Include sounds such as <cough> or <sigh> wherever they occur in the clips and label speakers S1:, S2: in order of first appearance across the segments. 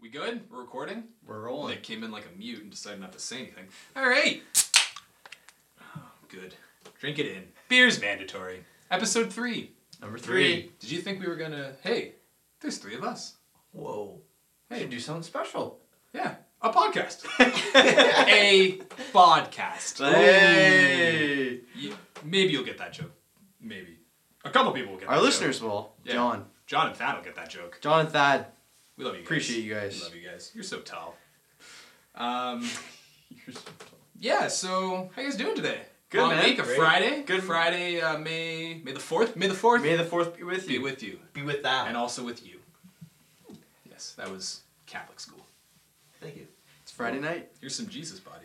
S1: We good? We're recording?
S2: We're
S1: Well,
S2: rolling.
S1: Nick came in like a mute and decided not to say anything. All right. Oh, good. Drink it in. Beer's mandatory. Episode three.
S2: Number
S1: Did you think we were gonna? Hey, there's three of us.
S2: Whoa.
S1: Hey.
S2: Hey, should do something special.
S1: Yeah, a podcast. <laughs> a podcast.
S2: Hey.
S1: Yeah, maybe you'll get that joke. Maybe. A couple people will get.
S2: Our
S1: that
S2: listeners will.
S1: Yeah.
S2: John.
S1: Joke. John and Thad will get that joke.
S2: John and Thad.
S1: We love you. Guys.
S2: Appreciate you guys.
S1: We love you guys. You're so
S2: <laughs>
S1: tall. Um. Yeah, so how you guys doing today?
S2: Good,
S1: Long
S2: man.
S1: Week, a
S2: Great.
S1: Friday.
S2: Good.
S1: Friday, uh, May May the fourth. May the fourth.
S2: May the fourth be with
S1: be
S2: you.
S1: with you,
S3: Be with thou.
S1: and also with you. Yes, that was Catholic school.
S3: Thank you.
S2: It's
S1: <laughs>
S2: Friday night.
S1: Here's some Jesus body.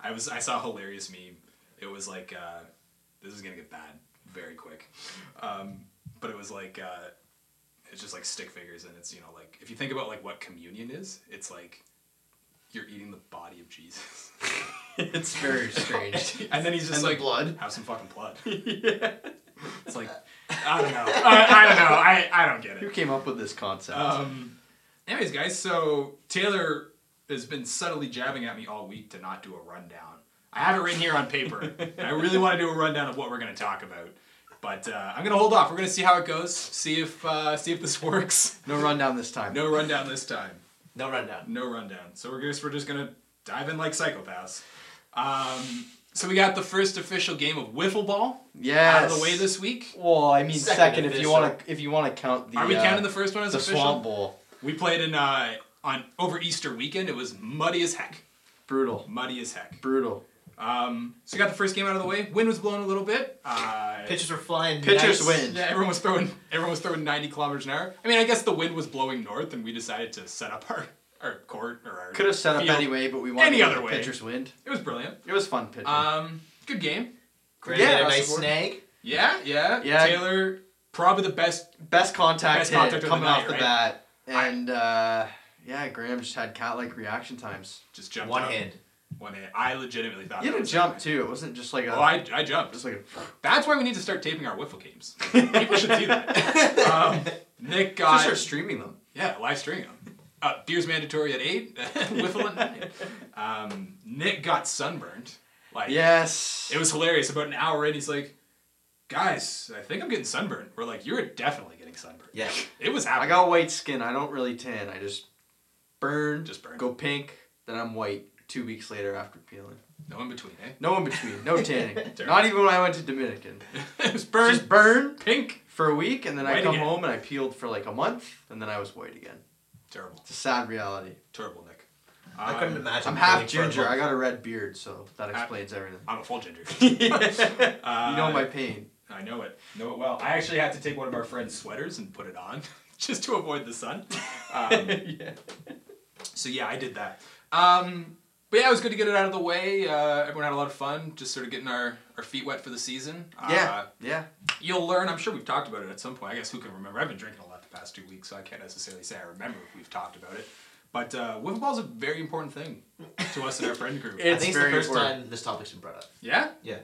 S1: I was I saw a hilarious meme. It was like uh, this is gonna get bad very quick, um, but it was like uh, it's just like stick figures, and it's you know like if you think about like what communion is, it's like you're eating the body of Jesus.
S2: it's <laughs> very strange.
S1: <laughs> and then he's just
S2: And the
S1: like
S2: blood.
S1: have some fucking blood.
S2: yeah.
S1: It's like I don't know. I, I don't know. I, I don't get
S2: Who
S1: it.
S2: came up with this concept?
S1: Um, anyways, guys, so Taylor has been subtly jabbing at me all week to not do a rundown. I have it written here on paper.
S2: <laughs>
S1: and I really want to do a rundown of what we're going to talk about, but uh, I'm going to hold off. We're going to see how it goes. See if uh, see if this <laughs> works.
S2: no rundown this time.
S1: No rundown this time.
S3: No rundown.
S1: No rundown. So we're just we're just gonna dive in like psychopaths. Um, so we got the first official game of wiffle ball
S2: Yes.
S1: out of the way this week.
S2: Well, I mean
S3: Second
S2: second, if you
S3: official.
S2: want to if you want to count the
S1: Are we
S2: uh,
S1: counting the first one as
S2: the
S1: official?
S2: swamp bowl.
S1: We played in uh, on over Easter weekend. It was muddy as heck.
S2: Brutal.
S1: Muddy as heck.
S2: Brutal.
S1: Um, so we got the first game out of the way. Wind was blowing a little bit. Uh,
S3: Pitchers were flying.
S2: Pitchers
S3: nice.
S2: win.
S1: yeah, everyone was throwing. Everyone was throwing 90 kilometers an hour. I mean, I guess the wind was blowing north, and we decided to set up our our court or our.
S2: Could have set up
S1: field.
S2: anyway, but we wanted
S1: Any
S2: to let
S1: other
S2: the
S1: way.
S2: pitchers win.
S1: It was brilliant.
S2: It was fun pitching.
S1: Um, good game.
S3: Great.
S2: Yeah,
S3: Yeah, a
S2: across
S3: nice
S2: the board.
S3: snag.
S1: Yeah, yeah,
S2: Yeah.
S1: Taylor probably the best.
S2: best contact
S1: Best
S2: hit
S1: contact of the
S2: coming
S1: night,
S2: off the
S1: right?
S2: bat,
S1: I-
S2: and uh, yeah, Graham just had cat-like reaction times.
S1: Just jumped
S3: One
S1: up.
S3: hand.
S1: One hand. I legitimately thought.
S2: You
S1: that
S2: had a
S1: was
S2: jump
S1: it.
S2: too. It wasn't just like a.
S1: Oh, I, I
S2: it
S1: jumped.
S2: was like a.
S1: That's why we need to start taping our wiffle
S2: <laughs>
S1: games. People should see that. Um, Nick
S2: Just
S1: got
S2: start streaming them.
S1: yeah live stream. 'em. Uh, beer's mandatory at eight. <laughs> wiffle at nine. Um, Nick got sunburned. Like
S2: Yes.
S1: it was hilarious. About an hour in, he's like, "Guys, I think I'm getting sunburned." We're like, "You're definitely getting sunburned."
S3: Yeah.
S1: It was
S2: I
S1: happening.
S2: got white skin. I don't really tan. I just burn.
S1: Just burn.
S2: Go pink. Then I'm white. Two weeks later after peeling.
S1: no in between, eh? <laughs>
S2: No in between. No tanning.
S1: Terrible.
S2: Not even when I went to Dominican.
S1: it was burned,
S2: Just burn
S1: pink.
S2: for a week, and then I
S1: White
S2: come
S1: again.
S2: home and I peeled for like a month, and then I was white again.
S1: Terrible,
S2: It's a sad reality.
S1: terrible, Nick. Um,
S3: I couldn't imagine.
S2: Um, I'm half
S3: waiting for a
S2: ginger. I
S3: month.
S2: got a red beard, so that
S1: Half-
S2: explains everything.
S1: I'm a full ginger.
S2: <laughs> You
S1: Uh,
S2: know my pain.
S1: I know it. Know it well. I actually had to take one of our friend's sweaters and put it on <laughs> just to avoid the sun. Um,
S2: <laughs> yeah.
S1: so yeah, I did that. Um, but yeah, it was good to get it out of the way. Uh, everyone had a lot of fun, just sort of getting our, our feet wet for the season. Uh,
S2: Yeah. Yeah.
S1: You'll learn. I'm sure we've talked about it at some point. I guess who can remember? I've been drinking a lot the past two weeks, so I can't necessarily say I remember if we've talked about it. But uh, wiffle ball is a very important thing to us in our friend
S2: <laughs>
S1: group.
S2: It-
S3: I think it's the
S2: Very
S3: first
S2: important.
S3: time this topic's been brought up.
S1: yeah,
S3: Yeah.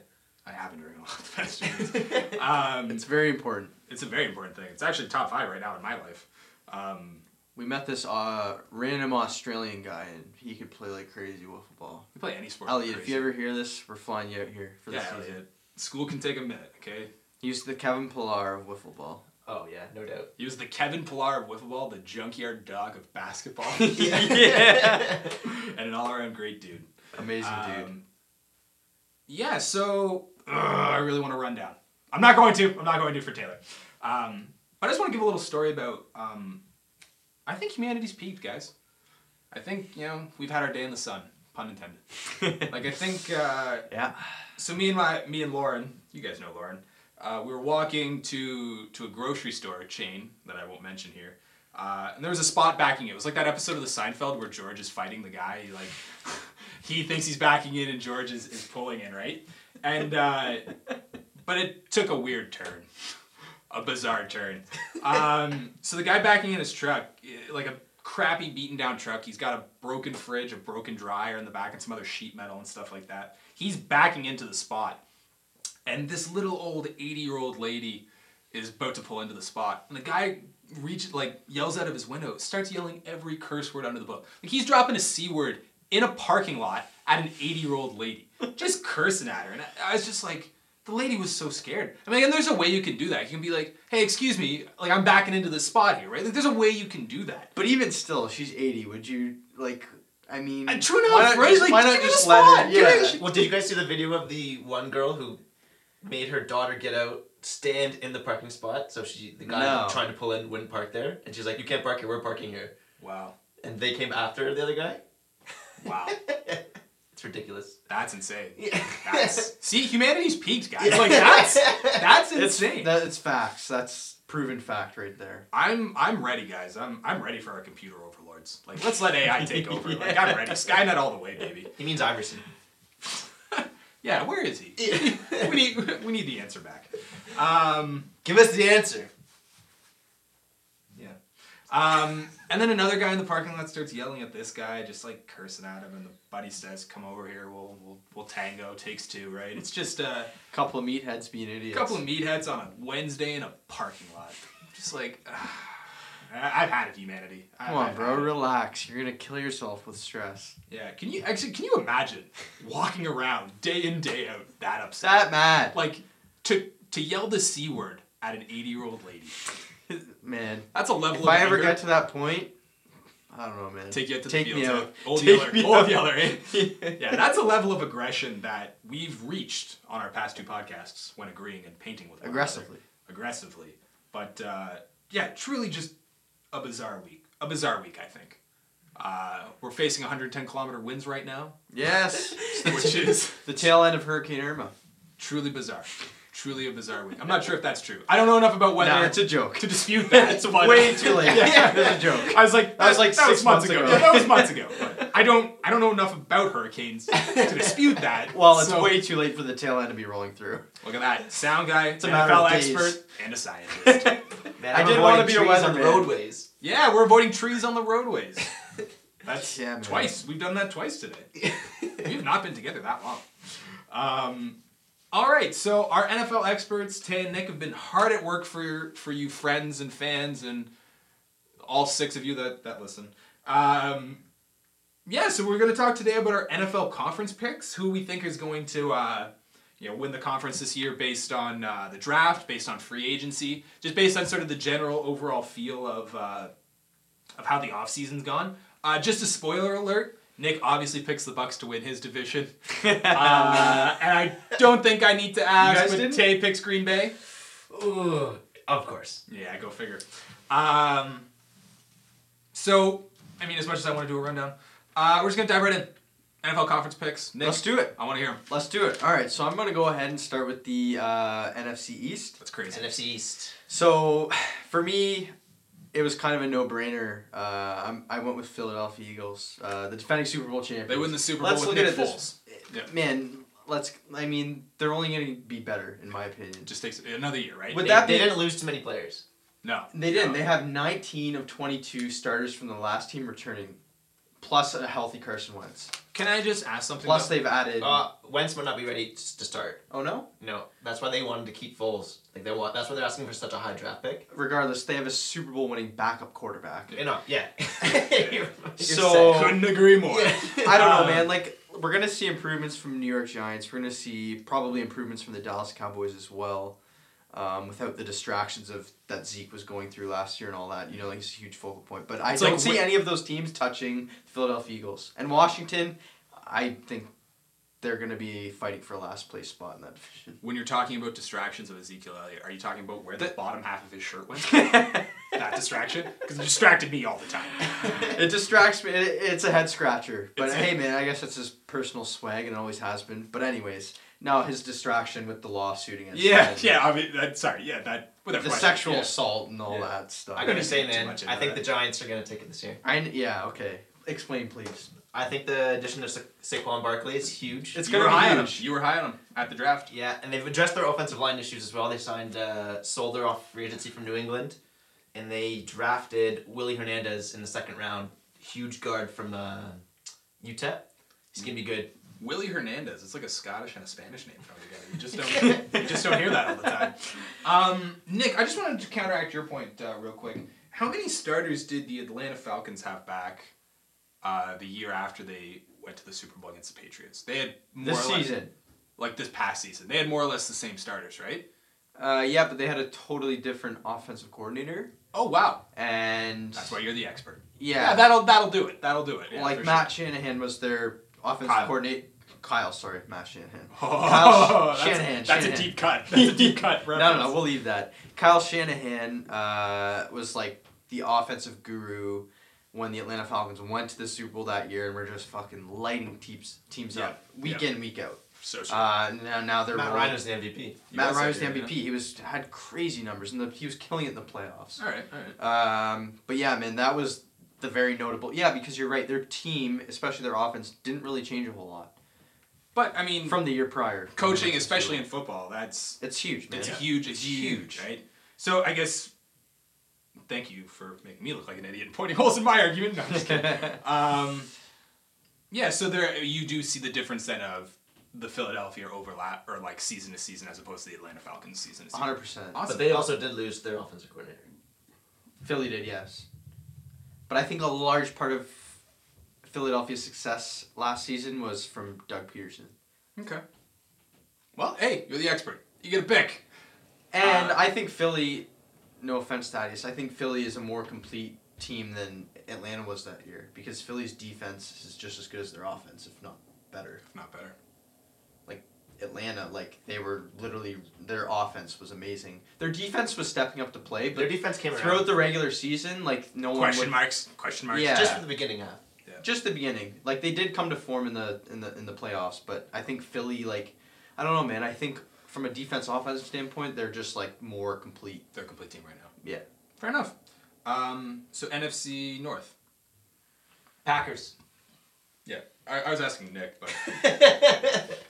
S1: I have been drinking a lot the past two
S2: <laughs>
S1: weeks. Um,
S2: It's very important.
S1: It's a very important thing. It's actually top five right now in my life. Um,
S2: We met this uh, random Australian guy, and he could play like crazy wiffle ball.
S1: you play any sport.
S2: Elliot, if
S1: crazy.
S2: you ever hear this, we're flying you out here for the
S1: yeah,
S2: season.
S1: Elliot. School can take a minute, okay?
S2: He was the Kevin Pillar of wiffle ball.
S3: Oh yeah, no doubt.
S1: He was the Kevin Pillar of wiffle ball, the junkyard dog of
S2: <laughs>
S1: basketball, <laughs> and an all-around great dude.
S2: Amazing dude.
S1: Um, Yeah, so ugh, I really want to run down. I'm not going to. I'm not going to for Taylor. Um, but I just want to give a little story about. Um, I think humanity's peaked, guys. I think you know we've had our day in the sun, pun intended. like I think. Uh,
S2: Yeah.
S1: so me and my me and Lauren, you guys know Lauren. Uh, we were walking to to a grocery store chain that I won't mention here, uh, and there was a spot backing it. It was like that episode of the Seinfeld where George is fighting the guy. He like he thinks he's backing in, and George is, is pulling in, right? And uh, but it took a weird turn, a bizarre turn. Um, so the guy backing in his truck, eh, like a crappy beaten down truck, he's got a broken fridge, a broken dryer in the back, and some other sheet metal and stuff like that. He's backing into the spot, and this little old eighty year old lady is about to pull into the spot, and the guy reach like yells out of his window, starts yelling every curse word under the book. Like he's dropping a c word in a parking lot at an eighty year old lady, <laughs> just cursing at her. And I, I was just like, the lady was so scared. I mean, and there's a way you can do that. You can be like, hey, excuse me, like I'm backing into this spot here, right? Like there's a way you can do that.
S2: But even still, she's 80. Would you, like, I mean.
S1: And true enough,
S2: why not
S1: right?
S2: just-
S1: Like,
S2: why not
S1: give her
S2: just
S1: the
S2: let her-
S1: spot. Give her-
S2: yeah.
S1: she-
S3: Well, did you guys see the video of the one girl who made her daughter get out, stand in the parking spot, so she the guy
S2: No.
S3: trying to pull in wouldn't park there, and she's like, "You can't park here. We're parking here."
S1: Wow,
S3: And they came after the other guy. <laughs>
S1: <laughs> wow,
S3: It's ridiculous.
S1: that's insane.
S3: Yeah. <laughs>
S1: That's <laughs> see, humanity's peaked, guys. Like that's <laughs> that's
S2: It's,
S1: insane.
S2: that, it's facts. That's proven fact right there.
S1: I'm I'm ready, guys. I'm I'm ready for our computer overlords. Like, let's let
S2: <laughs>
S1: AI take over. Like, I'm ready. Skynet all the way, baby.
S3: he means Iverson.
S1: Yeah, where is
S2: <laughs>
S1: he?
S3: <laughs>
S1: we need we need the answer back. Um,
S2: Give us the answer.
S1: um, and then another guy in the parking lot starts yelling at this guy, just like cursing at him. And the buddy says, "Come over here. We'll we'll, we'll tango." Takes two, right? It's just uh,
S2: Couple of meatheads being
S1: a
S2: idiots.
S1: couple of meatheads on a Wednesday in a parking lot. Just like <sighs> I- I've had it, humanity. I-
S2: Come on,
S1: I've
S2: bro,
S1: had it.
S2: relax. You're gonna kill yourself with stress.
S1: Yeah, can you actually can you imagine walking around day in day out that upset?
S2: That mad,
S1: like to to yell the c word at an 80 year old lady.
S2: man.
S1: That's a level.
S2: If
S1: of
S2: I ever
S1: anger.
S2: get to that point, I don't know, man.
S1: take you out to
S2: take
S1: the
S2: me
S1: field. so-
S2: out.
S1: Old
S2: Take
S1: yeller,
S2: me
S1: old
S2: out.
S1: yeller.
S2: <laughs>
S1: Eh? <laughs> yeah, that's a level of aggression that we've reached on our past two podcasts when agreeing and painting with one another.
S2: Aggressively.
S1: Aggressively, but uh, yeah, truly just a bizarre week. A bizarre week, I think. Uh, we're facing 110 kilometer winds right now,
S2: Yes,
S1: which is.
S2: the tail end of Hurricane Irma.
S1: Truly bizarre. Truly a bizarre week. I'm not sure if that's true. I don't know enough about weather
S2: Nah, it's a
S1: <laughs>
S2: joke.
S1: to dispute that. So why-
S2: Way too
S1: <laughs>
S2: late.
S1: Yeah.
S2: It was a joke.
S1: I was like,
S2: That was like
S1: that was months
S2: six months
S1: ago.
S2: ago.
S1: Yeah, that was months ago. But I don't, I don't know enough about hurricanes to dispute that.
S2: Well, it's
S1: so-
S2: way too late for the tail end to be rolling through.
S1: Look at that, sound guy, it's
S2: a matter
S1: NFL
S2: of days.
S1: expert, and a scientist.
S3: Man,
S2: I
S3: I'm
S2: did wanna
S3: avoiding
S2: be a
S3: trees on
S2: weatherman.
S3: roadways.
S1: yeah, we're avoiding trees on the
S2: <laughs>
S1: roadways. That's
S2: Yeah, man.
S1: twice. We've done that twice today.
S2: <laughs>
S1: We've not been together that long. Um, all right, so our NFL experts, Tay and Nick, have been hard at work for for you friends and fans and all six of you that that listen. Um, yeah, so we're going to talk today about our NFL conference picks, who we think is going to uh, you know win the conference this year based on uh, the draft, based on free agency, just based on sort of the general overall feel of. Uh, of how the offseason's gone. Uh, just a spoiler alert: Nick obviously picks the Bucks to win his
S2: <laughs>
S1: division, uh, and I don't think I need to ask.
S2: guys
S1: But
S2: didn't?
S1: Tay picks Green Bay.
S3: Ooh, of course.
S1: Yeah, go figure. Um, so, I mean, as much as I want to do a rundown, uh, we're just gonna dive right in. NFL conference picks. Nick,
S2: Let's do it.
S1: I want to hear them.
S2: Let's do it. All right, so I'm gonna go ahead and start with the uh, NFC East.
S1: That's crazy.
S3: NFC East.
S2: So, <sighs> for me, it was kind of a no-brainer. Uh, I'm, I went with Philadelphia Eagles, uh, the defending Super Bowl champions.
S1: They win the Super Bowl
S2: Let's
S1: with
S2: look
S1: Nick
S2: at it this-
S1: Foles. Yeah.
S2: Man, let's. I mean, they're only going to be better, in my opinion.
S1: Just takes another year, right?
S2: Would
S3: they,
S2: that
S3: they
S2: be-
S3: didn't lose too many players.
S1: no,
S2: They didn't.
S1: No.
S2: They have 19 of 22 starters from the last team returning, plus a healthy Carson Wentz.
S1: Can I just ask something?
S2: Plus,
S1: though?
S2: they've added.
S3: Uh, Wentz would not be ready s- to start.
S2: oh no!
S3: No, that's why they wanted to keep Foles. Like they want. That's why they're asking for such a high draft pick.
S2: Regardless, they have a Super Bowl winning backup quarterback.
S3: You know, <laughs> yeah. You're
S2: So-
S3: set.
S1: couldn't agree
S3: <laughs>
S1: more.
S2: I don't know,
S1: Um,
S2: man. Like we're gonna see improvements from New York Giants. We're gonna see probably improvements from the Dallas Cowboys as well, um, without the distractions of that Zeke was going through last year and all that. You know, like it's a huge focal point. But I
S1: It's
S2: don't
S1: like
S2: see
S1: wh-
S2: any of those teams touching the Philadelphia Eagles and Washington. I think they're gonna be fighting for a last place spot in that division. <laughs>
S1: When you're talking about distractions of Ezekiel Elliott, are you talking about where the, bottom half of his shirt
S2: <laughs>
S1: went? that distraction? Because it distracted me all the time.
S2: <laughs> It distracts me. It, it's a head scratcher. But
S1: It's-
S2: hey, man, I guess that's his personal swag and it always has been. But anyways, now his distraction with the lawsuit against
S1: yeah,
S2: him.
S1: yeah. I mean, that, sorry. Yeah, that. Without
S2: the
S1: question,
S2: sexual
S1: yeah.
S2: assault and all
S1: Yeah.
S2: that stuff.
S3: I'm gonna say,
S1: Too
S3: man.
S1: much
S3: I think
S1: into
S3: the Giants are gonna take it this year.
S2: I kn- yeah, okay. Explain, please.
S3: I think the addition of Sa- Saquon Barkley is huge.
S2: It's
S1: you
S2: gonna
S1: were
S2: be
S1: high on him.
S2: huge.
S1: You were high on him at the draft.
S3: Yeah, and they've addressed their offensive line issues as well. They signed uh, Solder off free agency from New England, and they drafted Willie Hernandez in the second round, huge guard from uh, UTEP. He's gonna be good.
S1: Willie Hernandez. It's like a Scottish and a Spanish name thrown together. You just don't, you just don't hear that all the time. Um, Nick, I just wanted to counteract your point uh, real quick. How many starters did the Atlanta Falcons have back uh, the year after they went to the Super Bowl against the Patriots? They had more
S2: This
S1: or less-
S2: season.
S1: like this past season, they had more or less the same starters, right?
S2: Uh, yeah, but they had a totally different offensive coordinator,
S1: Oh wow,
S2: and
S1: that's why you're the expert.
S2: yeah,
S1: that'll that'll do it. That'll do it. Yeah,
S2: like
S1: for
S2: Matt Shanahan was their offensive
S1: Kyle.
S2: coordinator. Kyle, sorry, Matt Shanahan.
S1: sure.
S2: Kyle Sh-
S1: Oh, that's,
S2: Shanahan,
S1: That's
S2: Shanahan.
S1: a deep cut. That's a
S2: <laughs>
S1: deep cut.
S2: No,
S1: Reference.
S2: no, no, we'll leave that. Kyle Shanahan uh, was like the offensive guru when the Atlanta Falcons went to the Super Bowl that year, and we're just fucking lighting teams teams
S1: Yeah,
S2: up week
S1: yeah.
S2: in week out.
S1: So sure.
S2: Uh, now now they're
S3: Matt
S2: rolling-
S3: Ryan was the MVP.
S1: You
S2: Matt
S1: guys
S2: Ryan
S1: are
S2: was the
S1: good,
S2: MVP. He was had crazy numbers, and the, he was killing it in the playoffs.
S1: all right, all right.
S2: Um, but yeah, man, that was the very notable. Yeah, because you're right. Their team, especially their offense, didn't really change a whole lot
S1: But I mean,
S2: from the year prior.
S1: coaching, especially in football, that's
S2: it's huge, man.
S1: It's
S2: <laughs>
S1: huge. It's
S2: It's
S1: huge,
S2: huge.
S1: right? So I guess thank you for making me look like an idiot and pointing holes in my argument. No, I'm just kidding.
S2: <laughs>
S1: um, yeah, so there you do see the difference then of the Philadelphia overlap or like season to season as opposed to the Atlanta Falcons season to season.
S2: Hundred percent.
S1: Awesome.
S3: But they also did lose their offensive coordinator.
S2: Philly did, yes. But I think a large part of Philadelphia's success last season was from Doug Peterson.
S1: Okay. Well, hey, you're the expert. You get a pick.
S2: And
S1: Uh,
S2: I think Philly, no offense, Thaddeus, I think Philly is a more complete team than Atlanta was that year because Philly's defense is just as good as their offense, if not better.
S1: Not better.
S2: Atlanta, like they were literally their offense was amazing. Their defense was stepping up to play,
S3: Their
S2: but
S3: defense came around.
S2: throughout the regular season, like no
S1: Question
S2: one
S1: marks. Question marks.
S2: Yeah.
S3: Just for the
S2: <laughs>
S3: beginning half.
S2: would, just the beginning. Like they did come to form in the in the in the playoffs, but I think Philly, like I don't know, man. I think from a defense offensive standpoint, they're just like more complete.
S1: They're a complete team right now.
S2: Yeah.
S1: Fair enough. Um, so NFC North.
S3: Packers.
S1: Yeah. I, I was asking Nick, but <laughs>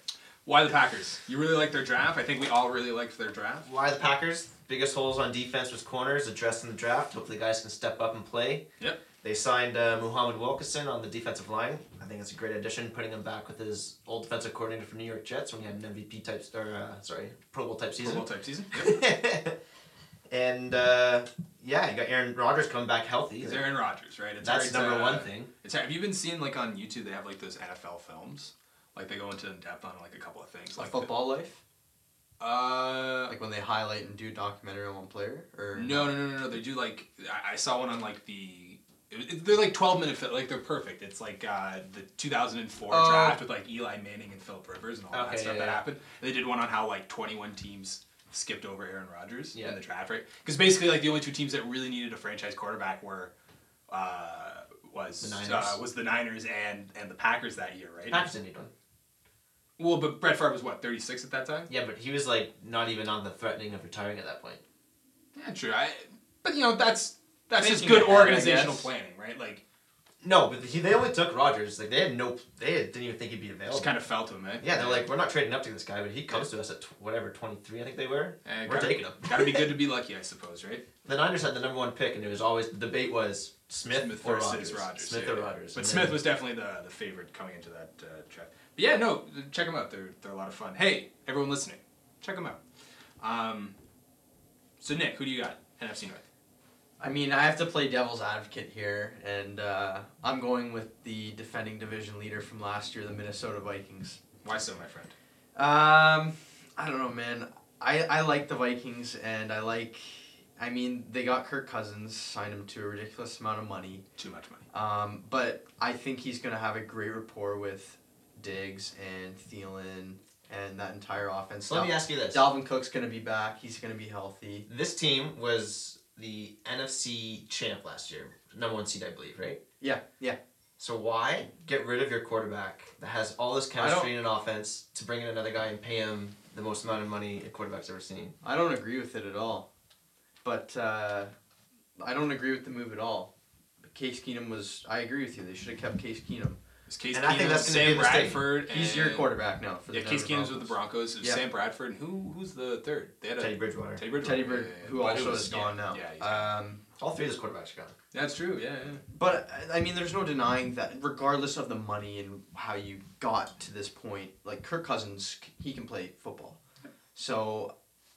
S1: Why the Packers? You really like their draft? I think we all really liked their draft.
S3: Why the Packers? Biggest holes on defense was corners, addressed in the draft. Hopefully, guys can step up and play.
S1: Yep.
S3: They signed uh, Muhammad Wilkerson on the defensive line. I think it's a great addition, putting him back with his old defensive coordinator from New York Jets when he had an MVP type, or uh, sorry, Pro Bowl type
S1: Pro
S3: season.
S1: Bowl type season.
S3: <laughs> and uh, yeah, you got Aaron Rodgers coming back healthy.
S1: It's Aaron Rodgers, right? It's
S3: That's
S1: very,
S3: number
S1: uh,
S3: one thing.
S1: It's have you been seeing like on YouTube they have like those NFL films, like they go into in depth on like a couple of things,
S2: Like
S1: like
S2: football life,
S1: The, uh,
S2: like when they highlight and do documentary on one player, or
S1: no, no, no, no, no. They do like I, I saw one on like the. it- it- They're like twelve minute fit, like they're perfect. It's like uh, the two thousand and four
S2: Oh.
S1: draft with like Eli Manning and Philip Rivers and all
S3: Okay,
S1: that stuff
S3: yeah,
S1: that
S3: yeah.
S1: happened. They did one on how like twenty one teams skipped over Aaron Rodgers
S3: Yeah.
S1: in the draft, right? Because basically like the only two teams that really needed a franchise quarterback were uh, was
S3: The Niners.
S1: uh, was the Niners and and the Packers that year, right?
S3: Packers didn't need one.
S1: Well, but Brett Favre was what thirty six at that time.
S3: Yeah, but he was like not even on the threatening of retiring at that point.
S1: Yeah, true. I, but you know that's that's just
S2: Thinking
S1: good
S2: ahead, I
S1: organizational
S2: guess.
S1: planning, right? Like
S3: No, but he, they only took Rodgers. Like they had no, they didn't even think he'd be available.
S1: just kind of felt to him, eh?
S3: Oh. Yeah, they're like, we're not trading up to this guy, but he comes to us at tw- whatever twenty three, I think they were.
S1: Eh,
S3: we're
S1: gotta-
S3: taking him.
S1: <laughs> Gotta be good to be lucky, I suppose, right?
S3: <laughs> The Niners had the number one pick, and it was always the debate was Smith, or Rodgers. Smith
S1: yeah,
S3: or
S1: yeah.
S3: Rodgers.
S1: But
S3: And
S1: Smith
S3: then-
S1: was definitely the, the favorite coming into that uh, draft. But yeah, no, check them out. They're, they're a lot of fun. Hey, everyone listening, check them out. Um, so, Nick, who do you got? NFC North.
S2: I mean, I have to play devil's advocate here, and uh, I'm going with the defending division leader from last year, the Minnesota Vikings.
S1: Why so, my friend?
S2: Um, I don't know, man. I, I like the Vikings, and I like. I mean, they got Kirk Cousins, signed him to a ridiculous amount of money.
S1: Too much money.
S2: Um, but I think he's gonna have a great rapport with Diggs and Thielen and that entire offense.
S3: So let me ask you this:
S2: Dalvin Cook's gonna be back. He's gonna be healthy.
S3: This team was the NFC champ last year, number one seed, I believe, right?
S2: Yeah, yeah.
S3: So why get rid of your quarterback that has all this chemistry in an offense to bring in another guy and pay him the most amount of money a quarterback's ever seen?
S2: I don't agree with it at all. But uh, I don't agree with the move at all. Case Keenum was. I agree with you. They should have kept Case Keenum.
S1: It's Case
S3: And I
S1: Keenum,
S3: think that's gonna be
S1: Sam
S3: a mistake.
S1: Bradford.
S2: He's your
S1: and-
S2: quarterback now. For
S1: Yeah,
S2: the
S1: Case
S2: Denver
S1: Keenum's with the Broncos. It was
S2: Yeah.
S1: Sam Bradford. And who, who's the third? They had a,
S3: Teddy Bridgewater.
S1: Teddy Bridgewater.
S2: Teddy Bird,
S1: yeah, yeah, yeah.
S2: who
S1: But it
S2: also
S1: was-
S2: is gone
S1: yeah,
S2: now.
S1: Yeah, he's-
S2: um,
S3: All three of those quarterbacks are gone.
S1: that's true. Yeah, yeah.
S2: but I- I mean, there's no denying that, regardless of the money and how you got to this point, like Kirk Cousins, c- he can play football. So,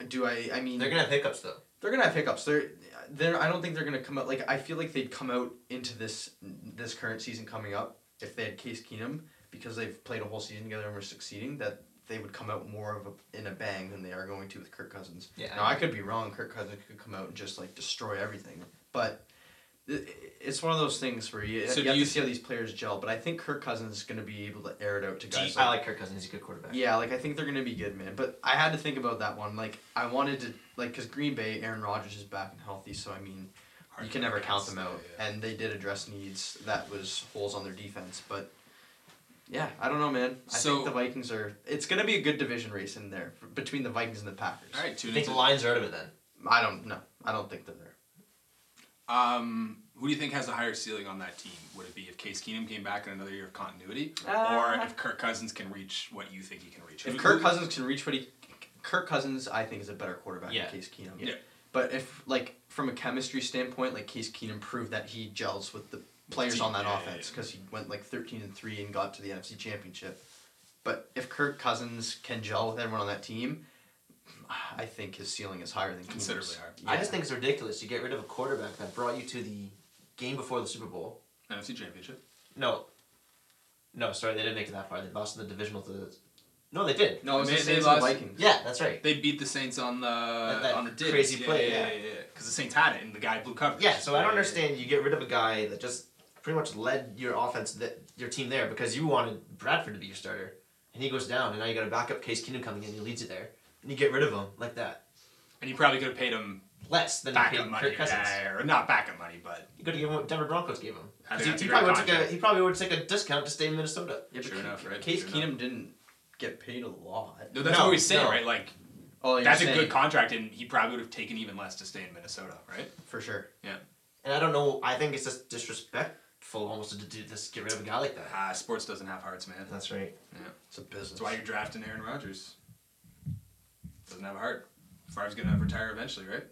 S2: do I? I mean,
S3: They're gonna have hiccups though.
S2: they're gonna have hiccups. They're they're I don't think they're gonna come out like I feel like they'd come out into this this current season coming up if they had Case Keenum because they've played a whole season together and were succeeding that they would come out more of a in a bang than they are going to with Kirk Cousins.
S3: Yeah,
S2: Now
S3: I-
S2: I could be wrong. Kirk Cousins could come out and just like destroy everything, but i- i- it's one of those things where you,
S1: So
S2: you
S1: do
S2: have
S1: you
S2: to see how these players gel. But I think Kirk Cousins is gonna be able to air it out to
S3: Do you-
S2: guys.
S3: I
S2: like-
S3: like Kirk Cousins. He's a good quarterback.
S2: yeah, like I think they're gonna be good, man. But I had to think about that one. Like I wanted to, like, cause Green Bay, Aaron Rodgers is back and healthy, so I mean, you can never count them out. And they did address needs that was holes on their defense, but yeah, I don't know, man. I
S1: So-
S2: think the Vikings are. It's gonna be a good division race in there f- between the Vikings and the Packers.
S1: All right,
S3: I
S1: tune
S3: think the
S1: into.
S3: Lions are out of it then.
S2: I don't know. I don't think they're there.
S1: Um, who do you think has a higher ceiling on that team? Would it be if Case Keenum came back in another year of continuity, or
S2: Uh.
S1: if Kirk Cousins can reach what you think he can reach?
S2: If
S1: Who- who-
S2: Kirk Cousins can reach what he, Kirk Cousins, I think is a better quarterback
S3: Yeah.
S2: than Case Keenum.
S1: Yeah.
S2: But if like from a chemistry standpoint, like Case Keenum proved that he gels with the players on that
S1: Yeah, yeah,
S2: offense
S1: yeah.
S2: because he went like thirteen and three and got to the NFC Championship. But if Kirk Cousins can gel with everyone on that team, I think his ceiling is higher than Keenum's.
S1: Considerably higher.
S3: I just think it's ridiculous. You get rid of a quarterback that brought you to the game before the Super Bowl.
S1: NFC Championship.
S3: No. No, sorry, they didn't make it that far. They lost in the divisional to the. No, they did.
S2: no, it's
S1: They-
S2: the
S1: they
S2: Saints and
S1: lost-
S2: Vikings.
S3: Yeah, that's right.
S1: They beat the Saints on the
S3: that
S1: on the dibs.
S3: crazy
S1: yeah,
S3: play,
S1: yeah,
S3: yeah.
S1: yeah, yeah. Because the Saints had it, and the guy blew coverage.
S3: Yeah, so I don't understand. You get rid of a guy that just pretty much led your offense, that your team there, because you wanted Bradford to be your starter, and he goes down, and now you got a backup Case Keenum coming in, and he leads you there, and you get rid of him like that,
S1: And you probably could have paid him
S3: less than you
S1: backup
S3: paid
S1: money,
S3: Kirk Cousins.
S1: yeah, or not backup money, but
S3: You could have given what Denver Broncos gave him.
S1: I think
S3: He,
S1: that's
S3: he
S1: a
S3: probably
S1: great
S3: would take a
S1: contract.
S3: he probably would take a discount to stay in Minnesota.
S2: Yeah, but
S1: Sure
S2: Ke-
S1: enough, right?
S2: Case
S1: Sure
S2: Keenum
S1: enough.
S2: didn't get paid a lot.
S1: no, that's
S3: No,
S1: what we say,
S3: no.
S1: right? Like
S2: Oh, you're
S1: that's a
S2: saying-
S1: good contract, and he probably would have taken even less to stay in Minnesota, right?
S2: for sure.
S3: And I don't know. I think it's just disrespectful almost to do this, get rid of a guy like that.
S1: Ah, sports doesn't have hearts, man.
S3: That's right.
S2: It's a business.
S1: That's why you're drafting Aaron Rodgers. Doesn't have a heart. Favre's gonna retire eventually, right?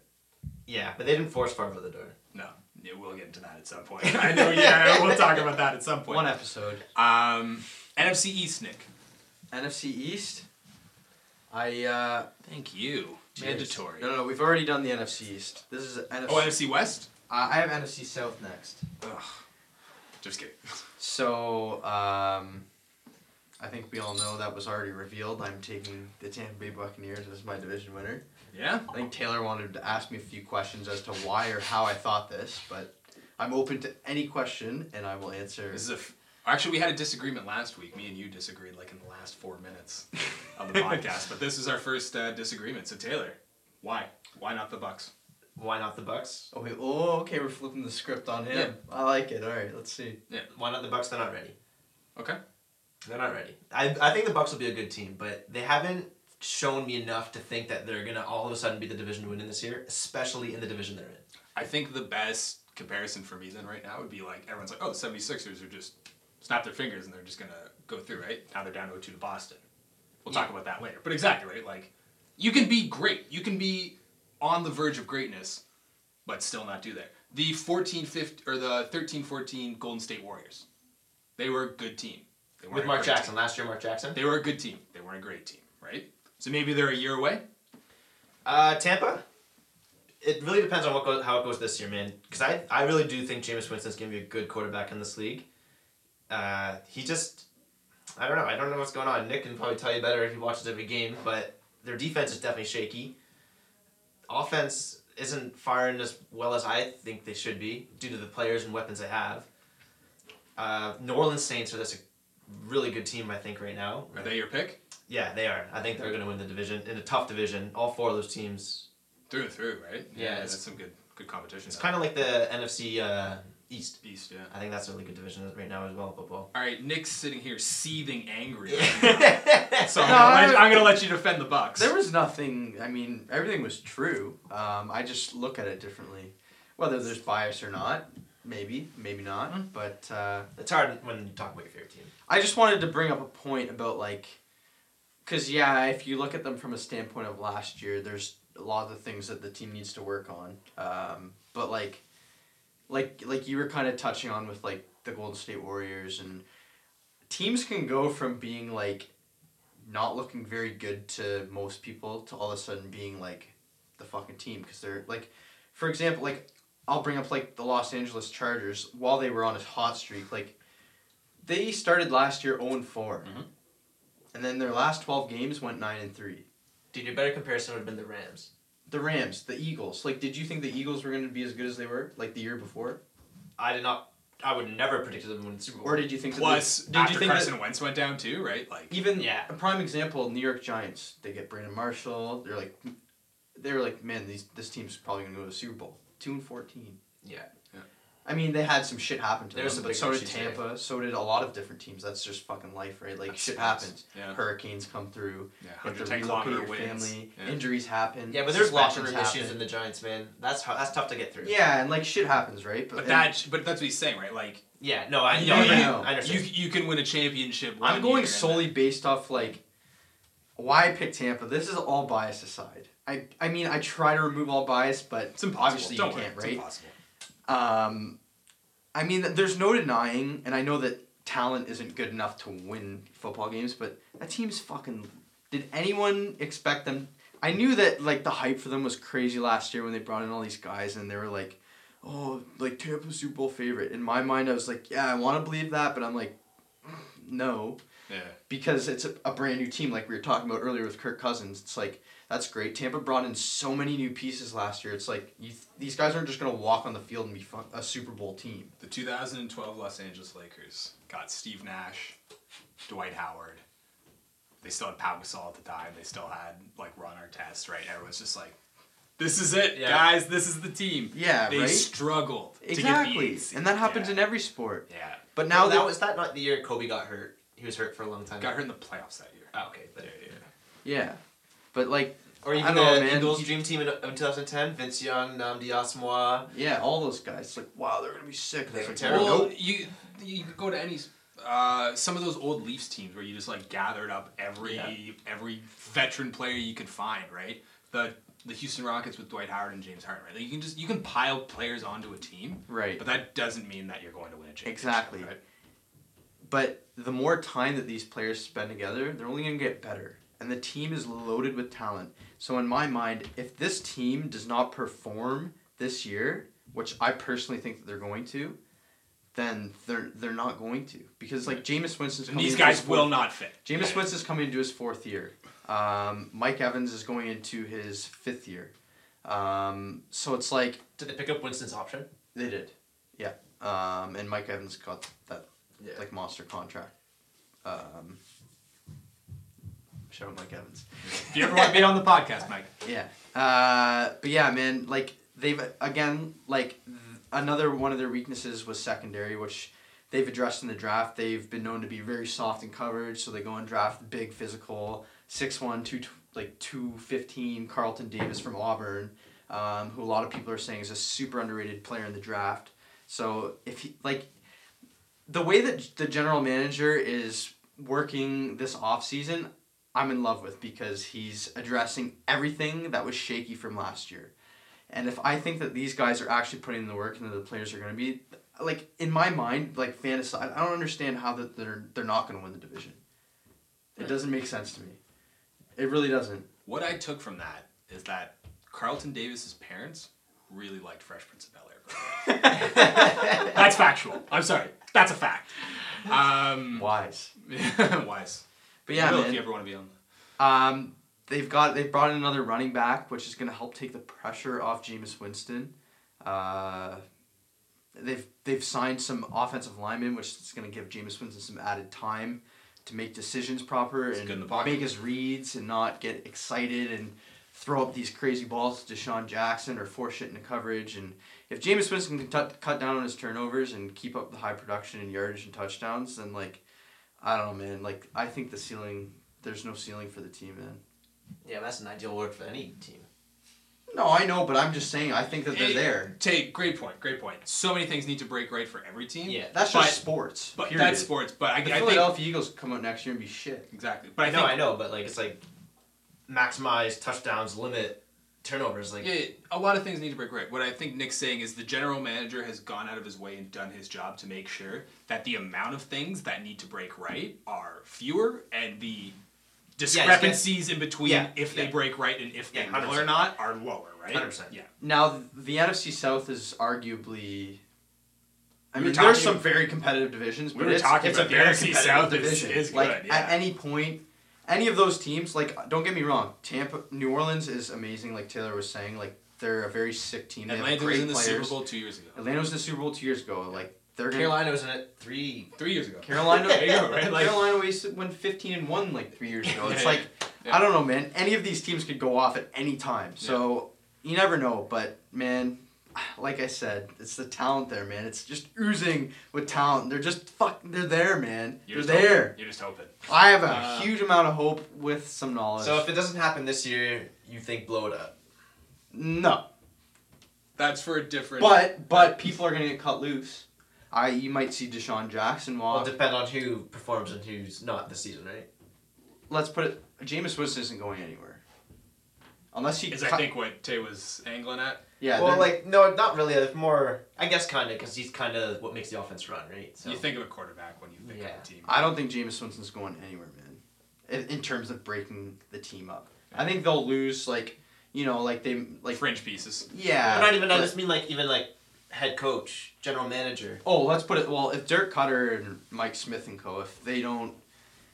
S3: Yeah, but they didn't force Favre out the door.
S1: No, Yeah, we'll get into that at some point. I know. Yeah, <laughs> we'll talk about that at some point.
S2: one episode.
S1: Um, NFC East, Nick.
S2: NFC East. I uh,
S1: Thank you. Mandatory.
S2: No, no, no. We've already done the NFC East. This is NFC.
S1: Oh, NFC West.
S2: uh, I have NFC South next.
S1: Ugh. Just kidding. <laughs>
S2: So um, I think we all know that was already revealed. I'm taking the Tampa Bay Buccaneers as my division winner.
S1: Yeah.
S2: I think Taylor wanted to ask me a few questions as to why or how I thought this, but I'm open to any question and I will answer.
S1: This is a. F- Actually, we had a disagreement last week. Me and you disagreed like in the last four minutes <laughs> of the podcast, but this is our first uh, disagreement. So Taylor, why? Why not the Bucks?
S3: Why not the Bucks?
S2: Oh, wait, oh, okay. We're flipping the script on him. I like it. All right, let's see.
S3: Why not the Bucks? They're not ready.
S1: Okay.
S3: They're not ready. I I think the Bucks will be a good team, but they haven't shown me enough to think that they're gonna all of a sudden be the division winner this year, especially in the division they're in.
S1: I think the best comparison for me then right now would be like everyone's like, oh, the 76ers are just snap their fingers and they're just going to go through, right? Now they're down 0 2 to Boston. We'll talk about that later. But exactly, right? Like, you can be great. You can be on the verge of greatness, but still not do that. The 14 15, or the 13 14 Golden State Warriors, they were a good team. They weren't
S3: With
S1: a
S3: Mark
S1: great team.
S3: Jackson last year, Mark Jackson.
S1: They were a good team. They weren't a great team, right? So maybe they're a year away.
S3: Uh, Tampa. It really depends on what goes, how it goes this year, man. Because I, I really do think Jameis Winston's gonna be a good quarterback in this league. Uh, he just, I don't know. I don't know what's going on. Nick can probably tell you better if he watches every game, but their defense is definitely shaky. Offense isn't firing as well as I think they should be due to the players and weapons they have. Uh, New Orleans Saints are this a really good team I think right now.
S1: Are they your pick?
S3: Yeah, they are. I think they're gonna win the division in a tough division. All four of those teams
S1: Through and through, right?
S3: Yeah, it's-
S1: that's some good good competition.
S3: It's kind of like the NFC uh, East.
S1: East, yeah.
S3: I think that's a really good division right now as well, in football.
S1: All right, Nick's sitting here seething angry.
S3: yeah,
S1: So I'm,
S2: No,
S1: gonna
S2: I
S1: let,
S2: don't-
S1: I'm gonna let you defend the Bucks.
S2: There was nothing. I mean, everything was true. Um, I just look at it differently, whether there's bias or not. Maybe, maybe not. But uh,
S3: it's hard when you talk about your favorite team.
S2: I just wanted to bring up a point about like, because yeah, if you look at them from a standpoint of last year, there's a lot of the things that the team needs to work on. Um, but like, like like you were kind of touching on with like the Golden State Warriors and teams can go from being like not looking very good to most people to all of a sudden being like the fucking team because they're like for example, like I'll bring up like the Los Angeles Chargers while they were on a hot streak. Like they started last year 0 4.
S1: Mhm.
S2: And then their last 12 games went 9 and 3.
S3: Dude, your better comparison would have been the Rams.
S2: The Rams, the Eagles. Like did you think the Eagles were going to be as good as they were like the year before?
S3: I did not. I would never have predicted them to win the Super Bowl.
S2: Or did you think
S1: Plus,
S2: that they, did
S1: after
S2: you think
S1: Carson
S2: that
S1: Wentz went down too, right? Like,
S2: even
S3: Yeah.
S2: a prime example, New York Giants, they get Brandon Marshall. They're like they were like, "Man, these this team's probably going to go to the Super Bowl." 2 and 14.
S3: yeah.
S2: I mean, they had some shit happen to
S3: There
S2: them,
S3: was some
S2: but
S3: big
S2: so did
S3: issues there.
S2: Tampa. So did a lot of different teams. That's just fucking life, right? Like
S1: That's-
S2: shit
S1: that's-
S2: happens.
S1: yeah,
S2: Hurricanes come through.
S1: yeah,
S2: You have to
S1: 110
S2: relocate
S1: kilometer
S2: your
S1: winds.
S2: family.
S1: Yeah.
S2: Injuries happen.
S3: Yeah, but there's locker room
S2: suspensions
S3: issues in the
S2: happen.
S3: Giants, man. That's hard, that's tough to get through.
S2: Yeah, and like shit happens, right?
S1: But
S2: and-
S1: that, but that's what he's saying, right? Like,
S3: Yeah. No, I
S1: you,
S3: no,
S2: know,
S3: yeah,
S2: know.
S3: I
S1: you,
S3: understand.
S1: you can win a championship. one
S2: I'm going
S1: year and
S2: solely based off like why I picked Tampa. This is all bias aside. I I mean I try to remove all bias, but
S1: then- It's impossible.
S2: Obviously
S1: Don't
S2: you
S1: worry,
S2: can't,
S1: it's
S2: right?
S1: impossible.
S2: Um, I mean, there's no denying, and I know that talent isn't good enough to win football games, but that team's fucking. Did anyone expect them? I knew that like the hype for them was crazy last year when they brought in all these guys, and they were like, "Oh, like Tampa Super Bowl favorite." In my mind, I was like, "Yeah, I want to believe that," but I'm like, "No."
S1: Yeah,
S2: because it's a, a brand new team, like we were talking about earlier with Kirk Cousins. It's like that's great. Tampa brought in so many new pieces last year. It's like you, these guys aren't just gonna walk on the field and be fun, a Super Bowl team.
S1: the 2012 Los Angeles Lakers got Steve Nash, Dwight Howard. They still had Pau Gasol at the time. They still had like Ron Artest, right? Everyone's just like, "This is it,
S3: Yeah.
S1: guys. This is the team."
S2: Yeah,
S1: they
S2: right.
S1: struggled to get the
S2: Exactly,
S1: eighth seed.
S2: and that happens
S1: yeah.
S2: in every sport.
S1: Yeah,
S2: But
S3: now
S2: now
S3: that
S2: that
S3: was that not the year Kobe got hurt. He was hurt for a long time.
S1: got hurt in the playoffs that year.
S3: Oh, okay.
S1: Yeah,
S3: But,
S1: yeah.
S2: yeah, but like
S3: or
S2: I
S3: even
S2: don't know,
S3: the
S2: man.
S3: Eagles'
S2: He-
S3: dream team in, in 2010: Vince Young, Namdi Asmoa.
S2: yeah, all those guys. It's like wow, they're gonna be sick.
S3: They
S2: It's
S3: were
S2: like,
S3: terrible.
S2: nope.
S1: Well, you you could go to any uh, some of those old Leafs teams where you just like gathered up every
S3: Yeah.
S1: every veteran player you could find, right? The the Houston Rockets with Dwight Howard and James Harden, right? Like you can just you can pile players onto a team,
S2: Right.
S1: but that doesn't mean that you're going to win a championship.
S2: Exactly.
S1: right?
S2: But the more time that these players spend together, they're only going to get better. And the team is loaded with talent. So, in my mind, if this team does not perform this year, which I personally think that they're going to, then they're they're not going to. Because, like, Jameis Winston's
S1: And
S2: coming
S1: these
S2: into his
S1: guys will
S2: fourth-
S1: not fit.
S2: Jameis Winston's coming into his fourth year. Um, Mike Evans is going into his fifth year. Um, so, it's like
S3: Did they pick up Winston's option?
S2: they did. Yeah. Um, and Mike Evans got that
S3: Yeah.
S2: like monster contract. Um, shout out Mike Evans.
S1: If you ever want to be on the podcast, Mike,
S2: Yeah. Uh, but yeah, man, like they've again like th- another one of their weaknesses was secondary, which they've addressed in the draft. They've been known to be very soft in coverage, so they go and draft big physical 6'1", 2, like two fifteen Carlton Davis from Auburn, um, who a lot of people are saying is a super underrated player in the draft. So if he like the way that the general manager is working this offseason, I'm in love with because he's addressing everything that was shaky from last year. And if I think that these guys are actually putting in the work and that the players are going to be like in my mind, like fantasy, I I don't understand how that they're they're not going to win the division. It doesn't make sense to me. It really doesn't.
S1: what I took from that is that Carlton Davis's parents really liked Fresh Prince of Bel Air.
S2: <laughs>
S1: That's factual. I'm sorry. That's a fact. Um,
S2: Wise.
S1: <laughs> Wise.
S2: But yeah,
S1: Will,
S2: man.
S1: if you ever want to be on.
S2: Um, they've got they brought in another running back, which is going to help take the pressure off Jameis Winston. Uh, they've they've signed some offensive linemen, which is going to give Jameis Winston some added time to make decisions proper
S1: He's
S2: and
S1: good in the pocket.
S2: make his reads and not get excited and throw up these crazy balls to Deshaun Jackson or force shit into coverage. And if Jameis Winston can tut- cut down on his turnovers and keep up the high production in yardage and touchdowns, then like, I don't know, man. Like I think the ceiling, there's no ceiling for the team, man.
S3: Yeah, that's an ideal word for any team.
S2: No, I know, but I'm just saying. I think that they're
S1: Hey,
S2: there.
S1: Take great point, great point. So many things need to break right for every team.
S3: Yeah.
S2: That's
S1: But-
S2: just sports.
S1: but
S2: period.
S1: that's sports. But I,
S2: The
S1: I think
S2: Philadelphia Eagles come out next year and be shit.
S1: exactly. But I
S3: no,
S1: think
S3: I know, but like it's like maximize touchdowns, limit turnovers. Like
S1: yeah, a lot of things need to break right. What I think Nick's saying is the general manager has gone out of his way and done his job to make sure that the amount of things that need to break right are fewer and the discrepancies in between
S3: Yeah,
S1: if they
S3: yeah.
S1: break right and if
S3: Yeah,
S1: they will or
S3: 100%.
S1: not are lower, right?
S3: 100%.
S1: Yeah.
S2: Now th- the NFC South is arguably. I
S1: We were
S2: mean, there are
S1: talking-
S2: some very competitive divisions,
S1: We
S2: but
S1: were
S2: it's,
S1: talking
S2: it's
S1: about
S2: a
S1: the
S2: very
S1: NFC
S2: competitive
S1: South is-
S2: division.
S1: is
S2: like
S1: good, yeah.
S2: at any point, any of those teams, like don't get me wrong, Tampa, New Orleans is amazing. Like Taylor was saying, like they're a very sick team. They have
S1: Atlanta was
S2: great
S1: in the Super
S2: players.
S1: Bowl two years ago.
S2: Atlanta was in the Super Bowl two years ago. Like they're gonna,
S3: Carolina was in it three.
S1: Three years ago. <laughs>
S2: Carolina,
S1: There you go, right? Like-
S2: <laughs> Carolina was went fifteen and one like three years ago. It's
S1: Yeah,
S2: like
S1: yeah.
S2: I don't know, man. Any of these teams could go off at any time, so you never know. But man, like I said, it's the talent there, man. It's just oozing with talent. They're just fuck. They're there, man.
S1: You're just
S2: they're there.
S1: Hoping. You're just hoping.
S2: I have a
S1: Uh,
S2: huge amount of hope with some knowledge.
S3: So if it doesn't happen this year, you think blow it up.
S2: no,
S1: That's for a different.
S2: but but people are gonna get cut loose. I you might see Deshaun Jackson walk.
S3: Well, depend on who performs and who's not this season, right?
S2: Let's put it. Jameis Winston isn't going anywhere. Unless he
S1: is I
S2: cut-
S1: think what Tay was angling at.
S2: yeah.
S3: well,
S2: they're-
S3: like no, not really. It's more, I guess, kind of, because he's kind of what makes the offense run, right? So
S1: You think of a quarterback when you think
S3: Yeah.
S1: of a team.
S2: I don't think Jameis Winston's going anywhere, man. In, in terms of breaking the team up, I think they'll lose. Like you know, like they like
S1: fringe pieces.
S2: yeah.
S3: But not even. I
S2: but-
S3: just mean like even like head coach, general manager.
S2: Oh, let's put it. Well, if Dirk Cutter and Mike Smith and co, if they don't,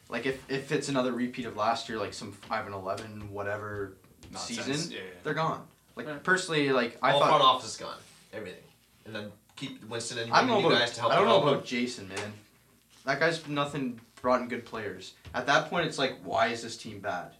S2: like if if it's another repeat of last year, like some five and eleven whatever
S1: Nonsense.
S2: season,
S1: Yeah, yeah.
S2: they're gone. Like
S3: Right.
S2: personally, like I
S3: all front
S2: thought.
S3: office is gone. Everything, and then keep Winston and
S2: I don't know
S3: you
S2: about.
S3: guys to help.
S2: I don't know
S3: develop
S2: about Jason, man. That guy's nothing. Brought in good players. At that point, it's like, why is this team bad?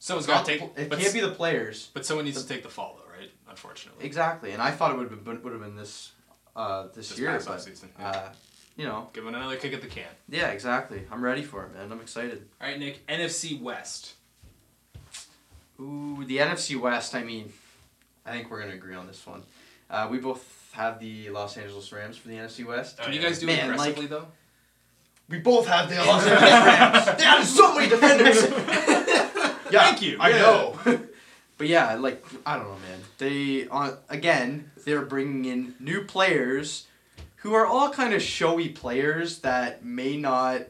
S1: Someone's
S2: Not
S1: got
S2: the
S1: to
S2: pl-
S1: take.
S2: it
S1: but,
S2: can't be the players.
S1: but someone needs to take the fall though, right? Unfortunately.
S2: Exactly, and I thought it would have been would have been this uh, this,
S1: This
S2: year,
S1: past
S2: but
S1: offseason, yeah.
S2: uh, you know,
S1: Give it another kick at the can.
S2: yeah, exactly. I'm ready for it, man. I'm excited.
S1: All right, Nick. NFC West.
S2: Ooh, the NFC West. I mean, I think we're gonna agree on this one. Uh, we both have the Los Angeles Rams for the NFC West.
S3: Oh,
S1: Can you
S3: yeah.
S1: guys do it
S2: Man,
S1: aggressively though?
S2: We both have the Los Angeles Rams. They had so many <laughs> defenders. yeah,
S1: Thank you.
S2: I
S1: Yeah.
S2: know. <laughs> But yeah, like I don't know, man. They on again, they're bringing in new players who are all kind of showy players that may not.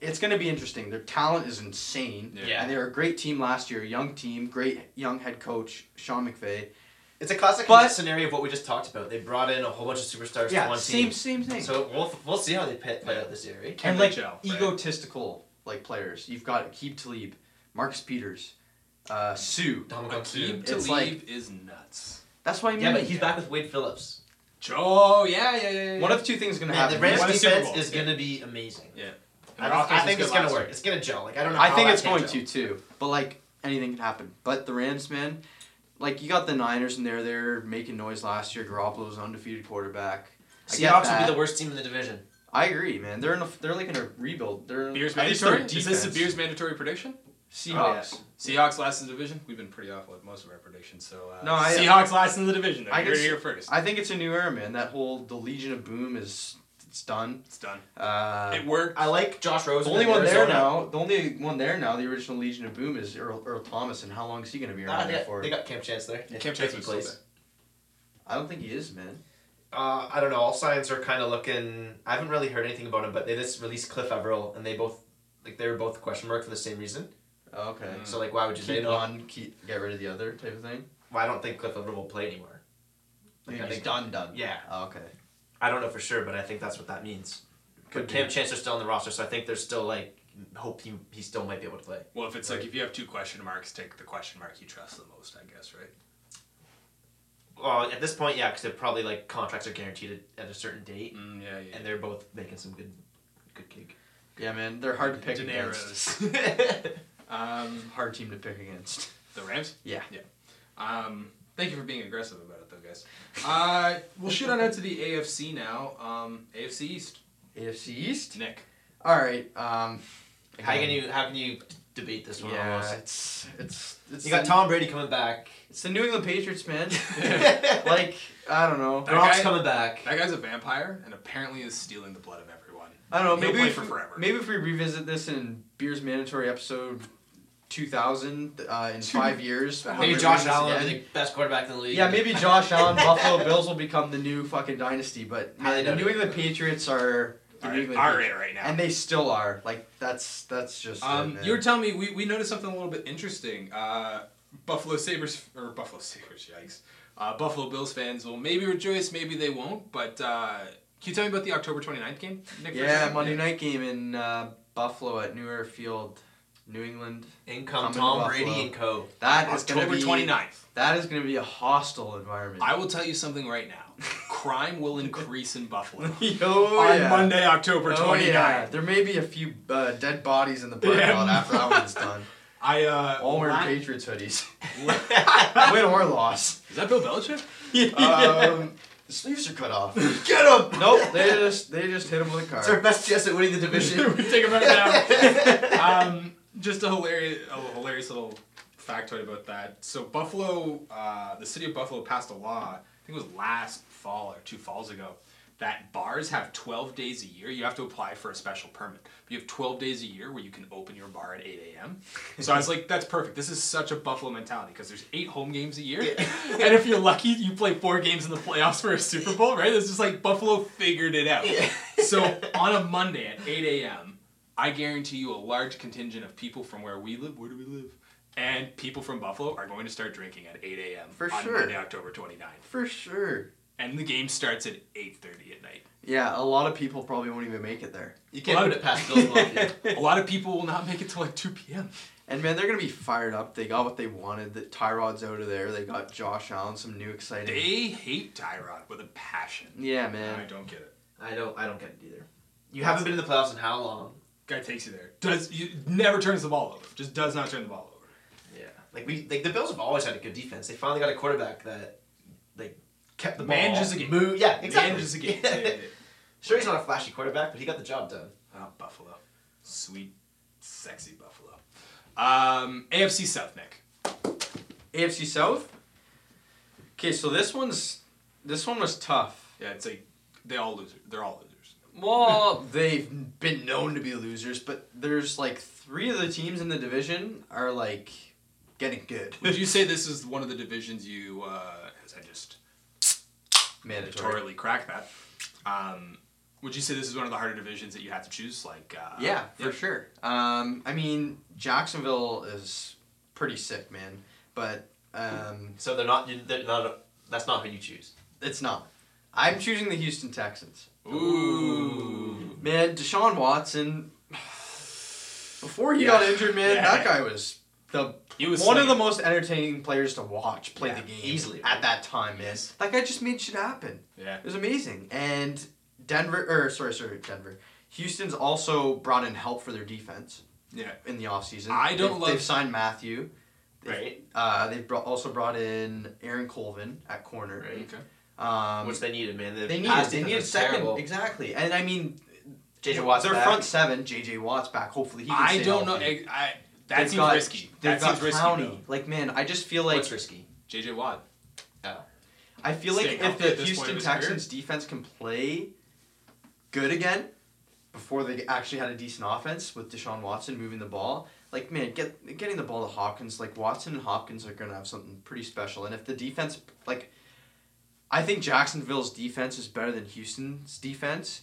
S2: It's going to be interesting. Their talent is insane.
S1: Yeah.
S3: Yeah.
S2: And they were a great team last year, young team, great young head coach Sean McVay.
S3: It's a classic
S2: But-
S3: scenario of what we just talked about. They brought in a whole bunch of superstars to
S2: Yeah,
S3: one
S2: same
S3: team.
S2: same thing.
S3: So we'll, we'll see how they pit play out this year, right?
S1: Can
S2: and
S1: they
S2: like
S1: gel, right?
S2: egotistical like players. You've got Keeb Talib, Marcus Peters, uh, Sue.
S3: Dominic
S1: Akib
S3: Keane.
S2: It's
S1: Talib
S2: like-
S1: is nuts.
S2: That's what I mean.
S3: Yeah, but he's back with Wade Phillips.
S1: Oh yeah, yeah, yeah. yeah.
S2: One of two things is going to
S3: Man,
S2: happen.
S3: the Rams
S1: won a Super
S3: defense
S1: Bowl.
S3: is
S1: Yeah.
S3: gonna be amazing.
S1: And their
S3: I think,
S1: offense
S3: I think
S1: was
S3: it's
S1: good
S3: gonna
S1: last
S3: work.
S1: year.
S3: It's gonna gel. Like I don't know.
S2: I
S3: how
S2: think
S3: that
S2: it's
S3: can't
S2: going
S3: gel.
S2: to too. But like anything can happen. But the Rams, man, like you got the Niners in there. They're making noise last year. Garoppolo's an undefeated quarterback. I get
S3: Seahawks would
S2: that.
S3: be the worst team in the division.
S2: I agree, man. They're in. A, they're like in a rebuild. They're
S1: Beers
S2: at least their
S1: mandatory. Is this a
S2: defense.
S1: Beers mandatory prediction?
S2: Seahawks.
S1: Seahawks last in the division. We've been pretty awful at most of our predictions. So uh,
S2: No, I-
S1: Seahawks last in the division. Though.
S2: I
S1: I You're
S2: guess-
S1: here first.
S2: I think it's a new era, man. That whole the Legion of Boom is it's done.
S1: it's done.
S2: Uh,
S1: It worked.
S3: I like Josh Rosen.
S2: the only
S3: with
S2: one there
S3: Arizona.
S2: now. The only one there now. The original Legion of Boom is Earl, Earl Thomas. And how long is he going to be
S3: Ah,
S2: around
S3: they,
S2: there
S3: got,
S2: for?
S3: they got Camp Chancellor.
S1: Yeah,
S3: If
S1: Camp
S3: Turkey
S1: Chancellor's
S3: plays.
S1: still
S2: I don't think he is, man.
S3: Uh, I don't know. All signs are kind of looking. I haven't really heard anything about him, but they just released Cliff Averill, and they both like they were both question mark for the same reason.
S2: Okay.
S1: Mm.
S3: Oh, So like, why would you say
S2: Keep
S3: no?
S2: one, keep get rid of the other type of thing.
S3: Well, I don't think Cliff Averill will play anymore. Like, I think-
S2: done, done.
S3: Yeah,
S2: Oh, okay.
S3: I don't know for sure, but I think that's what that means.
S2: Could
S3: But
S2: be.
S3: Cam Chancellor's still on the roster, so I think there's still like hope he he still might be able to play.
S1: Well, if it's like
S3: Right.
S1: if you have two question marks, take the question mark you trust the most, I guess, right?
S3: Well, at this point, yeah, because they're probably like contracts are guaranteed at, at a certain date,
S1: Mm, yeah, yeah.
S3: and they're both making some good, good <laughs> gig.
S2: Yeah, man, they're hard to pick against.
S1: Daenerys. Um,
S2: Hard team to pick against. <laughs>
S1: the Rams.
S2: Yeah.
S1: Yeah. Um, thank you for being aggressive about it, though, guys. Uh, we'll shoot on out to the AFC now. Um, AFC East.
S2: AFC East.
S1: Nick.
S2: All right. Um.
S3: how
S2: again, <laughs>
S3: can you how can you debate this one?
S2: Yeah,
S3: almost?
S2: it's it's it's.
S3: You got
S2: the-
S3: Tom Brady coming <laughs> back.
S2: It's the New England Patriots, man. <laughs>
S3: Yeah.
S2: like I don't know.
S1: That
S3: Gronk's
S1: guy-
S3: coming back.
S1: That guy's a vampire and apparently is stealing the blood of everyone.
S2: I don't know.
S1: He'll
S2: Maybe
S1: play
S2: if,
S1: for forever.
S2: Maybe if we revisit this in Beer's mandatory episode two thousand uh, in five years.
S1: Maybe
S2: we'll
S3: Maybe
S1: Maybe
S3: Josh
S2: revisit
S3: Allen
S2: again.
S3: will be the best quarterback in the league.
S2: Yeah, maybe Josh Allen, Buffalo Bills will become the new fucking dynasty, but
S3: Highly
S2: man, the
S3: doubt
S2: New
S3: it.
S2: England Patriots are the
S1: All
S2: New
S1: right,
S2: England
S1: all
S2: Patriots.
S1: right, right now.
S2: And they still are. Like that's that's just it,
S1: Um,
S2: man.
S1: you were telling me we, we noticed something a little bit interesting. Uh, Buffalo Sabres, or Buffalo Sabres, yikes. Uh, Buffalo Bills fans will maybe rejoice, maybe they won't, but uh, can you tell me about the October 29th game? Nick for a
S2: Yeah,
S1: second?
S2: Monday night game in uh, Buffalo at New Field, New England. Coming
S3: In come
S2: to
S3: Tom Brady
S2: Buffalo.
S3: and co.
S2: That is going to
S1: October
S2: be
S1: 29th.
S2: That is going to be a hostile environment. <laughs>
S1: I will tell you something right now. Crime will increase in
S2: <laughs>
S1: Buffalo.
S2: oh,
S1: on
S2: yeah.
S1: Monday, October 29th.
S2: Oh, yeah. There may be a few uh, dead bodies in the parking
S1: Yeah.
S2: lot after that one's <laughs> done.
S1: I uh
S2: All wearing
S1: la-
S2: Patriots hoodies. <laughs> Win or <laughs> loss.
S1: Is that Bill Belichick?
S2: Um, sleeves are cut off.
S3: Get him!
S2: Nope, they just they just hit him with a
S3: It's our
S2: car.
S3: best chance at winning the division. <laughs>
S1: we take him out of now. <laughs> um, just a hilarious, a hilarious little factoid about that. So Buffalo, uh, the city of Buffalo passed a law. I think it was last fall or two falls ago. That bars have 12 days a year. You have to apply for a special permit. But you have 12 days a year where you can open your bar at 8 a.m. So I was like, that's perfect. This is such a Buffalo mentality because there's eight home games a year. And if you're lucky, you play four games in the playoffs for a Super Bowl, right? It's just like Buffalo figured it out. So on a Monday at 8 a.m., I guarantee you a large contingent of people from where we live, where do we live? And people from Buffalo are going to start drinking at 8 a.m.
S2: For
S1: on
S2: sure.
S1: Monday, October 29th.
S2: For sure.
S1: And the game starts at 8.30 at night.
S2: Yeah, a lot of people probably won't even make it there.
S3: You can't put it past Bills Mafia.
S1: A lot of people will not make it till like 2 p.m.
S2: And man, they're gonna be fired up. They got what they wanted. That Tyrod's out of there. They got Josh Allen, some new exciting.
S1: They hate Tyrod with a passion.
S2: Yeah,
S1: I
S2: man.
S1: don't get it.
S3: <laughs> I don't. I don't get it either. You haven't been in the playoffs in how long?
S1: Guy takes you there. Does you, never turns the ball over. Just does not turn the ball over.
S3: Yeah. Like we, like the Bills have always had a good defense. They finally got a quarterback that, like, kept the ball.
S1: Manages the game.
S3: Moved. Yeah, exactly.
S1: Manages the
S2: <laughs>
S1: game. Yeah, yeah,
S3: <laughs>
S1: yeah.
S3: Sure, he's not a flashy quarterback, but he got the job done.
S1: Oh, Buffalo. Sweet, sexy Buffalo. Um, AFC South, Nick.
S2: AFC South. Okay, so this one's this one was tough.
S1: Yeah, it's like they all losers. They're all losers.
S2: Well, they've been known to be losers, but there's like three of the teams in the division are like getting good.
S1: Would you say this is one of the divisions you, uh, as I just
S2: Mandatory.
S1: editorially cracked that, um, would you say this is one of the harder divisions that you have to choose? Like, uh,
S2: Yeah, for sure. Um, I mean, Jacksonville is pretty sick, man. But um,
S3: So they're not. you- They're not. That's not who you choose.
S2: it's not. I'm choosing the Houston Texans.
S1: Ooh.
S2: Man, Deshaun Watson. Before he
S1: Yeah.
S2: got injured, man,
S1: Yeah.
S2: that guy was the
S1: He was
S2: one of
S1: slinging.
S2: the most entertaining players to watch play
S3: Yeah,
S2: the game
S3: easily.
S2: at that time, man.
S3: Yes.
S2: That guy just made shit happen.
S1: Yeah.
S2: It was amazing. And Denver, or sorry, sorry, Denver. Houston's also brought in help for their defense
S1: Yeah.
S2: in the offseason.
S1: I don't
S2: they've,
S1: love-
S2: They've signed Matthew.
S3: Right.
S2: Uh, they've brought, also brought in Aaron Colvin at corner.
S3: Right.
S1: Okay.
S2: Um,
S3: Which they needed, man. The
S2: they need
S3: pass
S2: they
S3: defense
S2: need
S3: was
S2: second
S3: terrible.
S2: exactly. And I mean,
S3: JJ
S2: well,
S3: Watt's
S2: Their
S3: back.
S2: front seven, JJ Watts back. Hopefully he. Can
S1: I
S2: stay
S1: don't know.
S2: healthy.
S1: I, I, that
S2: They've
S1: seems
S2: got-
S1: risky.
S2: they've
S1: That
S2: got
S1: seems risky.
S2: Clowney.
S1: though.
S2: Like man, I just feel like
S3: What's risky?
S1: JJ Watt.
S2: I feel like
S1: Staying
S2: if
S1: healthy at
S2: the
S1: this point of
S2: Houston
S1: his career?
S2: Texans defense can play good again before they actually had a decent offense with Deshaun Watson moving the ball. Like man, get getting the ball to Hopkins. Like Watson and Hopkins are gonna have something pretty special. And if the defense like, I think Jacksonville's defense is better than Houston's defense.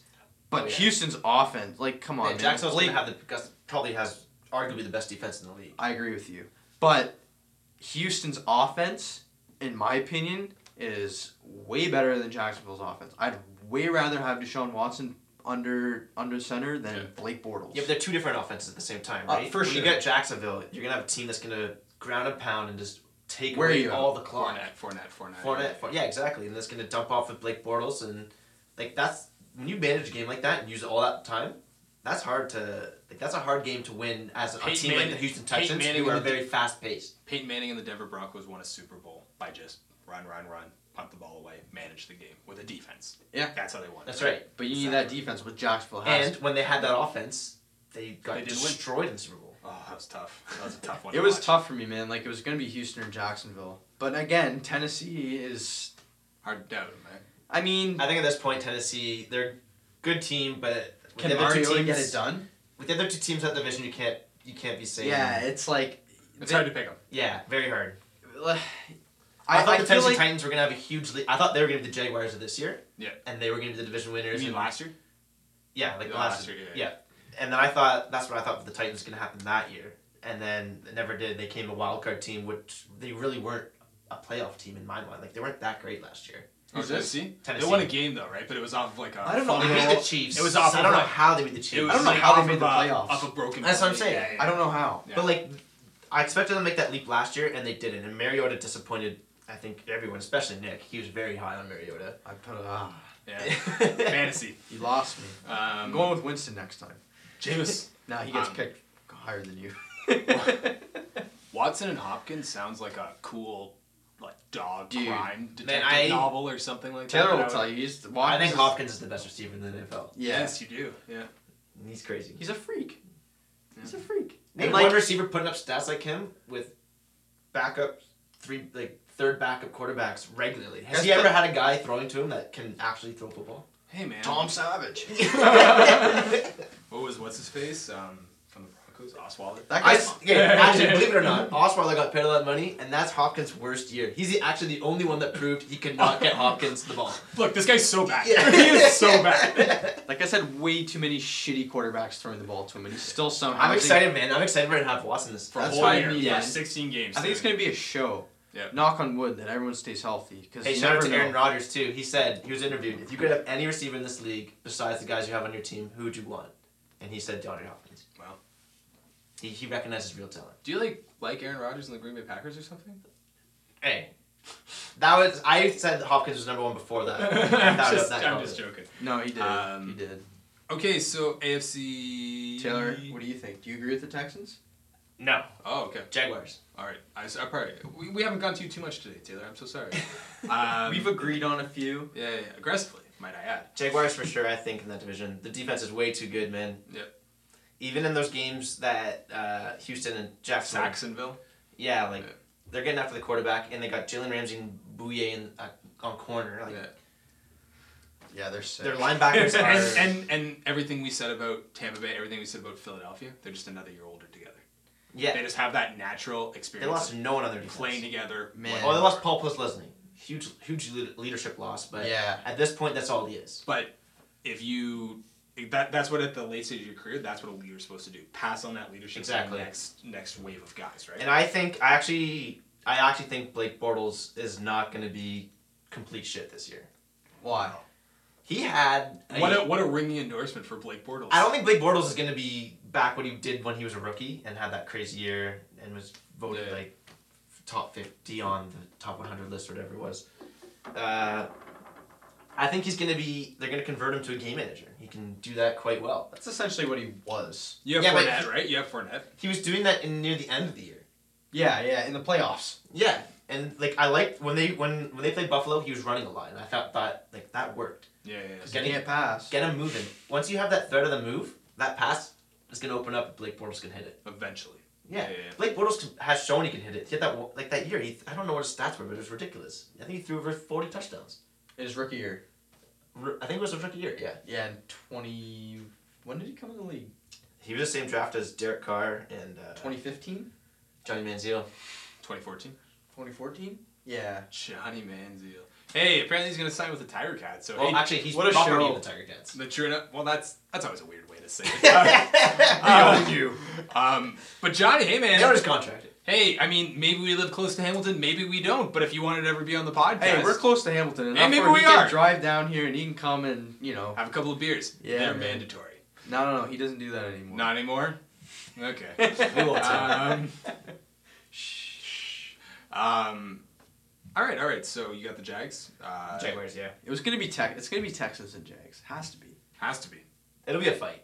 S2: But
S3: Oh, yeah.
S2: Houston's offense, like, come on,
S3: Yeah,
S2: man.
S3: Jackson's
S2: Blake-
S3: gonna have the gus- probably has arguably the best defense in the league.
S2: I agree with you. But Houston's offense, in my opinion, is way better than Jacksonville's offense. I'd way rather have Deshaun Watson under under center than
S1: Yeah.
S2: Blake Bortles.
S3: Yeah, but they're two different offenses at the same time,
S2: Uh,
S3: right?
S2: for
S3: when
S2: sure.
S3: you get Jacksonville, you're gonna have a team that's gonna ground and pound and just take
S2: Where are
S3: away
S2: you at?
S3: all the clock.
S1: Fournette. Fournette. Fournette.
S3: Fournette, Fournette, yeah, exactly, and that's gonna dump off with Blake Bortles, and like that's when you manage a game like that and use it all that time. That's hard to like. That's a hard game to win as a
S1: Peyton
S3: team like
S1: Manning-
S3: the Houston
S1: Peyton
S3: Texans,
S1: Manning
S3: who are
S1: would-
S3: very fast paced.
S1: Peyton Manning and the Denver Broncos won a Super Bowl by just run, run, run, punt the ball away, manage the game with a defense.
S2: Yeah.
S1: That's how they won.
S3: That's right.
S2: But you need that defense with Jacksonville has.
S3: And when they had that offense, they got
S1: They didn't win.
S3: destroyed in the Super Bowl.
S1: Oh, that was tough. That was a
S2: <laughs>
S1: tough one.
S2: it
S1: to
S2: was
S1: watch.
S2: tough for me, man. Like it was gonna be Houston or Jacksonville. But again, Tennessee is
S1: Hard doubt, man.
S2: I mean
S3: I think at this point, Tennessee, they're a good team, but with
S2: can
S3: the other two
S2: Mariota
S3: teams-
S2: get it done?
S3: With the other two teams at the division, you can't you can't be saying
S2: Yeah, it's like
S1: It's
S2: they-
S1: hard to pick them.
S3: yeah, very hard.
S2: <sighs> I,
S3: I, thought
S2: I
S3: the
S2: feel
S3: Tennessee
S2: like
S3: Titans were gonna have a huge lead. I thought they were gonna be the Jaguars of this year.
S1: Yeah.
S3: And they were gonna be the division winners.
S1: You mean
S3: and-
S1: last year?
S3: Yeah, like
S1: Yeah,
S3: last,
S1: last
S3: year.
S1: year,
S3: Yeah. And then I thought that's what I thought for the Titans was gonna happen that year, and then they never did. They came a wild card team, which they really weren't a playoff team in my mind. Like they weren't that great last year.
S1: Oh,
S2: Who's this?
S1: Tennessee?
S3: Tennessee.
S1: They won a game though, right? But it was off of like a.
S2: I don't know.
S1: fumble.
S3: They beat the Chiefs.
S1: It was off
S3: I don't
S1: of
S3: know
S1: a-
S3: how they beat the Chiefs.
S1: It was
S2: I don't know
S1: like
S2: how they
S1: off
S2: made
S1: of
S2: the
S1: a-
S2: playoffs.
S1: Off a broken.
S3: That's what I'm
S1: plate.
S3: saying.
S1: Yeah,
S2: I don't know how.
S1: yeah.
S3: But like, I expected them to make that leap last year, and they didn't. And Mariota disappointed. I think everyone, especially Nick, he was very high on Mariota.
S2: I put ah,
S1: yeah.
S2: <laughs>
S1: yeah. Fantasy.
S2: you lost me. I'm
S1: Um,
S2: going with Winston next time. <laughs>
S1: Jameis
S2: Now he gets
S1: Um,
S2: picked higher than <laughs> you.
S1: Watson and Hopkins sounds like a cool like dog
S2: Dude.
S1: crime detective
S3: I-
S1: novel or something like that.
S2: Taylor
S1: that.
S2: will tell you. He's
S3: I
S2: Watkins
S3: think
S2: is-
S3: Hopkins is the best receiver in the NFL.
S2: Yeah,
S1: Yes, you do. Yeah.
S3: He's crazy.
S2: he's a freak. He's a freak.
S3: Name
S2: And
S3: like,
S2: like
S3: one receiver putting up stats like him with backup three like third backup quarterbacks regularly. Has
S2: That's
S3: he ever
S2: the-
S3: had a guy throwing to him that can actually throw football?
S1: Hey man.
S2: Tom Savage.
S1: What was what's his face um, from the Broncos? Osweiler.
S2: That
S3: I
S2: guy's
S3: s- yeah, actually, believe it or not, Osweiler got paid a lot of money, and that's Hopkins' worst year. He's the, actually the only one that proved he could not get Hopkins the ball.
S1: Look, this guy's so bad.
S3: Yeah.
S1: <laughs> he is
S2: <laughs>
S1: so bad.
S2: like I said, way too many shitty quarterbacks throwing the ball to him, and he's still somehow.
S3: I'm
S2: I think-
S3: excited, man. I'm excited for him to have Watson this
S1: For
S3: fall.
S1: a
S2: That's
S1: whole
S2: what I
S1: year,
S2: mean,
S1: for
S2: yeah.
S1: 16 games.
S2: I think it's gonna be a show.
S1: Yeah.
S2: Knock on wood that everyone stays healthy because
S3: Hey,
S2: you
S3: shout out
S2: never
S3: to
S2: know.
S3: Aaron Rodgers too. He said he was interviewed. If you could have any receiver in this league besides the guys you have on your team, who would you want? And he said DeAndre Hopkins.
S1: Wow.
S3: He, he recognizes real talent.
S1: Do you like like Aaron Rodgers and the Green Bay Packers or something?
S3: Hey, that was I said that Hopkins was number one before
S1: <laughs> <laughs>
S3: that.
S1: I'm,
S3: That was-
S1: just,
S3: that
S1: I'm
S3: called
S1: just
S3: it.
S1: joking.
S2: No, he did.
S1: Um,
S2: he did.
S1: Okay, so AFC.
S2: Taylor, what do you think? Do you agree with the Texans?
S3: No,
S1: Oh, okay.
S3: Jaguars.
S1: All right. I, s- I probably we, we haven't gone to you too much today, Taylor. I'm so
S3: <laughs>
S1: sorry. Um,
S2: We've agreed on a few.
S1: yeah, yeah, aggressively, might I add.
S3: Jaguars for sure. I think in that division, the defense is way too good, man.
S1: Yep.
S3: Even in those games that uh, Houston and Jackson,
S1: Saxonville.
S3: yeah, like
S1: Yeah.
S3: they're getting after the quarterback, and they got Jalen Ramsey and Bouye in, uh, on corner. Like
S1: Yeah.
S2: Yeah, they're sick. <laughs>
S3: their linebackers are.
S1: and, and and everything we said about Tampa Bay, everything we said about Philadelphia, they're just another year older together. They
S3: yeah,
S1: just have that natural
S3: they
S1: experience.
S3: lost
S1: of
S3: no one on their defense.
S1: playing together.
S2: Man.
S3: Oh, they lost Paul plus Leslie. Huge, huge lead- leadership loss, but
S2: Yeah.
S3: at this point, that's all he is.
S1: But if you if that that's what at the late stage of your career, that's what a leader's supposed to do. Pass on that leadership to
S3: Exactly.
S1: the next next wave of guys, right?
S3: And I think I actually I actually think Blake Bortles is not going to be complete shit this year.
S2: Why?
S3: He had I
S1: what a what a ringing endorsement for Blake Bortles.
S3: I don't think Blake Bortles is going to be back what he did when he was a rookie and had that crazy year and was voted
S1: Yeah.
S3: like top 50 on the top 100 list or whatever it was. Uh, I think he's going to be they're going to convert him to a game manager. He can do that quite well.
S2: That's essentially what he was.
S1: You have
S3: Yeah, but
S1: Fournette,
S3: he-
S1: right? You have Fournette.
S3: He was doing that in near the end of the year.
S2: Yeah, yeah, in the playoffs.
S3: Yeah, and like I liked when they when when they played Buffalo, he was running a lot, and I thought thought like that worked.
S1: Yeah, yeah. yeah.
S2: Because
S3: Getting-
S2: he can't pass.
S3: Get him moving. Once you have that third of the move, that pass is gonna open up. Blake Bortles can hit it.
S1: Eventually.
S3: Yeah,
S1: Yeah, yeah, yeah.
S3: Blake Bortles can, has shown he can hit it. He had that one- like that year. He I don't know what his stats were, but it was ridiculous. I think he threw over forty touchdowns.
S2: in his rookie year.
S3: R- I think it was his rookie year. Yeah,
S2: Yeah, in 20. When did he come in the league?
S3: he was the same draft as Derek Carr and uh,
S2: 2015?
S3: Johnny Manziel.
S1: 2014.
S2: 2014? Yeah.
S1: Johnny Manziel. Hey, apparently he's gonna sign with the Tiger Cat. So
S3: Well,
S1: hey,
S3: actually, he's
S2: what a
S3: property
S2: show.
S3: of the
S1: <laughs>
S3: Tiger <laughs> Cats.
S1: the true enough. Well, that's that's always a weird way to say
S3: <laughs>
S1: it. Uh,
S2: I own you.
S1: um, but Johnny, hey man,
S3: They already contracted.
S1: hey, I mean, maybe we live close to Hamilton, maybe we don't. But if you wanted to ever be on the podcast,
S2: Hey, we're close to Hamilton. Enough
S1: maybe
S2: where
S1: we
S2: he can
S1: are.
S2: drive down here and he can come and, you know.
S1: have a couple of beers.
S2: Yeah,
S1: they're
S2: man.
S1: mandatory.
S2: No, no, no. He doesn't do that anymore. <laughs>
S1: Not anymore. Okay. <laughs>
S3: We won't tell.
S1: um,
S2: Shh.
S1: um, all right, all right. So you got the Jags. Uh,
S3: Jaguars. Yeah,
S2: It was gonna be Tex. It's gonna be Texans and Jags. Has to be.
S1: has to be,
S3: it'll be a fight.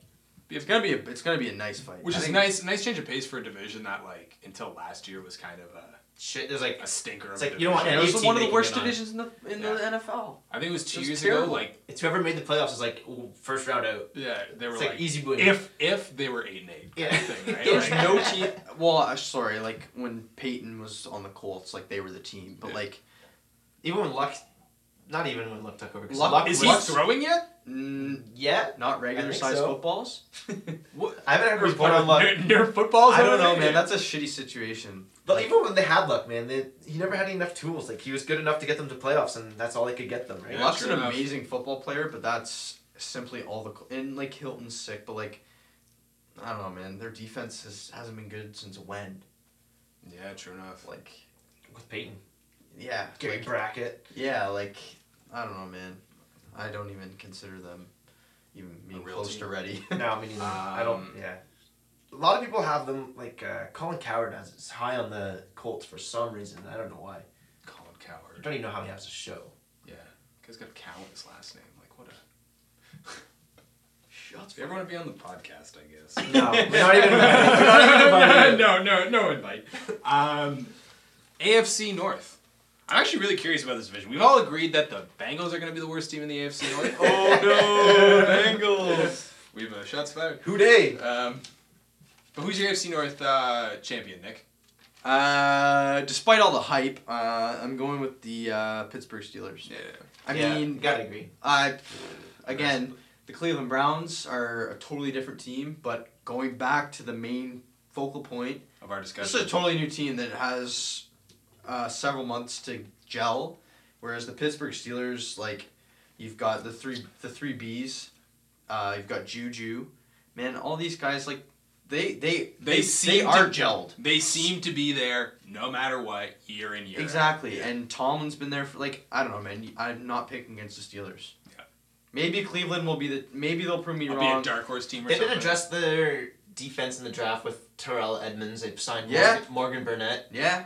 S2: It's gonna be a. It's gonna be a nice fight.
S1: which
S2: I
S1: is
S2: think-
S1: nice. Nice change of pace for a division that, like, until last year was kind of a,
S3: Shit, there's like
S1: a stinker.
S3: It's
S1: of a
S3: like, you don't want
S1: division.
S2: It was
S3: Any
S2: one of
S3: team
S2: the
S3: they can
S2: worst
S3: get on.
S2: divisions in the in the NFL.
S1: <laughs> I think it was two
S2: It was
S1: years ago.
S2: terrible.
S1: Like,
S3: it's whoever made the playoffs is like ooh, first round out.
S1: yeah, they were
S3: It's
S1: like,
S3: like easy win.
S1: if if they were eight and eight. kind of
S3: Yeah.
S1: <laughs> thing, right?
S2: There was
S1: Like,
S2: no team. Well, uh, sorry, like when Peyton was on the Colts, like they were the team, but
S1: Yeah.
S2: like
S3: Even when Luck, not even when Luck took over. 'cause
S2: Luck-
S3: Luck
S1: Is
S3: was,
S1: he
S2: What's-
S1: throwing yet?
S2: mm,
S3: yeah.
S2: not regular sized
S3: so.
S2: footballs. <laughs>
S3: I haven't heard a
S1: He's
S3: report
S1: playing
S3: on Luck.
S1: with Nerf, Nerf footballs.
S2: I don't
S1: over
S2: know,
S1: there?
S2: man. That's a shitty situation.
S3: But even when they had Luck, man, they, he never had enough tools. Like he was good enough to get them to playoffs, and that's all he could get them. Right.
S1: Yeah,
S2: Luck's
S1: true
S2: an
S1: enough.
S2: amazing football player, but that's simply all the and like Hilton's sick, but like I don't know, man. Their defense has, hasn't been good since when?
S1: Yeah, true enough.
S2: Like,
S3: with Peyton.
S2: yeah,
S3: Gary
S2: like-
S3: Brackett.
S2: yeah, like I don't know, man. I don't even consider them even being
S1: real
S2: close to
S1: team.
S2: ready. <laughs>
S3: No, I mean <laughs> I don't.
S1: Um,
S3: Yeah. A lot of people have them like uh, Colin Coward has is high on the Colts for some reason. I don't know why.
S1: Colin
S3: I
S1: Cowherd.
S3: don't even know how he has a show.
S1: Yeah. Guy's got a cow in his last name. Like, what a. <laughs>
S2: Shots.
S1: If you ever want to be on the podcast, I guess.
S3: No, we're not <laughs> even. we're not even <laughs>
S1: <laughs>
S3: invited.
S1: no, no, no invite. <laughs> Um, AFC North. I'm actually really curious about this division. We've all agreed that the Bengals are going to be the worst team in the AFC <laughs> North.
S2: no,
S1: Oh, Bengals! <laughs> We've uh, shots fired.
S3: Who day?
S1: Um, but who's your AFC North uh, champion, Nick?
S2: Uh, despite all the hype, uh, I'm going with the uh, Pittsburgh Steelers.
S1: Yeah.
S2: I
S3: Yeah,
S2: mean,
S3: gotta agree.
S2: I Uh, again, the Cleveland Browns are a totally different team, but going back to the main focal point,
S1: Of our
S2: this
S1: discussion.
S2: is a totally new team that has uh, several months to gel, whereas the Pittsburgh Steelers, like, you've got the three the three Bs, uh, you've got Juju, man, all these guys like. They they
S1: They
S2: they
S1: seem
S2: are
S1: to-
S2: gelled.
S1: They seem to be there no matter what, year in year. out.
S2: Exactly,
S1: Yeah.
S2: and Tomlin's been there for like I don't know, man. I'm not picking against the Steelers.
S1: Yeah.
S2: Maybe Cleveland will be the. Maybe they'll prove me
S1: I'll be
S2: wrong.
S1: a dark horse team or
S3: They did
S1: something.
S3: address their defense in the draft with Terrell Edmonds. They've signed
S2: Yeah.
S3: Morgan, Morgan Burnett.
S2: yeah,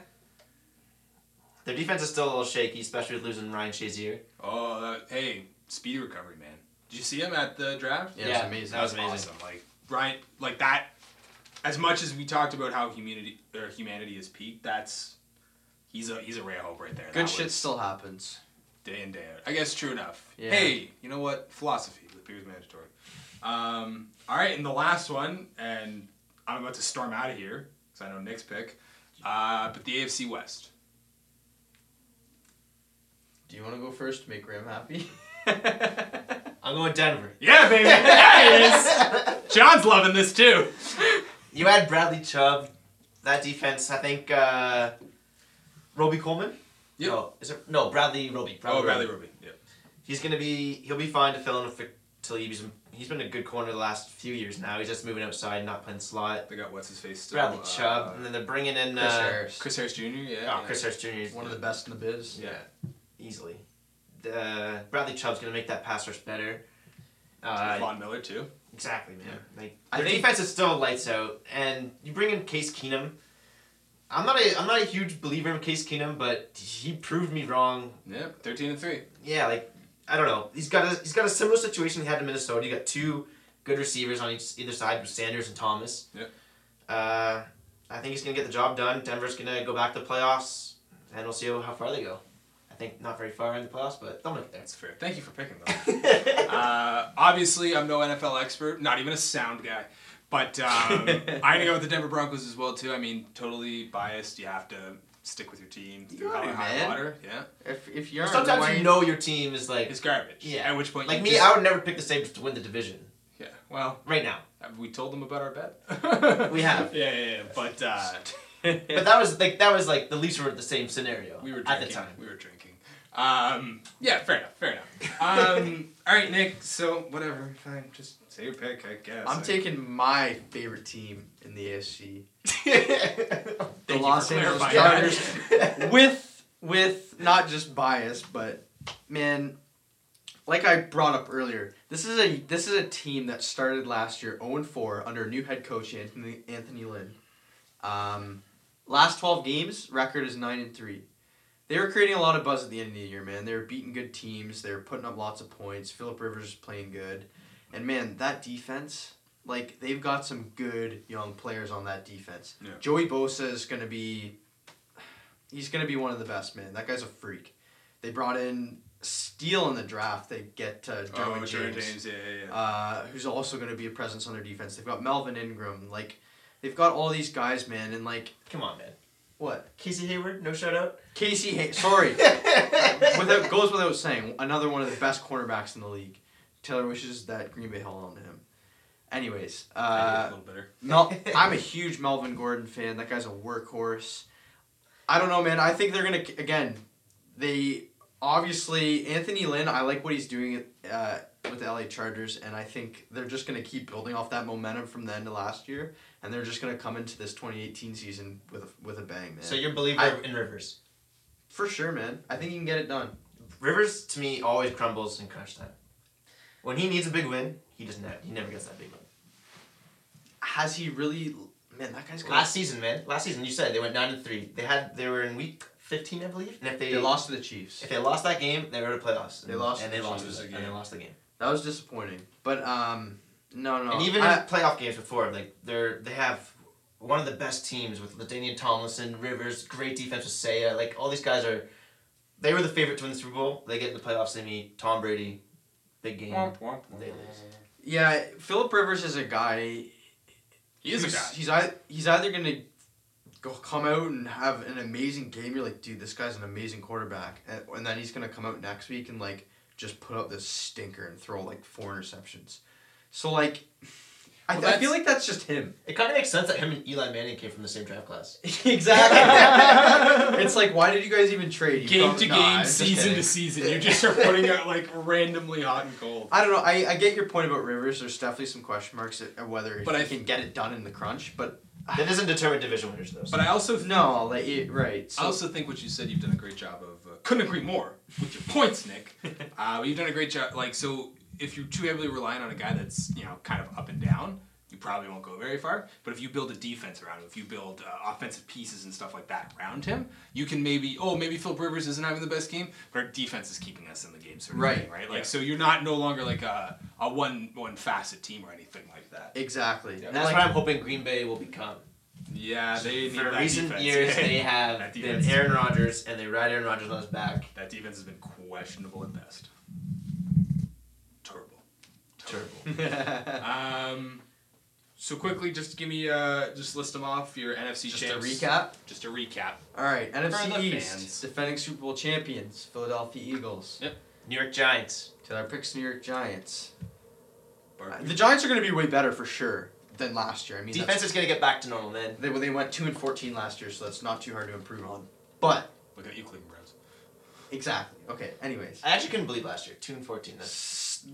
S3: Their defense is still a little shaky, especially with losing Ryan Shazier.
S1: oh, that- hey, speedy recovery, man. Did you see him at the draft?
S2: yeah,
S3: Yeah,
S2: it's amazing.
S1: That was
S3: amazing.
S1: awesome. Like Brian, like that. As much as we talked about how humanity or humanity has peaked, that's he's a he's a ray of hope right there.
S2: Good
S1: That
S2: shit
S1: was
S2: still happens.
S1: Day in day out. I guess true enough.
S2: Yeah.
S1: Hey, you know what? Philosophy with Beers mandatory. Um, all right, and the last one, and I'm about to storm out of here because I know Nick's pick. Uh, but the AFC West. <laughs>
S2: Do you want to go first to make Graham happy?
S3: I'm going Denver.
S1: Yeah, baby. There it is. John's loving this too.
S3: <laughs> You add Bradley Chubb, that defense. I think uh, Roby Coleman.
S1: Yep.
S3: No, is it no Bradley Roby?
S1: Oh, Bradley Ruby. Yeah.
S3: He's gonna be. He'll be fine to fill in for Talib. He's he's been a good corner the last few years now. He's just moving outside, not playing slot.
S1: They got what's his face still.
S3: Bradley
S1: uh,
S3: Chubb, and then they're bringing in
S2: <laughs> Chris
S3: uh,
S2: Harris,
S1: Chris Harris Jr. Yeah.
S3: Oh,
S1: yeah.
S3: Chris Harris Jr. is
S2: one of the best in the biz.
S1: Yeah.
S3: easily. The Bradley Chubb's gonna make that pass rush better. Uh,
S1: Von Miller too.
S3: Exactly, man. Like
S2: I
S3: their
S2: think-
S3: defense is still lights out, and you bring in Case Keenum. I'm not a I'm not a huge believer in Case Keenum, but he proved me wrong.
S1: Yep. Thirteen and three.
S3: Yeah, like I don't know. He's got a he's got a similar situation he had in Minnesota. You got two good receivers on each either side with Sanders and Thomas.
S1: Yep.
S3: Uh, I think he's gonna get the job done. Denver's gonna go back to the playoffs, and we'll see how far they go. I think not very far in the playoffs, but they'll make
S1: That's fair. Thank you for picking them.
S3: it there.
S1: uh, obviously, I'm no NFL expert, not even a sound guy. But um, I'm gonna go with the Denver Broncos as well too. I mean, totally biased. You have to stick with your team
S2: You
S1: through
S2: gotta,
S1: high, high
S2: man.
S1: water. Yeah,
S2: If if you're
S3: Sometimes you know your team is like
S1: it's garbage.
S3: Yeah.
S1: At which point,
S3: Like
S1: you
S3: me,
S1: just-
S3: I would never pick the Sabres to win the division.
S1: yeah. Well,
S3: Right now.
S1: have we told them about our bet.
S3: We
S1: <laughs>
S3: have.
S1: Yeah, yeah, yeah. But uh,
S2: <laughs>
S3: But that was like that was like the Leafs were the same scenario
S1: we were drinking.
S3: at the time.
S1: We were drinking. Um, yeah, fair enough. Fair enough. Um, all right, Nick. So whatever. Fine. Just say your pick. I guess.
S2: I'm taking my favorite team in the AFC,
S3: <laughs>
S2: the
S1: Thank you
S2: Los
S1: for
S2: Angeles
S1: clarifying <laughs>
S2: Chargers. with with not just bias, but man, like I brought up earlier, this is a this is a team that started last year 0 4 under new head coach Anthony Anthony Lynn. Um, last twelve games, record is nine and three. They were creating a lot of buzz at the end of the year, man. They were beating good teams. They were putting up lots of points. Philip Rivers is playing good, and man, that defense. Like they've got some good young players on that defense.
S1: Yeah.
S2: Joey Bosa is gonna be he's gonna be one of the best, man. That guy's a freak. They brought in Steele in the draft. They get uh, Derwin
S1: Oh, Derwin
S2: James,
S1: James. Yeah, yeah, yeah.
S2: Uh, who's also gonna be a presence on their defense. They've got Melvin Ingram. Like, they've got all these guys, man. And like,
S3: Come on, man.
S2: what?
S3: Casey Hayward, no shout out.
S2: Casey, Hay- sorry, without goes without saying, another one of the best cornerbacks in the league. Taylor wishes that Green Bay held on to him. Anyways,
S1: I did a
S2: uh,
S1: little bitter.
S2: Mel- I'm a huge Melvin Gordon fan. That guy's a workhorse. I don't know, man. I think they're gonna again. They obviously Anthony Lynn. I like what he's doing at uh, with the LA Chargers, and I think they're just going to keep building off that momentum from the end of last year, and they're just going to come into this 2018 season with a, with a bang, man.
S3: So you're a believer
S2: I-
S3: in Rivers.
S2: For sure, man. I think you can get it done.
S3: Rivers to me always crumbles in crunch time. When he needs a big win, he doesn't. Have, he never gets that big win.
S2: Has he really? Man, that guy's got.
S3: Last season, man. Last season, you said they went nine and three. They had. They were in week fifteen, I believe. And if they,
S2: They lost to the Chiefs.
S3: if they lost that game, they were out of playoffs.
S2: They lost
S3: and they
S2: to the
S3: lost,
S1: Chiefs
S3: it,
S1: again.
S3: and they lost the game.
S2: That was disappointing. But um, no, no.
S1: Oh,
S3: And even
S2: I-
S3: in playoff games before, like they're they have one of the best teams with Ladainian Tomlinson, Rivers, great defense with Saya. Like all these guys are, they were the favorite to win the Super Bowl. They get in the playoffs. They meet Tom Brady, big game.
S1: Womp, womp, womp.
S3: They lose.
S2: yeah, Philip Rivers is a guy.
S1: He is a
S2: who's-
S1: guy.
S2: He's I, he's either gonna go come out and have an amazing game. You're like, dude, this guy's an amazing quarterback, and, and then he's gonna come out next week and like just put up this stinker and throw like four interceptions. So like, I,
S1: Well,
S2: I feel
S1: that's-
S2: like that's just him.
S3: It kind of makes sense that him and Eli Manning came from the same draft class.
S2: exactly. it's like, why did you guys even trade? You
S1: Game to
S2: probably- Nah, I'm
S1: game,
S2: just
S1: season
S2: kidding.
S1: to season. You just are putting out like randomly hot and cold.
S2: <laughs> I don't know. I, I get your point about Rivers. There's definitely some question marks at, at whether
S1: But
S2: he
S1: I-
S2: can get it done in the crunch. But
S3: That doesn't determine division winners though.
S1: But I also th-
S2: no, I'll let you right. So
S1: I also think what you said you've done a great job of. Uh, couldn't agree more with your points, Nick.
S3: <laughs>
S1: Uh, but you've done a great job. Like so, if you're too heavily reliant on a guy that's you know kind of up and down, you probably won't go very far. But if you build a defense around him, if you build uh, offensive pieces and stuff like that around him, you can maybe oh maybe Philip Rivers isn't having the best game, but our defense is keeping us in the game, sort of
S2: Right.
S1: thing, right? Like so, you're not no longer like a a one one facet team or anything like that.
S2: exactly.
S1: Yeah,
S2: And
S3: And that's
S2: like-
S3: what
S2: <laughs>
S3: I'm hoping Green Bay will become.
S1: Yeah, they need
S3: For
S1: that
S3: recent
S1: defense. <laughs>
S3: years, they
S1: That
S3: have been
S1: defense.
S3: Aaron Rodgers, and they ride Aaron Rodgers on his back.
S1: That defense has been questionable at best.
S2: <laughs>
S1: Terrible.
S3: Terrible.
S1: Um, so quickly, just give me, uh, just list them off your NFC
S2: just a
S1: champs.
S2: recap.
S1: Just a recap.
S2: All right, NFC
S1: the
S2: East,
S1: fans.
S2: defending Super Bowl champions, Philadelphia Eagles.
S3: New York Giants.
S2: Did I pick New York Giants? Uh,
S1: Barkley.
S2: The Giants are going to be way better for sure than last year. I mean,
S3: Defense is gonna get back to normal, man.
S2: that's- They, well, they went two and fourteen last year, so that's not too hard to improve on. But
S1: Look at you, Cleveland Browns.
S2: exactly. Okay. Anyways,
S3: I actually couldn't believe last year, two and fourteen. That's
S2: S-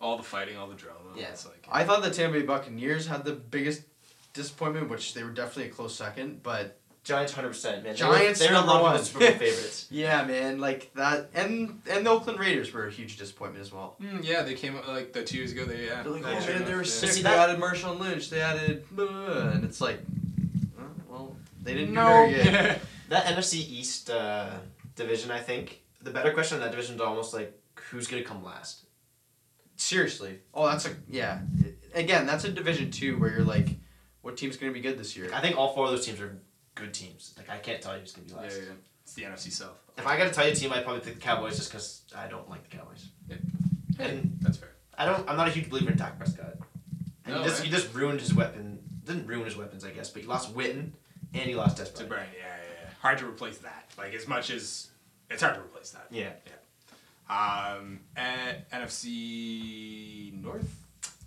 S1: All the fighting, all the drama.
S3: Yeah.
S1: It's like,
S2: I thought the Tampa Bay Buccaneers had the biggest disappointment, which they were definitely a close second. But
S3: Giants, hundred percent, man.
S2: Giants
S3: They were, they were a
S2: number
S3: lot
S2: one.
S3: of people's
S2: <laughs>
S3: Super Bowl favorites.
S2: yeah, man, like that, and and the Oakland Raiders were a huge disappointment as well.
S1: mm, yeah, they came up like the two years ago. They yeah.
S2: They're like,
S1: yeah,
S2: oh
S1: sure
S2: man, they
S1: enough,
S2: were
S1: yeah.
S2: sick.
S3: See,
S2: they
S3: that-
S2: added Marshawn Lynch. They added, blah, blah, blah, and it's like, oh, well, they didn't
S1: No.
S2: do very
S1: <laughs>
S3: <laughs>
S2: good.
S3: That NFC East uh, division, I think the better question in that division is almost like who's gonna come last.
S2: Seriously. Oh, that's a yeah. Again, that's a division two where you're like, what team's gonna be good this year?
S3: I think all four of those teams are good teams. Like I can't tell you who's gonna be
S1: yeah,
S3: last.
S1: yeah. It's the NFC South.
S3: If I gotta tell you a team, I'd probably pick the Cowboys just because I don't like the Cowboys.
S1: Yeah.
S3: And
S1: That's fair.
S3: I don't. I'm not a huge believer in Dak Prescott. And
S1: No,
S3: he, just,
S1: eh?
S3: he just ruined his weapon. Didn't ruin his weapons, I guess, but he lost Witten and he lost
S1: To
S3: Desperate.
S1: Brian, yeah, yeah, yeah. Hard to replace that. Like as much as it's hard to replace that.
S3: Yeah.
S1: Um, and NFC North.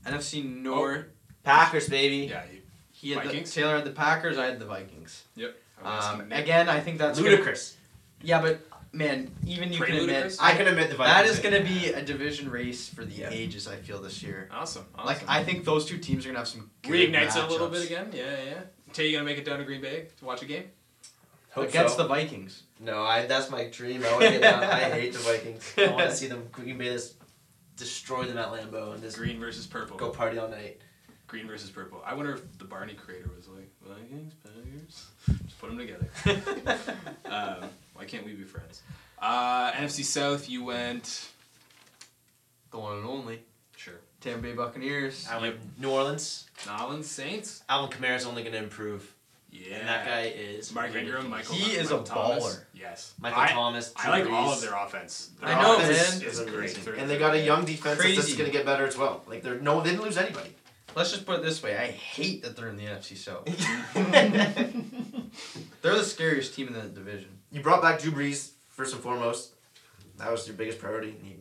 S2: NFC
S3: Oh,
S2: North.
S3: Packers, baby.
S1: Yeah. You,
S2: He had
S1: Vikings?
S2: the Taylor had the Packers. I had the Vikings.
S1: yep. I was asking
S2: Um,
S1: Nick.
S2: again, I think that's gonna-
S3: Ludicrous.
S2: yeah, but man, even you
S1: Pretty
S2: can admit
S1: ludicrous?
S3: I can admit the Vikings.
S2: that is
S3: did.
S2: gonna be a division race for the
S1: Yeah.
S2: ages. I feel this year.
S1: Awesome. awesome.
S2: Like I think those two teams are gonna have some good
S1: reignites it a little
S2: matchups.
S1: bit again. Yeah, yeah. Tay, you gonna make it down to Green Bay to watch a game?
S3: Hope
S2: against
S3: so.
S1: <laughs>
S2: the Vikings.
S3: No, I that's my dream. I want to get down. I hate the Vikings. I
S1: <laughs>
S3: want to see them Green Bay just destroy them at Lambeau and just
S1: Green versus purple.
S3: go party all night.
S1: Green versus purple. I wonder if the Barney creator was like Vikings, Packers. <laughs> Just put them together. um, why can't we be friends? Uh, NFC South, you went.
S2: The one and only
S1: Sure.
S2: Tampa Bay Buccaneers.
S3: I went New Orleans.
S1: Nolans Saints.
S3: Alvin Kamara's only gonna improve,
S1: Yeah.
S3: and that guy is
S1: Mark
S3: ridiculous.
S1: Ingram, Michael.
S2: He is
S1: Michael
S2: a
S1: Thomas.
S2: baller.
S1: Yes.
S3: Michael
S1: I,
S3: Thomas.
S1: I like
S3: Drew
S1: all
S3: Brees.
S1: of their offense. Their
S2: I know,
S1: offense
S2: man.
S1: is great.
S3: And they got a young defense that's
S2: Crazy.
S3: just gonna get better as well. Like they're no, they didn't
S1: <laughs>
S3: lose anybody. <laughs>
S2: Let's just put it this way: I hate that they're in the NFC South.
S3: you
S2: They're the scariest team in the division.
S3: brought back Drew Brees first and foremost. That was your biggest priority, and you,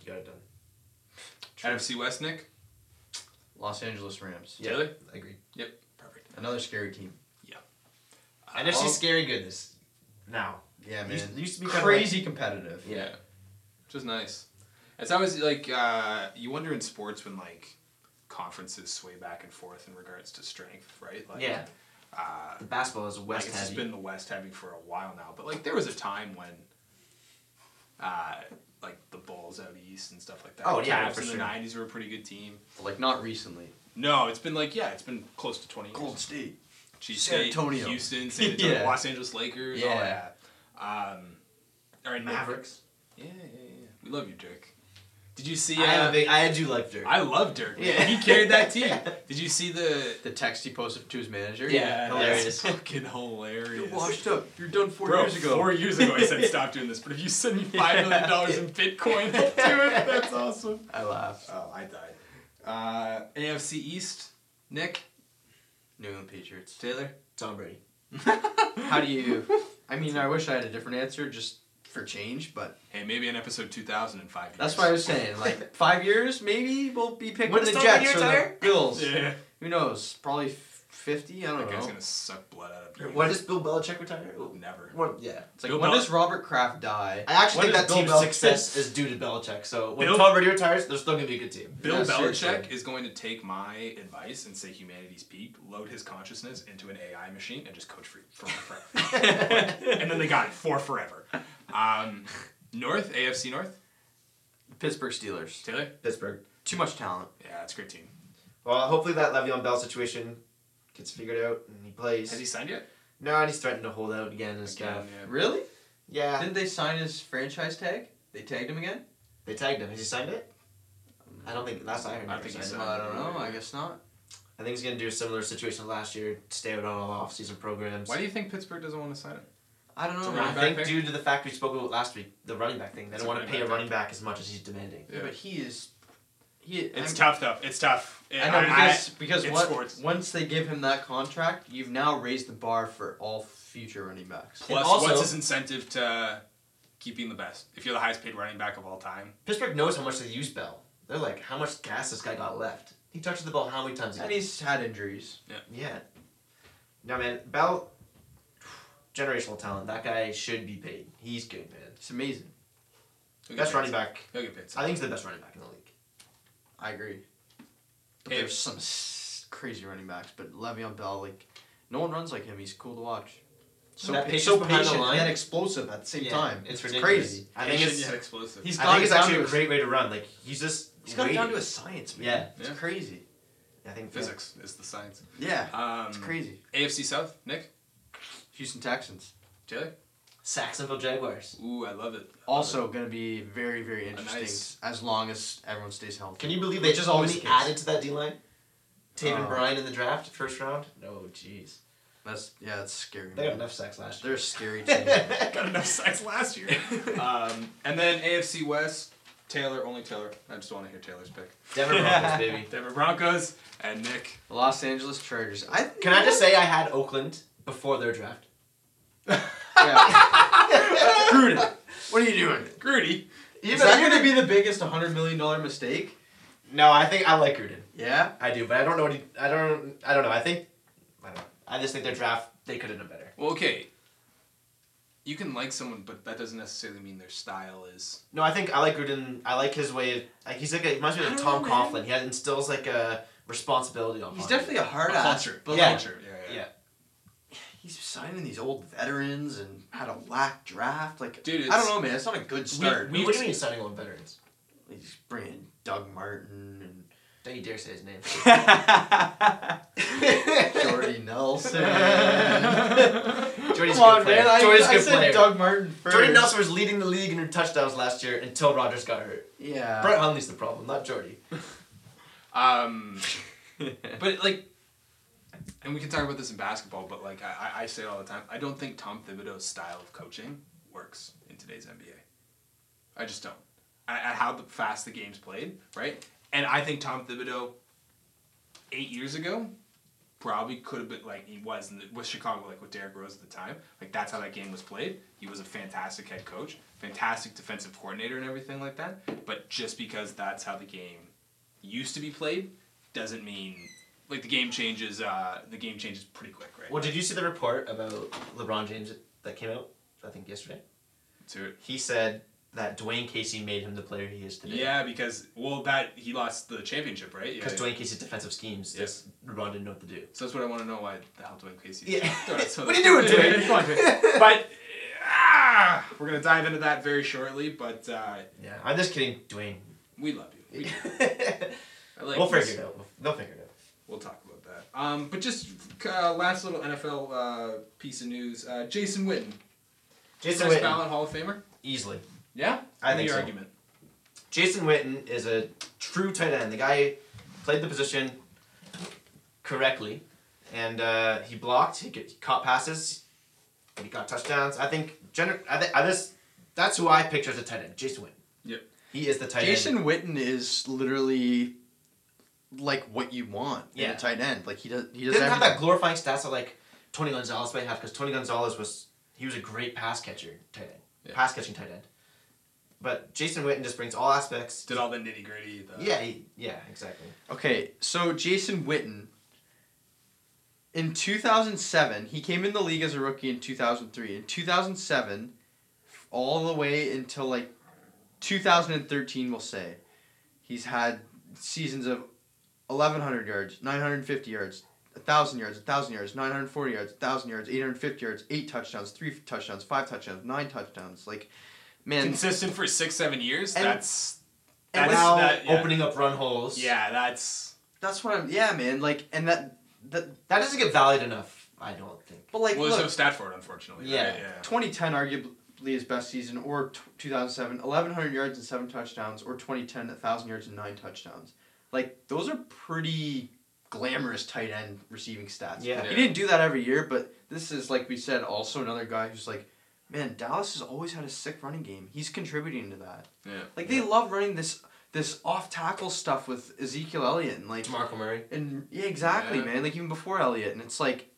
S3: you got it done.
S1: NFC West, Nick.
S2: Los Angeles Rams.
S3: Yeah.
S1: Taylor.
S3: I agree.
S1: Perfect.
S2: Another scary team.
S1: Uh,
S3: NFC
S1: all-
S3: scary goodness. Now
S2: Yeah,
S3: Used-
S2: man.
S3: used to be kinda
S2: crazy competitive.
S3: Yeah.
S1: Which is nice. It's always like uh, you wonder in sports when like conferences sway back and forth in regards to strength, right? Like,
S3: Yeah.
S1: Uh,
S3: The basketball is West
S1: like it's just
S3: heavy.
S1: been the West heavy for a while now, but like there was a time when, uh, like the Bulls out east and stuff like that.
S3: Oh,
S1: The
S3: yeah,
S1: Cavs
S3: for
S1: in
S3: sure.
S1: the '90s were a pretty good team.
S2: Like not recently.
S1: No, it's been like yeah, it's been close to 20 years.
S2: State.
S1: G
S2: San
S1: State,
S2: Antonio.
S1: Houston, San Antonio,
S2: Yeah.
S1: Los Angeles Lakers, all
S2: Yeah.
S1: that. Um, all right, Nick.
S3: Mavericks.
S1: Yeah, yeah, yeah. We love you, Dirk. Did you see?
S3: I, am
S1: Uh,
S3: a big, I do like Dirk.
S1: I love Dirk. man.
S3: Yeah.
S1: He carried that team. Did you see the?
S2: The text he posted to his manager.
S3: Yeah, hilarious.
S1: that's fucking hilarious.
S2: You're washed up. You're done four
S1: Bro,
S2: years ago.
S1: Four years ago, I said stop doing this. But if you send me five million dollars in Bitcoin, I'll do it. That's awesome.
S2: I laughed.
S1: Oh, I died. Uh, AFC East. Nick
S2: New England Patriots.
S1: Taylor.
S3: Tom Brady.
S2: How do you? I mean, I wish I had a different answer just for change, but
S1: Hey, maybe in episode two thousand and five.
S2: that's what I was saying.
S3: <laughs>
S2: Like five years, maybe we'll be picking
S3: When
S2: the
S3: does Tom Brady
S2: Jets or the
S3: retire?
S1: <laughs>
S2: Bills.
S1: Yeah.
S2: Who knows? Probably f- fifty. I don't
S1: That
S2: know.
S1: guy's gonna suck blood out of you.
S3: When does Bill Belichick retire?
S1: Never.
S3: What? Yeah.
S2: It's like
S1: Bill
S2: when
S1: Bel-
S2: does Robert Kraft die?
S3: I actually
S1: When
S3: think
S1: does
S3: that
S1: Bill
S3: team's
S1: Bel-
S3: success is due to Belichick. So when
S1: Bill-
S3: Tom Brady retires, they're still gonna be a good team.
S1: Bill
S2: Yeah,
S1: Belichick
S2: seriously.
S1: is going to take my advice and say humanity's peaked, load his consciousness into an AI machine, and just coach for, for <laughs> forever. and then they got it for forever. Um, North AFC North
S2: Pittsburgh Steelers.
S1: Taylor.
S3: Pittsburgh.
S2: Too much talent.
S1: Yeah, it's a great team.
S3: Well, hopefully that Le'Veon Bell situation gets figured out and he plays.
S1: Has he signed yet?
S3: No, and he's threatened to hold out again and stuff.
S1: Yeah.
S2: Really?
S3: Yeah.
S2: Didn't they sign his franchise tag? They tagged him again?
S3: They tagged him. Has he signed it? I don't think last I heard.
S1: I
S3: he
S1: think
S3: signed
S1: he
S3: it.
S1: signed
S2: Well, I don't know. I guess not.
S3: I think he's gonna do a similar situation last year. Stay out on all off-season programs.
S1: Why do you think Pittsburgh doesn't want to sign him?
S2: I don't
S1: It's
S2: know.
S1: a
S3: I
S2: man.
S1: running back
S3: think
S1: thing?
S3: due to the fact we spoke about last week, the running back thing, they
S1: It's
S3: don't
S1: a
S3: want to
S1: running
S3: pay a
S1: back
S3: running back as much as he's demanding.
S1: Yeah.
S2: But he is. He.
S1: It's
S2: I'm-
S1: tough though. It's tough.
S2: I know because, because
S1: it's
S2: what-
S1: sports.
S2: once they give him that contract, you've now raised the bar for all future running backs.
S1: Plus,
S3: also-
S1: what's his incentive to keep being the best? If you're the highest paid running back of all time,
S3: Pittsburgh knows how much they use Bell. They're like, how much gas this guy got left? He touches the ball how many times?
S2: And
S3: He
S2: he's had injuries.
S3: yeah. No man, Bell, generational talent. That guy should be paid. He's good, man.
S2: It's amazing.
S1: he'll get
S3: Best
S1: paid.
S3: running back.
S1: He'll get paid.
S3: I think he's the best running back in the league.
S2: I agree. But
S1: Hey.
S2: there's some s- crazy running backs, but Le'Veon Bell, like, no one runs like him. He's cool to watch. So,
S3: That
S2: pa-
S3: patience
S2: so
S3: behind the
S2: patient
S3: line.
S2: and yet explosive at the same
S3: Yeah,
S2: time.
S3: it's ridiculous.
S2: crazy.
S3: I think
S1: Patient
S3: it's.
S1: yet explosive.
S2: He's
S3: I
S2: got
S3: think it's
S2: down
S3: actually
S2: to
S3: a
S2: a-
S3: great way to run. Like he's just.
S2: He's got it down to a
S3: waiting.
S2: science, man.
S3: Yeah.
S2: It's
S1: Yeah.
S2: crazy.
S3: I think
S1: Physics is the science.
S2: Yeah.
S1: Um,
S2: it's crazy.
S1: AFC South, Nick,
S2: Houston Texans.
S1: Taylor.
S3: Saxonville Jaguars.
S1: Ooh, I love it.
S2: Also going to be very, very interesting
S1: nice-
S2: as long as everyone stays healthy.
S3: Can you believe
S2: Which
S3: they
S2: is
S3: just
S2: always
S3: only
S2: the case.
S3: added to that D line? Taven
S2: Oh.
S3: Bryan in the draft, first round. No, oh, jeez.
S2: That's yeah, that's scary.
S3: They got
S2: man.
S3: enough sacks last
S2: They're
S3: year.
S2: a scary team.
S1: <laughs>
S2: <laughs>
S3: Got
S1: got enough sacks last <laughs> year. um, and then AFC West, Taylor, only Taylor. I just want to hear Taylor's pick.
S3: Denver Broncos, <laughs> baby.
S1: Denver Broncos and Nick.
S2: The Los Angeles Chargers. I
S3: Can I just say I had Oakland before their draft?
S2: yeah. <laughs>
S1: Gruden.
S2: What are you doing?
S1: Grudy.
S2: Is that going to be the biggest hundred million dollar mistake?
S3: No, I think I like Gruden.
S2: Yeah.
S3: I do, but I don't know what he. I don't. I don't know. I think. I don't know. I just think their draft they could have done better.
S1: Well, okay. You can like someone, but that doesn't necessarily mean their style is.
S3: No, I think I like Gruden. I like his way of like he's like a, he reminds me
S2: I
S3: of
S2: don't
S3: Tom
S2: know, man.
S3: Coughlin. He has, instills like a responsibility on.
S2: He's
S3: Coughlin.
S2: definitely a hard
S1: a
S2: ass.
S1: culture.
S2: But
S3: Yeah.
S2: like,
S1: Culture. Yeah, yeah.
S3: Yeah.
S2: he's signing these old veterans and had a whack draft. Like,
S1: Dude,
S2: I
S1: it's-
S2: don't know, man. It's not a good
S3: We,
S2: start.
S3: we, what do you mean signing on veterans?
S2: he's bringing Doug Martin
S3: Don't you dare say his <laughs> name.
S2: and Jordy Nelson.
S3: Jordy's
S2: Come on,
S3: a good player.
S2: man. I,
S3: Jordy's a
S2: I
S3: good
S2: said
S3: player.
S2: Doug Martin first.
S3: Jordy Nelson was leading the league in touchdowns last year until Rodgers got hurt.
S2: Yeah.
S3: Brett Hundley's the problem, not Jordy.
S1: Um, but like, and we can talk about this in basketball. But like, I, I- I say it all the time. I don't think Tom Thibodeau's style of coaching works in today's NBA. I just don't. At, at how the, fast the game's played, right? And I think Tom Thibodeau, eight years ago, probably could have been like he was in the, with Chicago, like with Derrick Rose at the time. Like that's how that game was played. He was a fantastic head coach, fantastic defensive coordinator, and everything like that. But just because that's how the game used to be played doesn't mean like the game changes. Uh, the game changes pretty quick, right?
S3: Well, did you see the report about LeBron James that came out? I think yesterday.
S1: So,
S3: He said that Dwayne Casey made him the player he is today.
S1: Yeah, because well, that he lost the championship, right? Yeah.
S3: Because
S1: yeah.
S3: Dwayne Casey's defensive schemes
S1: Yeah.
S3: just LeBron didn't know what to do.
S1: So that's what I want to know. Why the hell Dwayne Casey? <laughs>
S3: Yeah.
S1: So
S3: <laughs> What are you doing, Dwayne?
S1: Come on, Dwayne. But ah, we're gonna dive into that very shortly. But uh,
S3: Yeah, I'm just kidding, <laughs> Dwayne.
S1: we love you. We do. I like
S3: we'll
S1: this.
S3: figure it out. They'll figure it out.
S1: We'll talk about that. Um, but just uh, last little NFL uh, piece of news: uh, Jason Witten,
S3: Jason
S1: first
S3: Witten,
S1: ballot Hall of Famer.
S3: easily.
S1: Yeah,
S3: I
S1: Any
S3: think so.
S1: argument.
S3: Jason Witten is a true tight end. The guy played the position correctly, and uh, he blocked. He, get, he caught passes. He got touchdowns. I think. Gener- I, th- I just. That's who I picture as a tight end. Jason Witten.
S1: Yep.
S3: He is the tight end.
S2: Jason Witten is literally like what you want in
S3: Yeah.
S2: a tight end. Like he does he
S3: He
S2: does
S3: doesn't have
S2: everything.
S3: that glorifying stats that like Tony Gonzalez might have because Tony Gonzalez was he was a great pass catcher tight end,
S1: Yeah.
S3: pass catching tight end. But Jason Witten just brings all aspects.
S1: Did all the nitty gritty.
S3: yeah, he, yeah, exactly.
S2: Okay, so Jason Witten in 2007, he came in the league as a rookie in 2003. In 2007, all the way until like 2013, we'll say, he's had seasons of 1,100 yards, 950 yards, 1,000 yards, 1,000 yards, 940 yards, 1,000 yards, 850 yards, 8 touchdowns, 3 touchdowns, 5 touchdowns, 9 touchdowns. Like, man,
S1: consistent for six, seven years.
S2: And-
S1: that's
S3: And
S1: that's
S3: now
S1: that, yeah.
S3: opening up run holes.
S1: Yeah, that's
S2: that's what I'm, yeah, man. Like, and that, that,
S3: that doesn't get valued enough. I don't think.
S2: but like,
S1: well. There's
S2: look,
S1: no stat for it, unfortunately. right?
S3: Yeah.
S1: yeah.
S2: 2010 arguably his best season or t- 2007 1100 yards and 7 touchdowns or 2010 1000 yards and 9 touchdowns like those are pretty glamorous tight end receiving stats
S3: Yeah.
S2: he didn't do that every year but this is like we said also another guy who's like man dallas has always had a sick running game he's contributing to that
S1: Yeah.
S2: like they love running this this off tackle stuff with ezekiel elliott and like
S3: Demarco Murray.
S2: and yeah, exactly,
S1: Yeah.
S2: man. Like even before Elliott, and it's like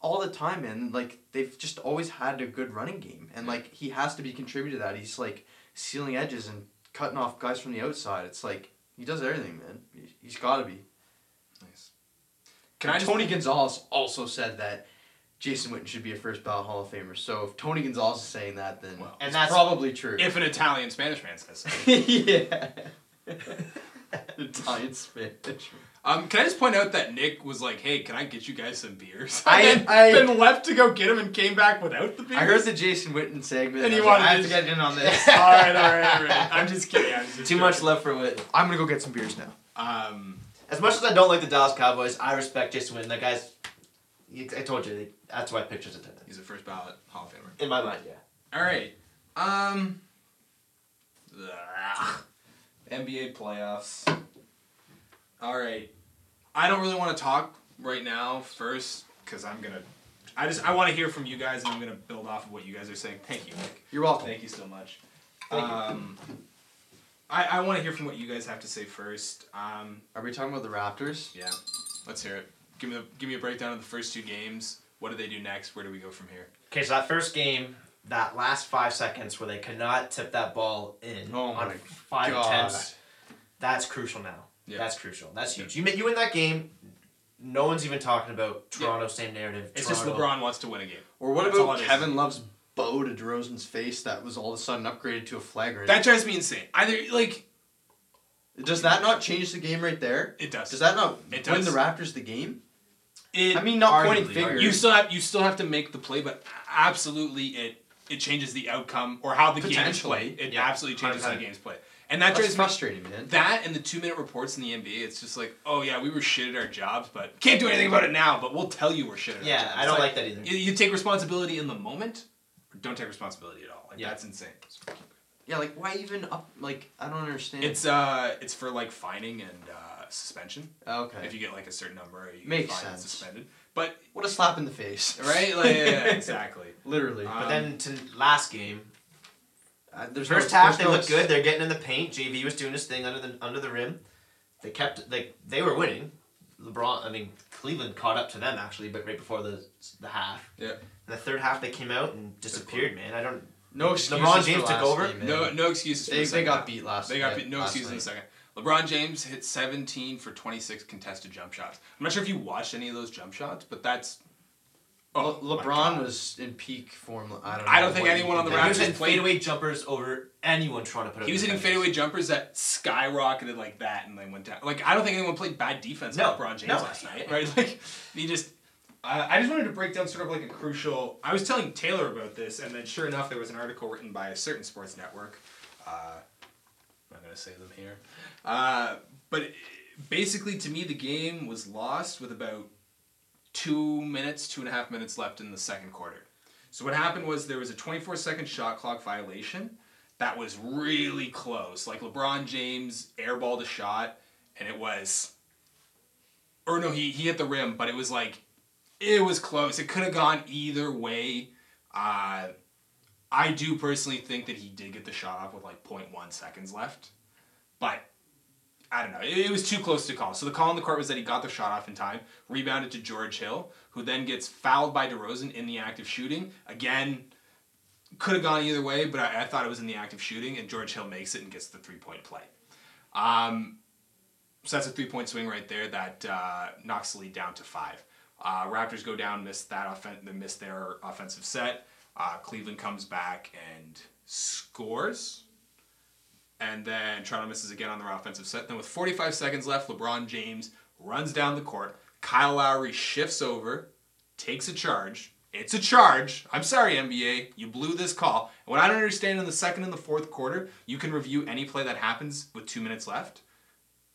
S2: all the time, man. Like they've just always had a good running game, and like he has to be contributed to that. He's like sealing edges and cutting off guys from the outside. It's like he does everything, man. He- He's got to be.
S1: Nice. Can I just-
S2: Tony Gonzalez also said that Jason Witten should be a first ballot Hall of Famer. So if Tony Gonzalez is saying that, then
S1: Well,
S3: and
S2: it's
S3: that's-
S2: probably true.
S1: If <laughs> an Italian Spanish man says. so.
S2: <laughs> yeah. Italian Spanish.
S1: Um, can I just point out that Nick was like, "Hey, can I get you guys some beers?" <laughs>
S2: I-
S1: and then,
S2: I-
S1: then left to go get him and came back without the beers.
S2: I heard the <laughs> Jason Witten segment.
S1: And
S2: I
S1: you
S2: was like,
S1: wanted
S2: I have
S1: to
S2: to
S1: just-
S2: get in on
S1: <laughs>
S2: this.
S1: all right, all right, all right. I'm just kidding. I'm just
S3: Too
S1: joking.
S3: much love for Witten.
S2: I'm gonna go get some beers now.
S1: Um,
S3: As much as I don't like the Dallas Cowboys, I respect Jason Witten. That guy's. I told you that's why I picture as a tight end.
S1: he's a first ballot Hall of Famer.
S3: In my mind, yeah.
S1: All right. Um. <sighs> ugh. NBA playoffs. All right. I don't really want to talk right now first because I'm gonna. I just I want to hear from you guys and I'm gonna build off of what you guys are saying. Thank you, Nick.
S2: You're welcome.
S1: Thank you so much.
S3: Thank you.
S1: um, I I want to hear from what you guys have to say first. Um,
S2: Are we talking about the Raptors?
S1: yeah. Let's hear it. Give me the, give me a breakdown of the first two games. What do they do next? Where do we go from here?
S3: Okay, so that first game, that last five seconds where they could not tip that ball in
S2: Oh
S3: on
S2: my
S3: five
S2: God.
S3: attempts, that's crucial now.
S1: Yeah.
S3: That's crucial. That's huge. You You you win that game, no one's even talking about
S1: Yeah.
S3: Toronto. Same narrative.
S1: It's just
S3: Toronto.
S1: LeBron wants to win a game.
S2: Or what
S1: That's all
S2: about
S1: it is.
S2: Kevin Love's bow to DeRozan's face that was all of a sudden upgraded to a flagrant?
S1: That drives me insane. Either like
S2: does that not change the game right there?
S1: it does.
S2: Does that not
S1: It
S2: win
S1: does.
S2: the Raptors the game?
S1: It,
S2: I mean, not pointing
S3: arguably,
S2: fingers.
S1: you still have you still have to make the play, but absolutely it it changes the outcome or how the game is
S2: Potentially.
S1: played. It
S3: Yeah,
S1: absolutely changes how the
S3: 100%.
S1: game's played, and that
S2: That's
S1: drives me.
S2: frustrating, man.
S1: That and the two minute reports in the NBA, it's just like, oh yeah, we were shit at our jobs, but can't do anything about it now. But we'll tell you we're shit at
S3: Yeah,
S1: our jobs.
S3: I
S1: It's
S3: don't like that either.
S1: You, you take responsibility in the moment, or don't take responsibility at all. Like
S3: Yeah.
S1: that's insane.
S2: Yeah, like why even up? Like I don't understand.
S1: It's uh, it's for like fining and uh, suspension.
S2: Oh, okay.
S1: If you get like a certain number, you
S2: Makes
S1: get fined and
S2: sense.
S1: suspended. But
S2: what a slap in the
S1: <laughs>
S2: face,
S1: right, like yeah, yeah, exactly.
S2: <laughs> Literally.
S1: Uh,
S3: But then to last game,
S2: Uh, there's
S3: first
S2: no-
S3: half
S2: there's
S3: they
S2: no
S3: looked
S2: ex-
S3: good. They're getting in the paint. JV was doing his thing under the under the rim. They kept they they were winning. LeBron, I mean Cleveland caught up to them actually, but right before the the half.
S1: Yeah.
S3: In the third half, they came out and disappeared, man. I don't.
S2: No excuses.
S3: LeBron
S2: for
S3: James took
S2: last
S3: over?
S2: game, man.
S1: No, no excuses. for
S2: they,
S1: the
S2: they
S1: second
S2: got
S1: half.
S2: beat last.
S1: They got beat. No
S2: last
S1: excuses in the second.
S2: night.
S1: LeBron James hit 17 for 26 contested jump shots. I'm not sure if you watched any of those jump shots, but that's Oh,
S2: Le-
S1: my
S2: LeBron
S1: God.
S2: was in peak form. I don't. Know
S1: I don't think
S2: what
S1: anyone
S2: he
S1: on the
S2: did.
S3: he was
S1: Raptors
S3: hitting
S1: played-
S3: fadeaway jumpers over anyone trying to put up.
S1: He was hitting
S3: defenders.
S1: fadeaway jumpers that skyrocketed like that, and they went down. Like I don't think anyone played bad defense
S3: No,
S1: like LeBron James
S3: no.
S1: last night, right? <laughs> Like he just. I I just wanted to break down sort of like a crucial. I was telling Taylor about this, and then sure enough, there was an article written by a certain sports network. Uh, I'm not gonna say them here, uh, but basically, to me, the game was lost with about two minutes, two and a half minutes left in the second quarter. So what happened was there was a 24 second shot clock violation that was really close. Like LeBron James airballed a shot, and it was, or no, he he hit the rim, but it was like, it was close. It could have gone either way. Uh, I do personally think that he did get the shot off with like 0.1 seconds left, but I don't know. It, it was too close to call. So the call on the court was that he got the shot off in time, rebounded to George Hill, who then gets fouled by DeRozan in the act of shooting. Again, could have gone either way, but I, I thought it was in the act of shooting, and George Hill makes it and gets the three point play. Um, so that's a three point swing right there that uh, knocks the lead down to five. Uh, Raptors go down, miss that offen- they miss their offensive set. Uh, Cleveland comes back and scores and then Toronto misses again on their offensive set. Then with 45 seconds left, LeBron James runs down the court. Kyle Lowry shifts over, takes a charge. It's a charge. I'm sorry, NBA, you blew this call. And what I don't understand in the second and the fourth quarter, you can review any play that happens with two minutes left.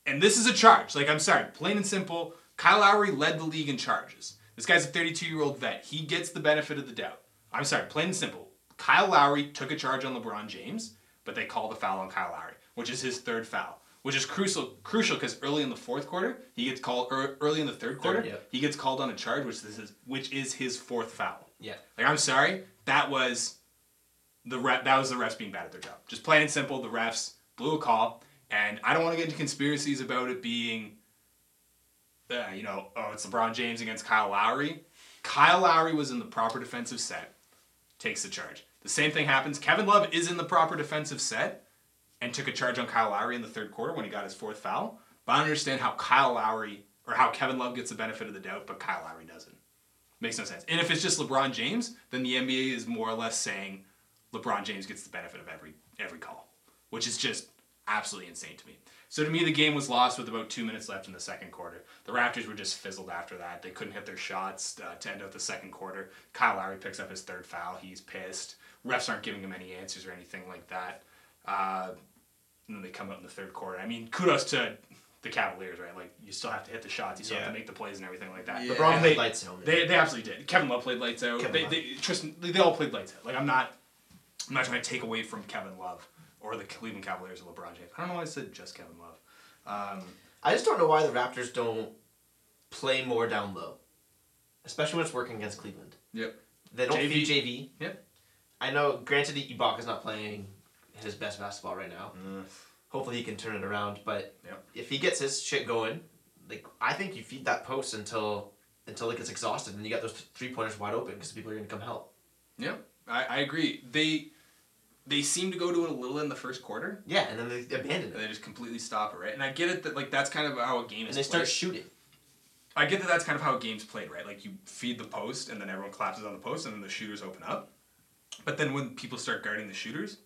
S1: And this is a charge. Like, I'm sorry, plain and simple. Kyle Lowry led the league in charges. This guy's a 32 year old vet. He gets the benefit of the doubt. I'm sorry, plain and simple. Kyle Lowry took a charge on LeBron James, but they called the foul on Kyle Lowry, which is his third foul, which is crucial crucial because early in the fourth quarter, he gets called, or early in the third quarter,
S3: yeah.
S1: he gets called on a charge, which, this is, which is his fourth foul.
S3: Yeah.
S1: Like I'm sorry, that was the ref. That was the refs being bad at their job. Just plain and simple, the refs blew a call, and I don't want to get into conspiracies about it being, uh, you know, oh it's LeBron James against Kyle Lowry. Kyle Lowry was in the proper defensive set, takes the charge. The same thing happens. Kevin Love is in the proper defensive set and took a charge on Kyle Lowry in the third quarter when he got his fourth foul. But I don't understand how Kyle Lowry or how Kevin Love gets the benefit of the doubt, but Kyle Lowry doesn't. Makes no sense. And if it's just LeBron James, then the NBA is more or less saying LeBron James gets the benefit of every every call, which is just absolutely insane to me. So to me, the game was lost with about two minutes left in the second quarter. The Raptors were just fizzled after that. They couldn't hit their shots uh, to end out the second quarter. Kyle Lowry picks up his third foul. He's pissed. Refs aren't giving him any answers or anything like that. Uh, and then they come out in the third quarter. I mean, kudos to the Cavaliers, right? Like you still have to hit the shots, you still have
S3: Yeah.
S1: to make the plays and everything like that.
S2: Yeah.
S1: LeBron
S3: And
S1: played-
S3: lights home.
S1: they, they absolutely did. Kevin Love played lights out.
S3: Kevin
S1: They,
S3: Love.
S1: they, Tristan, they, they all played lights out. Like I'm not, I'm not trying to take away from Kevin Love or the Cleveland Cavaliers or LeBron James. I don't know why I said just Kevin Love. Um,
S3: I just don't know why the Raptors don't play more down low, especially when it's working against Cleveland.
S1: yep.
S3: They don't
S1: JV.
S3: feed JV.
S1: Yep.
S3: I know. Granted, Ibaka's not playing his best basketball right now. Hopefully, he can turn it around. But
S1: Mm. Yep.
S3: if he gets his shit going, like I think you feed that post until until it gets exhausted, and you got those three pointers wide open because people are gonna come help.
S1: Yep. I, I agree. They they seem to go to it a little in the first quarter.
S3: Yeah, and then they abandon
S1: And
S3: it
S1: they just completely stop it, right? And I get it that like that's kind of how a game
S3: and
S1: is.
S3: they start
S1: played.
S3: shooting.
S1: I get that that's kind of how a game's played, right? Like you feed the post and then everyone collapses on the post and then the shooters open up. But then when people start guarding the shooters,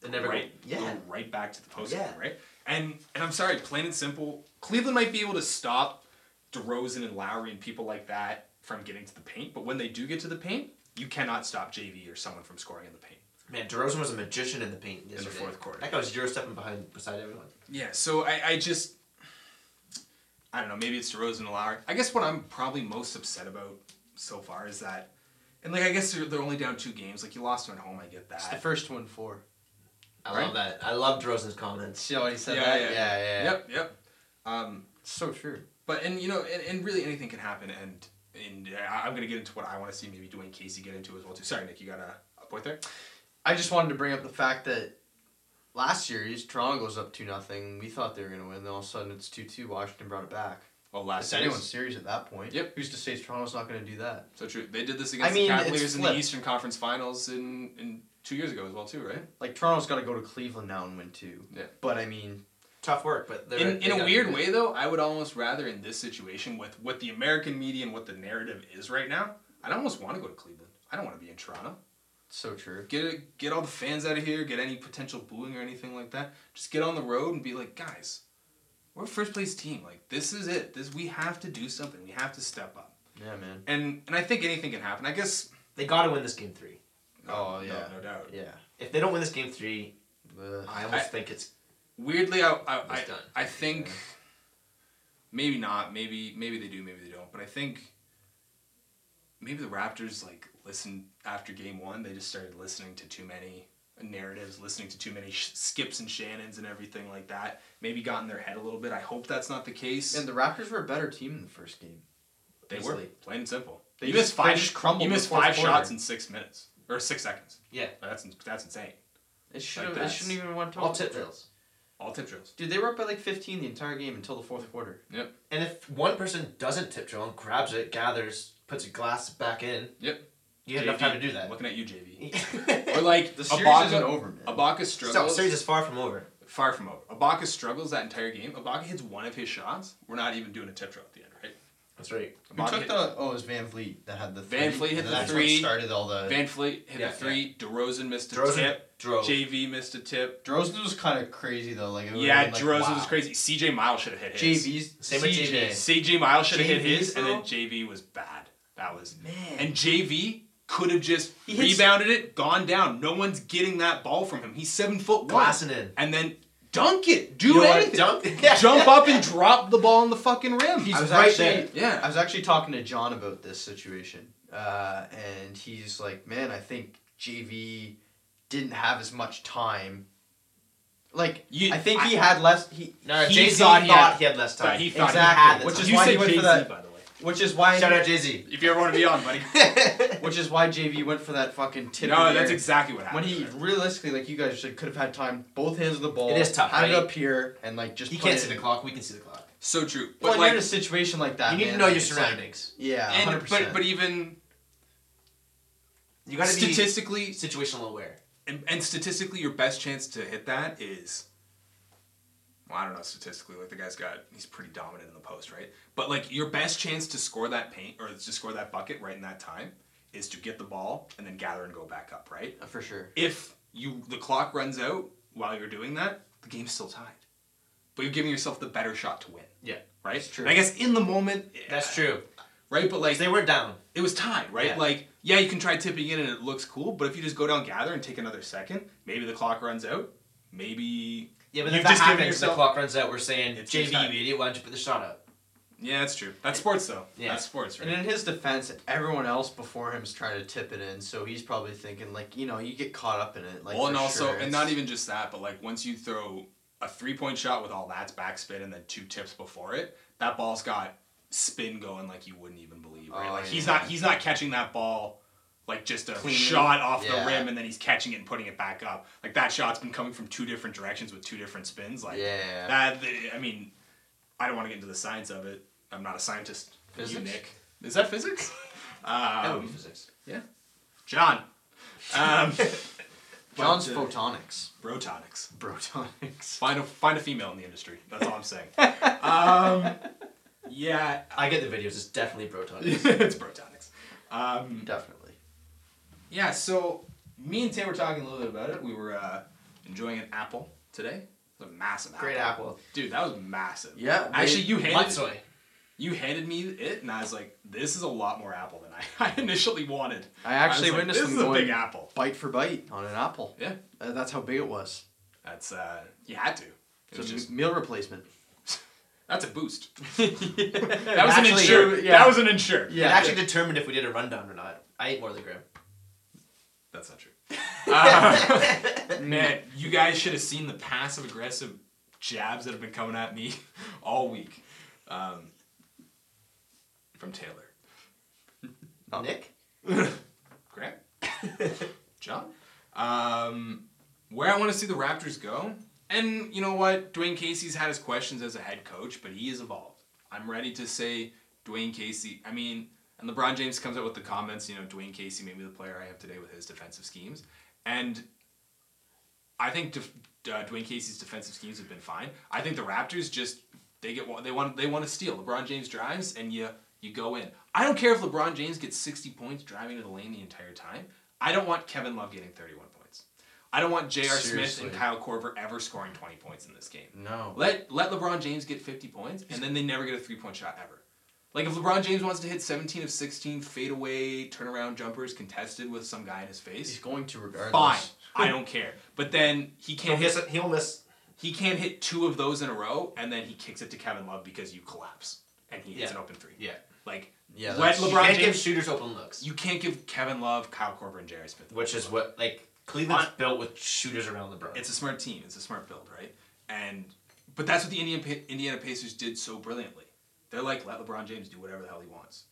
S3: They never
S1: right,
S3: go. Yeah.
S1: go right back to the post,
S3: Yeah.
S1: right? And and I'm sorry, plain and simple, Cleveland might be able to stop DeRozan and Lowry and people like that from getting to the paint, but when they do get to the paint, you cannot stop JV or someone from scoring in the paint.
S3: Man, DeRozan was a magician in the paint yesterday.
S1: fourth quarter.
S3: That guy was zero stepping behind beside everyone.
S1: Yeah, so I, I just I don't know, maybe it's DeRozan and Lowry. I guess what I'm probably most upset about so far is that and like I guess they're, they're only down two games. Like you lost one at home, I get
S2: It's the
S1: that.
S2: first one for.
S3: I
S1: Right?
S3: love that. I love DeRozan's comments.
S2: See how he said
S1: Yeah,
S2: that?
S1: yeah.
S2: yeah, yeah.
S1: Yep, yep. Um,
S2: So true.
S1: But and you know, and, and really anything can happen. And and uh, I- I'm gonna get into what I want to see. Maybe Dwayne Casey get into as well too. Sorry, Nick, you got a, a point there.
S2: I just wanted to bring up the fact that last series Toronto goes up two nothing. We thought they were gonna win. Then all of a sudden it's two two. Washington brought it back.
S1: Oh,
S2: It's anyone's series at that point.
S1: Yep.
S2: Who's to say Toronto's not gonna do that?
S1: So true. They did this against
S2: mean,
S1: the
S2: it's
S1: Cavaliers in the
S2: flipped.
S1: Eastern Conference Finals in in two years ago as well too, right?
S2: Like Toronto's got to go to Cleveland now and win two.
S1: Yeah.
S2: But I mean,
S3: Tough work, but they're,
S1: in
S3: they
S1: in a
S3: gotta
S1: weird
S3: do it.
S1: way though, I would almost rather in this situation with what the American media and what the narrative is right now. I'd almost want to go to Cleveland. I don't want to be in Toronto.
S2: So true.
S1: Get get all the fans out of here. Get any potential booing or anything like that. Just get on the road and be like, guys, we're a first place team. Like this is it. This we have to do something. We have to step up.
S2: Yeah, man.
S1: And and I think anything can happen. I guess.
S3: They got to win this game three.
S2: Oh,
S1: no,
S2: yeah.
S1: no, doubt.
S2: Yeah.
S3: If they don't win this game three,
S2: Ugh.
S3: I almost think it's
S1: Weirdly, I I, I,
S3: It's done.
S1: I think
S2: Yeah.
S1: maybe not. Maybe maybe they do. Maybe they don't. But I think maybe the Raptors like listened after game one. They just started listening to too many narratives, listening to too many sh- skips and Shannons and everything like that. Maybe got in their head a little bit. I hope that's not the case.
S2: And the Raptors were a better team in the first game.
S1: they
S3: easily.
S1: were plain and simple.
S2: They
S1: you
S2: just-
S1: missed five.
S2: they just crumbled
S1: You missed
S2: before the
S1: five
S2: quarter.
S1: shots in six minutes or six seconds.
S3: yeah.
S1: That's that's insane.
S2: It should have. it
S1: that's-
S2: shouldn't even went to
S3: All tip drills.
S1: All tip drills.
S2: Dude, they were up by like fifteen the entire game until the fourth quarter.
S3: And if one person doesn't tip drill and grabs it, gathers, puts a glass back in.
S1: Yep.
S3: You had enough time to do
S1: I'm
S3: that. <laughs>
S1: looking at you, JV. Or
S3: or
S1: like
S2: The series
S1: Ibaka-
S2: isn't over, man.
S1: Ibaka
S3: so,
S1: struggles.
S3: series is far from over.
S1: far from over. Ibaka struggles that entire game. Ibaka hits one of his shots. We're not even doing a tip drill at the end, right?
S3: That's right.
S2: Who
S1: Ibaka
S2: took
S1: hit-
S2: the? Oh, it was Van Vliet that had the. Three.
S1: Van Vliet hit the
S2: That's
S1: three.
S2: What started all the.
S1: Van Fleet hit
S3: Yeah,
S1: a three. DeRozan missed a
S3: Drozen
S1: tip.
S3: drove.
S1: JV missed a tip.
S2: Drozen was kind of crazy though. Like it would've
S1: yeah,
S2: been, like,
S1: DeRozan
S2: wow.
S1: was crazy. CJ Miles should have hit his.
S2: JV's
S3: Same with
S2: CJ.
S3: JV.
S1: CJ Miles should have hit
S2: JV
S1: his, and then
S2: though?
S1: JV was bad. That was
S2: Man.
S1: And JV could have just
S3: He hits-
S1: rebounded it, gone down. No one's getting that ball from him. He's seven foot one.
S3: Glassing in.
S1: And then dunk it. Do
S3: You know what?
S1: anything. <laughs>
S2: <laughs>
S3: Dunk.
S1: Jump up and drop the ball in the fucking rim.
S2: I was
S3: right
S2: actually,
S3: there.
S1: Yeah.
S2: I was actually talking to John about this situation, uh, and he's like, "Man, I think JV didn't have as much time. Like,
S1: You-
S2: I think
S1: I-
S2: he had less. He,
S3: No,
S1: He
S3: Jay Z
S1: thought
S3: thought,
S1: he had-
S3: he had less
S1: But
S3: time.
S1: he thought
S2: Exactly.
S1: he had that
S2: Which
S1: time.
S2: is
S1: you
S2: why
S1: say
S2: he went for
S1: Jay-Z,
S2: that-
S1: by the way.
S2: which is why,
S3: Shout out Jay Z.
S1: If you ever want to be on,
S2: <laughs>
S1: buddy.
S2: which is why JV went for that fucking tip. in
S1: no,
S2: the
S1: that's
S2: air.
S1: exactly what
S2: when
S1: happened.
S2: he
S1: right?
S2: realistically, like you guys said, could have had time, both hands of the ball.
S3: It is tough,
S2: Had it
S3: right?
S2: up here and like just.
S3: He
S2: put
S3: can't
S2: it
S3: see the
S2: in.
S3: clock. We can see the clock.
S1: so true.
S2: When
S1: But
S2: you're in a
S1: like,
S2: situation like that,
S3: You need to
S2: man,
S3: know
S2: like,
S3: your
S2: it's like-
S3: surroundings.
S2: yeah,
S1: and,
S2: 100%.
S1: but but even
S3: You gotta be
S1: statistically,
S3: situational aware.
S1: and, and statistically, your best chance to hit that is. Well, I don't know statistically. Like the guy's got, he's pretty dominant in the post, right? But like your best chance to score that paint or to score that bucket right in that time is to get the ball and then gather and go back up, right?
S2: for sure.
S1: if you the clock runs out while you're doing that, the game's still tied. But you're giving yourself the better shot to win,
S3: Yeah.
S1: right?
S2: That's true.
S1: And I guess in the moment, yeah,
S3: That's true.
S1: right? But
S3: Like
S1: like
S3: they were down.
S1: it was tied, right?
S3: Yeah.
S1: Like yeah, you can try tipping in and it looks cool, but if you just go down, gather, and take another second, maybe the clock runs out. Maybe
S3: Yeah, but
S1: You've
S3: if that
S1: just given
S3: happens,
S1: yourself-
S3: the clock runs out. We're saying
S1: It's your
S3: JV,
S1: time.
S3: you idiot, why don't you put the shot up?
S1: yeah, that's true. That's sports though.
S3: Yeah.
S1: that's sports,
S2: And
S1: right?
S2: in his defense, everyone else before him is trying to tip it in, so he's probably thinking like, you know, you get caught up in it. Like,
S1: well,
S2: for
S1: and also,
S2: sure,
S1: and
S2: it's-
S1: not even just that, but like once you throw a three-point shot with all that's backspin and then two tips before it, that ball's got spin going like you wouldn't even believe. Right?
S2: Oh,
S1: like he's
S2: yeah.
S1: not he's not catching that ball like just a
S2: Cleanly.
S1: shot off
S2: Yeah.
S1: the rim and then he's catching it and putting it back up. Like that shot's been coming from two different directions with two different spins. Like
S2: Yeah.
S1: that. I mean, I don't want to get into the science of it. I'm not a scientist. You,
S2: Physics?
S1: Nick. Is that physics?
S3: That would
S1: Um,
S3: be physics.
S1: John.
S2: <laughs>
S1: Um,
S2: John's
S1: but, uh,
S2: photonics,
S1: Rotonics.
S2: brotonics.
S1: Find a find a female in the industry. That's all I'm saying. um, yeah, <laughs>
S3: I get the videos. It's definitely Broton.
S1: it's protonics. Um,
S2: <laughs> Definitely.
S1: yeah, so me and Tim were talking a little bit about it. We were uh, enjoying an apple today. It was a massive apple.
S3: Great apple.
S1: dude. That was massive.
S2: Yeah, they-
S1: actually, you handed
S3: Matsoy.
S1: you handed me it, and I was like, "This is a lot more apple than I, <laughs> I initially wanted."
S2: I
S1: was
S2: actually
S1: like,
S2: witnessed
S1: this
S2: him
S1: is a
S2: going
S1: big apple.
S2: bite for bite on an apple.
S1: Yeah,
S2: Uh, that's how big it was.
S1: that's uh, you had to. It
S2: It's a
S1: was just
S2: m- meal replacement.
S1: that's a boost.
S2: <laughs> that
S1: <laughs> That was an
S3: Actually,
S1: insure.
S2: yeah.
S1: That was an insure.
S2: Yeah.
S3: It actually determined if we did a rundown or not. I ate more of the gram.
S1: That's not true. Uh, man, you guys should have seen the passive aggressive jabs that have been coming at me <laughs> all week um, from Taylor.
S2: Oh.
S3: Nick?
S1: Grant? John? Um, where I want to see the Raptors go. And you know what? Dwayne Casey's had his questions as a head coach, but he has evolved. I'm ready to say Dwayne Casey. I mean, and LeBron James comes out with the comments, you know, Dwayne Casey made me the player I am today with his defensive schemes. And I think def- uh, Dwayne Casey's defensive schemes have been fine. I think the Raptors just They get wa- they want they want to steal. LeBron James drives and you you go in. I don't care if LeBron James gets 60 points driving to the lane the entire time. I don't want Kevin Love getting 31 points. I don't want J.R. Smith
S2: Seriously.
S1: and Kyle Korver ever scoring 20 points in this game.
S2: No.
S1: Let let LeBron James get 50 points and then they never get a three point shot ever. Like if LeBron James wants to hit 17 of 16 fadeaway turnaround jumpers contested with some guy in his
S2: He's
S1: face,
S2: going to regardless.
S1: fine. I don't care. But then he
S3: He'll
S1: can't hit
S3: miss. it- He'll miss.
S1: he can't hit two of those in a row and then he kicks it to Kevin Love because you collapse and he hits
S3: Yeah.
S1: an open three.
S3: Yeah.
S1: Like
S2: Yeah.
S1: Let
S2: that's-
S3: You
S1: LeBron
S3: can't give
S1: James-
S3: shooters open looks,
S1: you can't give Kevin Love, Kyle Korver, and J.R. Smith,
S3: which is what like Cleveland's built with shooters around LeBron.
S1: it's a smart team. It's a smart build, right? And but that's what the Indiana Pa- Indiana Pacers did so brilliantly. They're like, let LeBron James do whatever the hell he wants,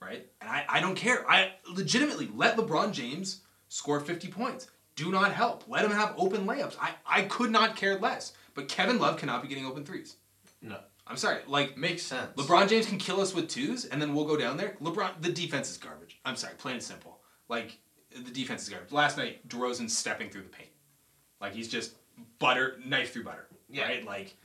S1: right? And I, I don't care. I legitimately let LeBron James score fifty points. Do not help. Let him have open layups. I, I could not care less. But Kevin Love cannot be getting open threes.
S3: no.
S1: I'm sorry. Like
S2: Makes sense.
S1: LeBron James can kill us with twos, and then we'll go down there. LeBron, the defense is garbage. I'm sorry, plain and simple. Like the defense is garbage. Last night, DeRozan stepping through the paint, like he's just butter knife through butter.
S3: Yeah.
S1: Right. Like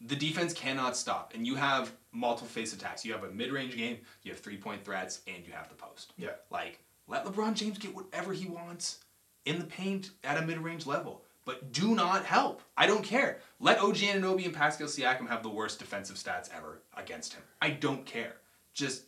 S1: the defense cannot stop, and you have multiple face attacks. You have a mid range game. You have three point threats, and you have the post.
S3: Yeah.
S1: Like let LeBron James get whatever he wants in the paint at a mid range level. But do not help. I don't care. Let OG Ananobi and Pascal Siakam have the worst defensive stats ever against him. I don't care. Just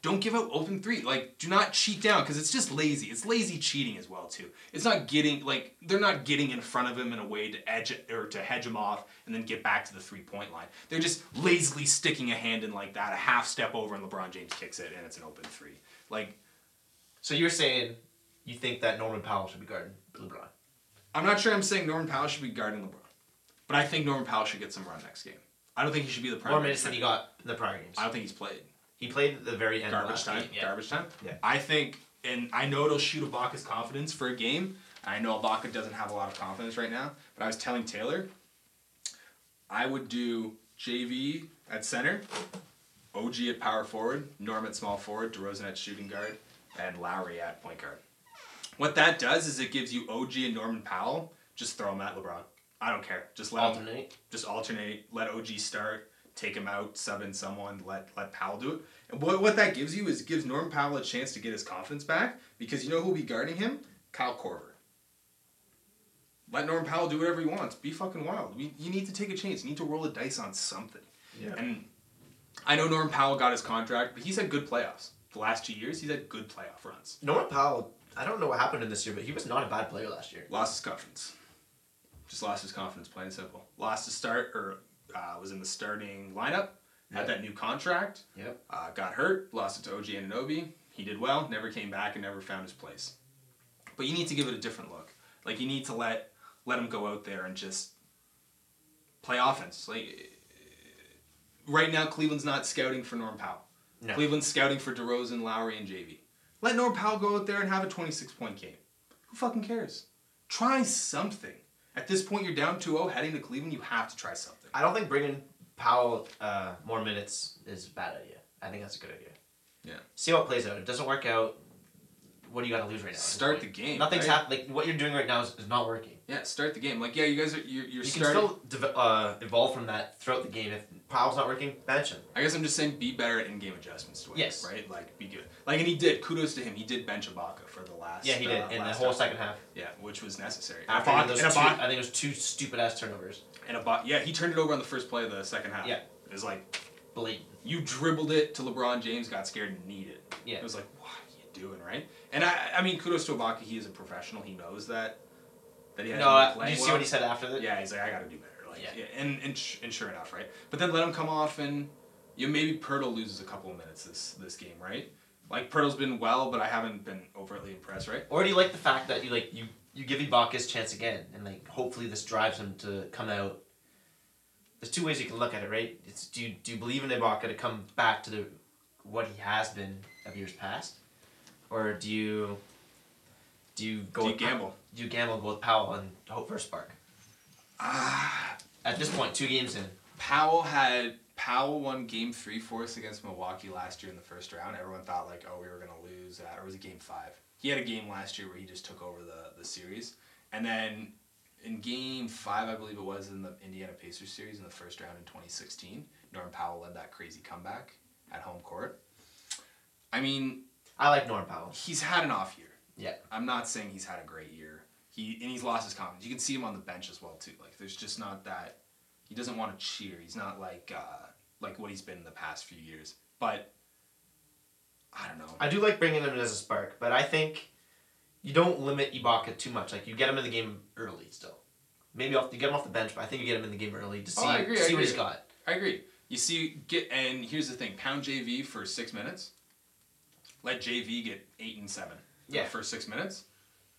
S1: don't give up open three. Like, do not cheat down because it's just lazy. It's lazy cheating as well too. It's not getting like they're not getting in front of him in a way to edge or to hedge him off and then get back to the three point line. They're just lazily sticking a hand in like that, a half step over, and LeBron James kicks it and it's an open three. Like,
S3: So you're saying you think that Norman Powell should be guarding LeBron?
S1: I'm not sure I'm saying Norman Powell should be guarding LeBron, but I think Norman Powell should get some run next game. I don't think he should be the
S3: More
S1: primary.
S3: minutes than he got in the prior games.
S1: I don't think he's played.
S3: He played at the very end. of
S1: garbage
S3: last
S1: time.
S3: game, yeah.
S1: Garbage time.
S3: Yeah.
S1: I think, and I know it'll shoot Ibaka's confidence for a game. I know Ibaka doesn't have a lot of confidence right now, but I was telling Taylor, I would do JV at center, OG at power forward, Norm at small forward, DeRozan at shooting guard, and Lowry at point guard. What that does is it gives you OG and Norman Powell. Just throw them at LeBron. I don't care. Just let 'em-
S3: Alternate.
S1: just alternate, let OG start, take him out, sub in someone, let let Powell do it. And what, what that gives you is gives Norm Powell a chance to get his confidence back because you know who'll be guarding him? Kyle Corver. Let Norm Powell do whatever he wants. Be fucking wild. We, you need to take a chance. You need to roll the dice on something.
S3: Yeah.
S1: And I know Norm Powell got his contract, but he's had good playoffs. The last two years, he's had good playoff runs.
S3: Norman Powell. I don't know what happened in this year, but he was not a bad player last year.
S1: Lost his confidence. Just lost his confidence, plain and simple. Lost his start, or uh, was in the starting lineup. Had
S3: Yeah.
S1: that new contract.
S3: Yep.
S1: Uh, got hurt, lost it to OG Ananobi. He did well, never came back, and never found his place. But you need to give it a different look. Like you need to let let him go out there and just play offense. Like uh, right now, Cleveland's not scouting for Norm Powell.
S3: No.
S1: Cleveland's scouting for DeRozan, Lowry, and JV. Let Norm Powell go out there and have a 26 point game. Who fucking cares? Try something. At this point, you're down 2-0, heading to Cleveland. You have to try something.
S3: I don't think bringing Powell uh, more minutes is a bad idea. I think that's a good idea.
S1: Yeah.
S3: See how it plays out. If it doesn't work out, what do you got to lose right now? at this
S1: Start the
S3: point?
S1: game.
S3: Nothing's
S1: right?
S3: happening. Like what you're doing right now is, is not working.
S1: Yeah, start the game. Like, yeah, you guys are you're, you're
S3: You
S1: starting.
S3: can still deve- uh, evolve from that throughout the game. If Powell's not working, bench him.
S1: I guess I'm just saying be better at in-game adjustments. To it,
S3: Yes.
S1: Right. Like be good. Like and he did. Kudos to him. He did bench Ibaka for the last.
S3: Yeah, he did
S1: uh,
S3: in the
S1: last
S3: whole
S1: half.
S3: second half.
S1: Yeah, which was necessary.
S3: After
S1: Ibaka-
S3: those
S1: and
S3: two,
S1: Ibaka-
S3: I think it was two stupid ass turnovers.
S1: and Ibaka- Yeah, he turned it over on the first play of the second half.
S3: Yeah.
S1: It was like
S3: Blatant.
S1: you dribbled it to LeBron James, got scared and kneed it.
S3: Yeah.
S1: It was like, what are you doing, right? And I, I mean, kudos to Ibaka. He is a professional. He knows that. That he has
S3: No,
S1: to be
S3: I, did
S1: playing
S3: you see
S1: well.
S3: what he said after that?
S1: Yeah, he's like, I gotta do better. Like,
S3: Yeah.
S1: yeah. and and, sh- and sure enough, right? But then let him come off, and you know, maybe Pirtle loses a couple of minutes this this game, right? Like Pirtle's been well, but I haven't been overtly impressed, right?
S3: Or do you like the fact that you like you you give Ibaka his chance again, and like hopefully this drives him to come out. There's two ways you can look at it, right? It's do you, do you believe in Ibaka to come back to the what he has been of years past, or do you do you go
S1: Do you
S3: with Pow-
S1: gamble?
S3: do you gamble with Powell and hope for a spark?
S1: Ah.
S3: At this point, two games in,
S1: Powell had Powell won Game Three for us against Milwaukee last year in the first round. Everyone thought like, oh, we were gonna lose that, or was it Game Five? He had a game last year where he just took over the the series, and then in game five, I believe it was in the Indiana Pacers series in the first round in 2016. Norm Powell led that crazy comeback at home court. I mean,
S3: I like Norm Powell.
S1: he's had an off year.
S3: Yeah.
S1: I'm not saying he's had a great year. He and he's lost his confidence. You can see him on the bench as well too. Like there's just not that. He doesn't want to cheer. He's not like uh, like what he's been in the past few years. But I don't know.
S3: I do like bringing him in as a spark, but I think you don't limit Ibaka too much. Like you get him in the game early still. Maybe off you get him off the bench, but I think you get him in the game early to see,
S1: Oh, I agree,
S3: see
S1: I
S3: what he's
S1: agree.
S3: got.
S1: I agree. You see, get and here's the thing: pound JV for six minutes. Let JV get eight and seven.
S3: Yeah.
S1: For six minutes,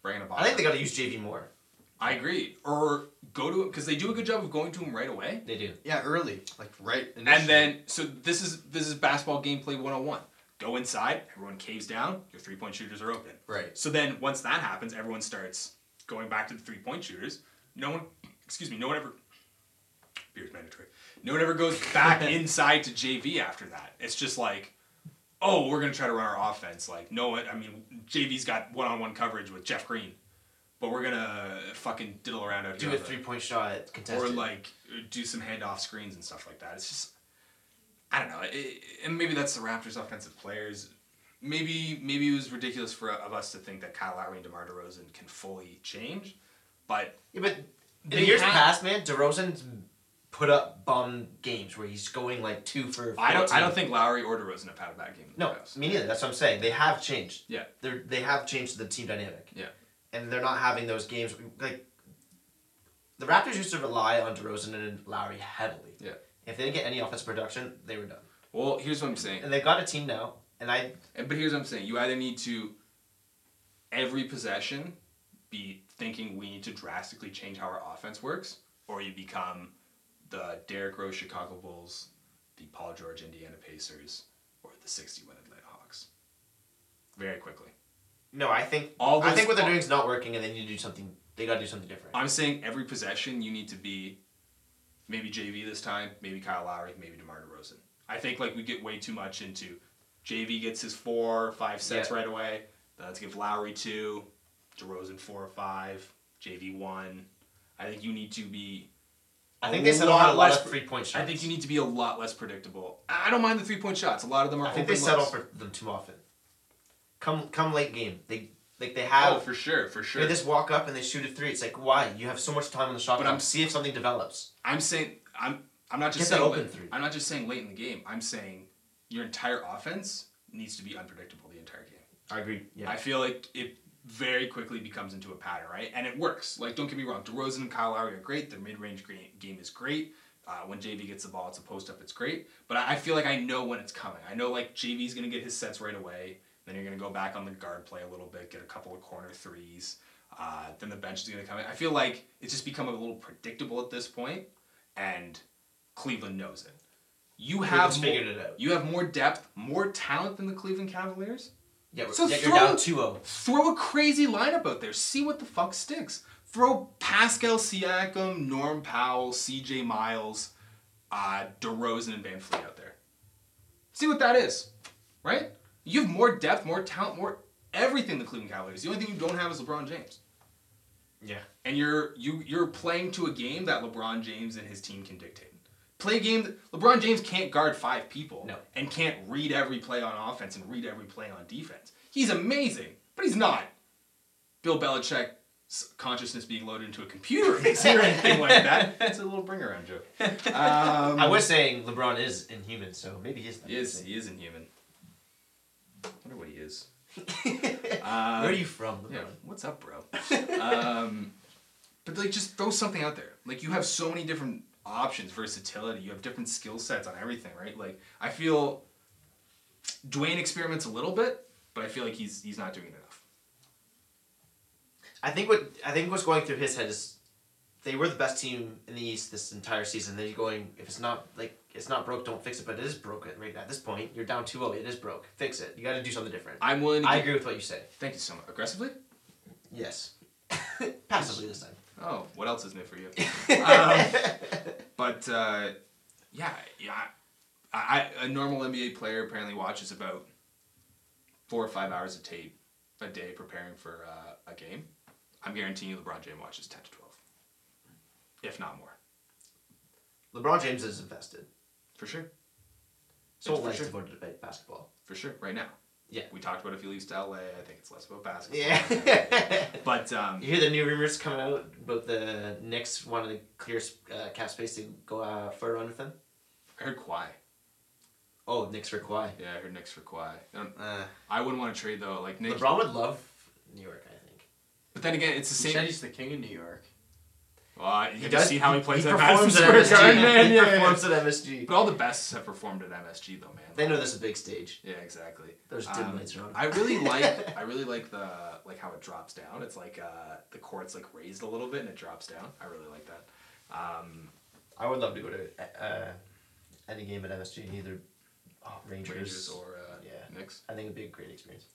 S1: bring in a box.
S3: I think they got to use JV more.
S1: I agree. Or go to because they do a good job of going to him right away.
S3: They do.
S2: Yeah, early, like right.
S1: And then so this is this is basketball gameplay 101. Go inside, everyone caves down, your three point shooters are open.
S2: right.
S1: So then once that happens, everyone starts going back to the three point shooters. No one excuse me, no one ever beer's mandatory. No one ever goes back inside to JV after that. It's just like Oh, we're gonna try to run our offense. Like no one. I mean, JV's got one-on-one coverage with Jeff Green, but we're gonna fucking diddle around out
S3: Do
S1: here.
S3: a
S1: on the-
S3: three point shot
S1: or
S3: contested.
S1: like do some handoff screens and stuff like that. It's just I don't know, it, and maybe that's the Raptors' offensive players. Maybe maybe it was ridiculous for of us to think that Kyle Lowry and DeMar DeRozan can fully change, but
S3: yeah, but in
S1: They
S3: years
S1: have-
S3: past, man, DeRozan's put up bum games where he's going like two for. 14.
S1: I don't I don't think Lowry or DeRozan have had a bad game. In the
S3: No,
S1: playoffs.
S3: me neither. That's what I'm saying. They have changed.
S1: Yeah.
S3: They they have changed the team dynamic.
S1: Yeah.
S3: And they're not having those games like the Raptors used to rely on DeRozan and Lowry heavily.
S1: Yeah.
S3: If they didn't get any offensive production, they were done.
S1: Well, here's what I'm saying.
S3: And they've got a team now, and I
S1: And but here's what I'm saying: you either need to every possession be thinking we need to drastically change how our offense works, or you become the Derrick Rose Chicago Bulls, the Paul George Indiana Pacers, or the 60 win Atlanta Hawks. Very quickly.
S3: no, I think
S1: All
S3: I
S1: those-
S3: think what they're doing is not working, and they need to do something. They got to do something different.
S1: I'm saying every possession you need to be maybe JV this time, maybe Kyle Lowry, maybe DeMar DeRozan. I think like we get way too much into JV gets his four, five sets
S3: Yeah.
S1: right away. Then Let's give Lowry two, DeRozan four or five, JV one. I think you need to be.
S3: I think they set
S1: a
S3: on a
S1: lot
S3: lot
S1: less
S3: of
S1: pr-
S3: three point shots.
S1: I think you need to be a lot less predictable. I I don't mind the three point shots. A lot of them are.
S3: I think they
S1: open
S3: settle
S1: looks.
S3: for them too often. Come come late game, they like they have.
S1: Oh, for sure, for sure.
S3: They just walk up and they shoot a three. It's like why? You have so much time on the shot
S1: But
S3: clock.
S1: I'm-
S3: see if something develops.
S1: I'm saying I'm I'm not just
S3: Get that
S1: saying
S3: open
S1: late-
S3: three.
S1: I'm not just saying late in the game. I'm saying your entire offense needs to be unpredictable the entire game.
S3: I agree. Yeah.
S1: I feel like it very quickly becomes into a pattern, right? And it works. Like don't get me wrong, DeRozan and Kyle Lowry are great. Their mid-range gra- game is great. Uh, when JV gets the ball, it's a post up. It's great. But I, I feel like I know when it's coming. I know like JV's gonna get his sets right away. Then you're gonna go back on the guard play a little bit, get a couple of corner threes. Uh, then the bench is gonna come in. I feel like it's just become a little predictable at this point, and Cleveland knows it. You have
S3: Cleveland's
S1: more,
S3: figured it out.
S1: You have more depth, more talent than the Cleveland Cavaliers.
S3: Yeah, we're-
S1: So
S3: yeah, you're
S1: throw-
S3: down oh. 2-0.
S1: Throw a crazy lineup out there. See what the fuck sticks. Throw Pascal Siakam, Norm Powell, C.J. Miles, uh, DeRozan, and Van Fleet out there. See what that is, right? You have more depth, more talent, more everything. The Cleveland Cavaliers. The only thing you don't have is LeBron James,
S3: Yeah.
S1: and you're you you're playing to a game that LeBron James and his team can dictate. Play a game that LeBron James can't guard five people
S3: No.
S1: and can't read every play on offense and read every play on defense. He's amazing, but he's not Bill Belichick's consciousness being loaded into a computer or anything like that. <laughs> It's a little bring around joke. Um,
S3: I was saying LeBron is inhuman, so maybe he's not.
S1: He is. He is inhuman. I wonder what he is. Uh,
S3: Where are you from, LeBron?
S1: Yeah. What's up, bro? um, <laughs> but like, just throw something out there. Like, you have so many different options, versatility. You have different skill sets on everything, right? Like, I feel Dwayne experiments a little bit, but I feel like he's he's not doing it enough.
S3: I think what I think what's going through his head is they were the best team in the East this entire season. They're going if it's not like it's not broke, don't fix it. But it is broken right at this point. You're down 2-0. It is broke. Fix it. You got to do something different.
S1: I'm willing to.
S3: I
S1: give-
S3: agree with what you say.
S1: Thank you so much. Aggressively.
S3: Yes. <laughs> Passively this time.
S1: Oh, what else is new for you? um, but uh, yeah, yeah, I, I a normal NBA player apparently watches about four or five hours of tape a day preparing for uh, a game. I'm guaranteeing you LeBron James watches ten to twelve. if not more.
S3: LeBron James is invested.
S1: For sure.
S3: So
S1: It's for
S3: likes
S1: sure.
S3: devoted to ba- basketball.
S1: For sure. Right now.
S3: Yeah.
S1: We talked about if he leaves to LA, I think it's less about basketball.
S3: Yeah. <laughs>
S1: But um,
S3: you hear the new rumors coming out about the Knicks wanting to clear uh, cap space to go uh, for a run with them?
S1: I heard Kawhi.
S3: Oh, Knicks for Kawhi.
S1: Yeah, I heard Knicks for Kawhi. I, don't-
S2: Uh,
S1: I wouldn't want to trade though. Like Knicks.
S3: LeBron would love New York, I think.
S1: But then again, it's the
S2: he said
S1: same.
S2: he's the king of New York.
S1: Well, uh, you
S3: He
S1: just
S3: does-
S1: see how he plays
S3: he
S1: at Madison
S3: performs at
S1: Square
S3: MSG.
S1: Garden. man.
S3: He
S1: Yeah, yeah.
S3: performs at MSG.
S1: But all the bests have performed at MSG though, man.
S3: They know this is a big stage.
S1: Yeah, exactly.
S3: There's dim
S1: Um,
S3: lights around.
S1: I really like I really like the like how it drops down. It's like uh, the court's like raised a little bit and it drops down. I really like that. Um,
S3: I would love to go to uh, any game at MSG, either oh, Rangers.
S1: Rangers or uh,
S3: Yeah.
S1: Knicks.
S3: I think it'd be a great experience.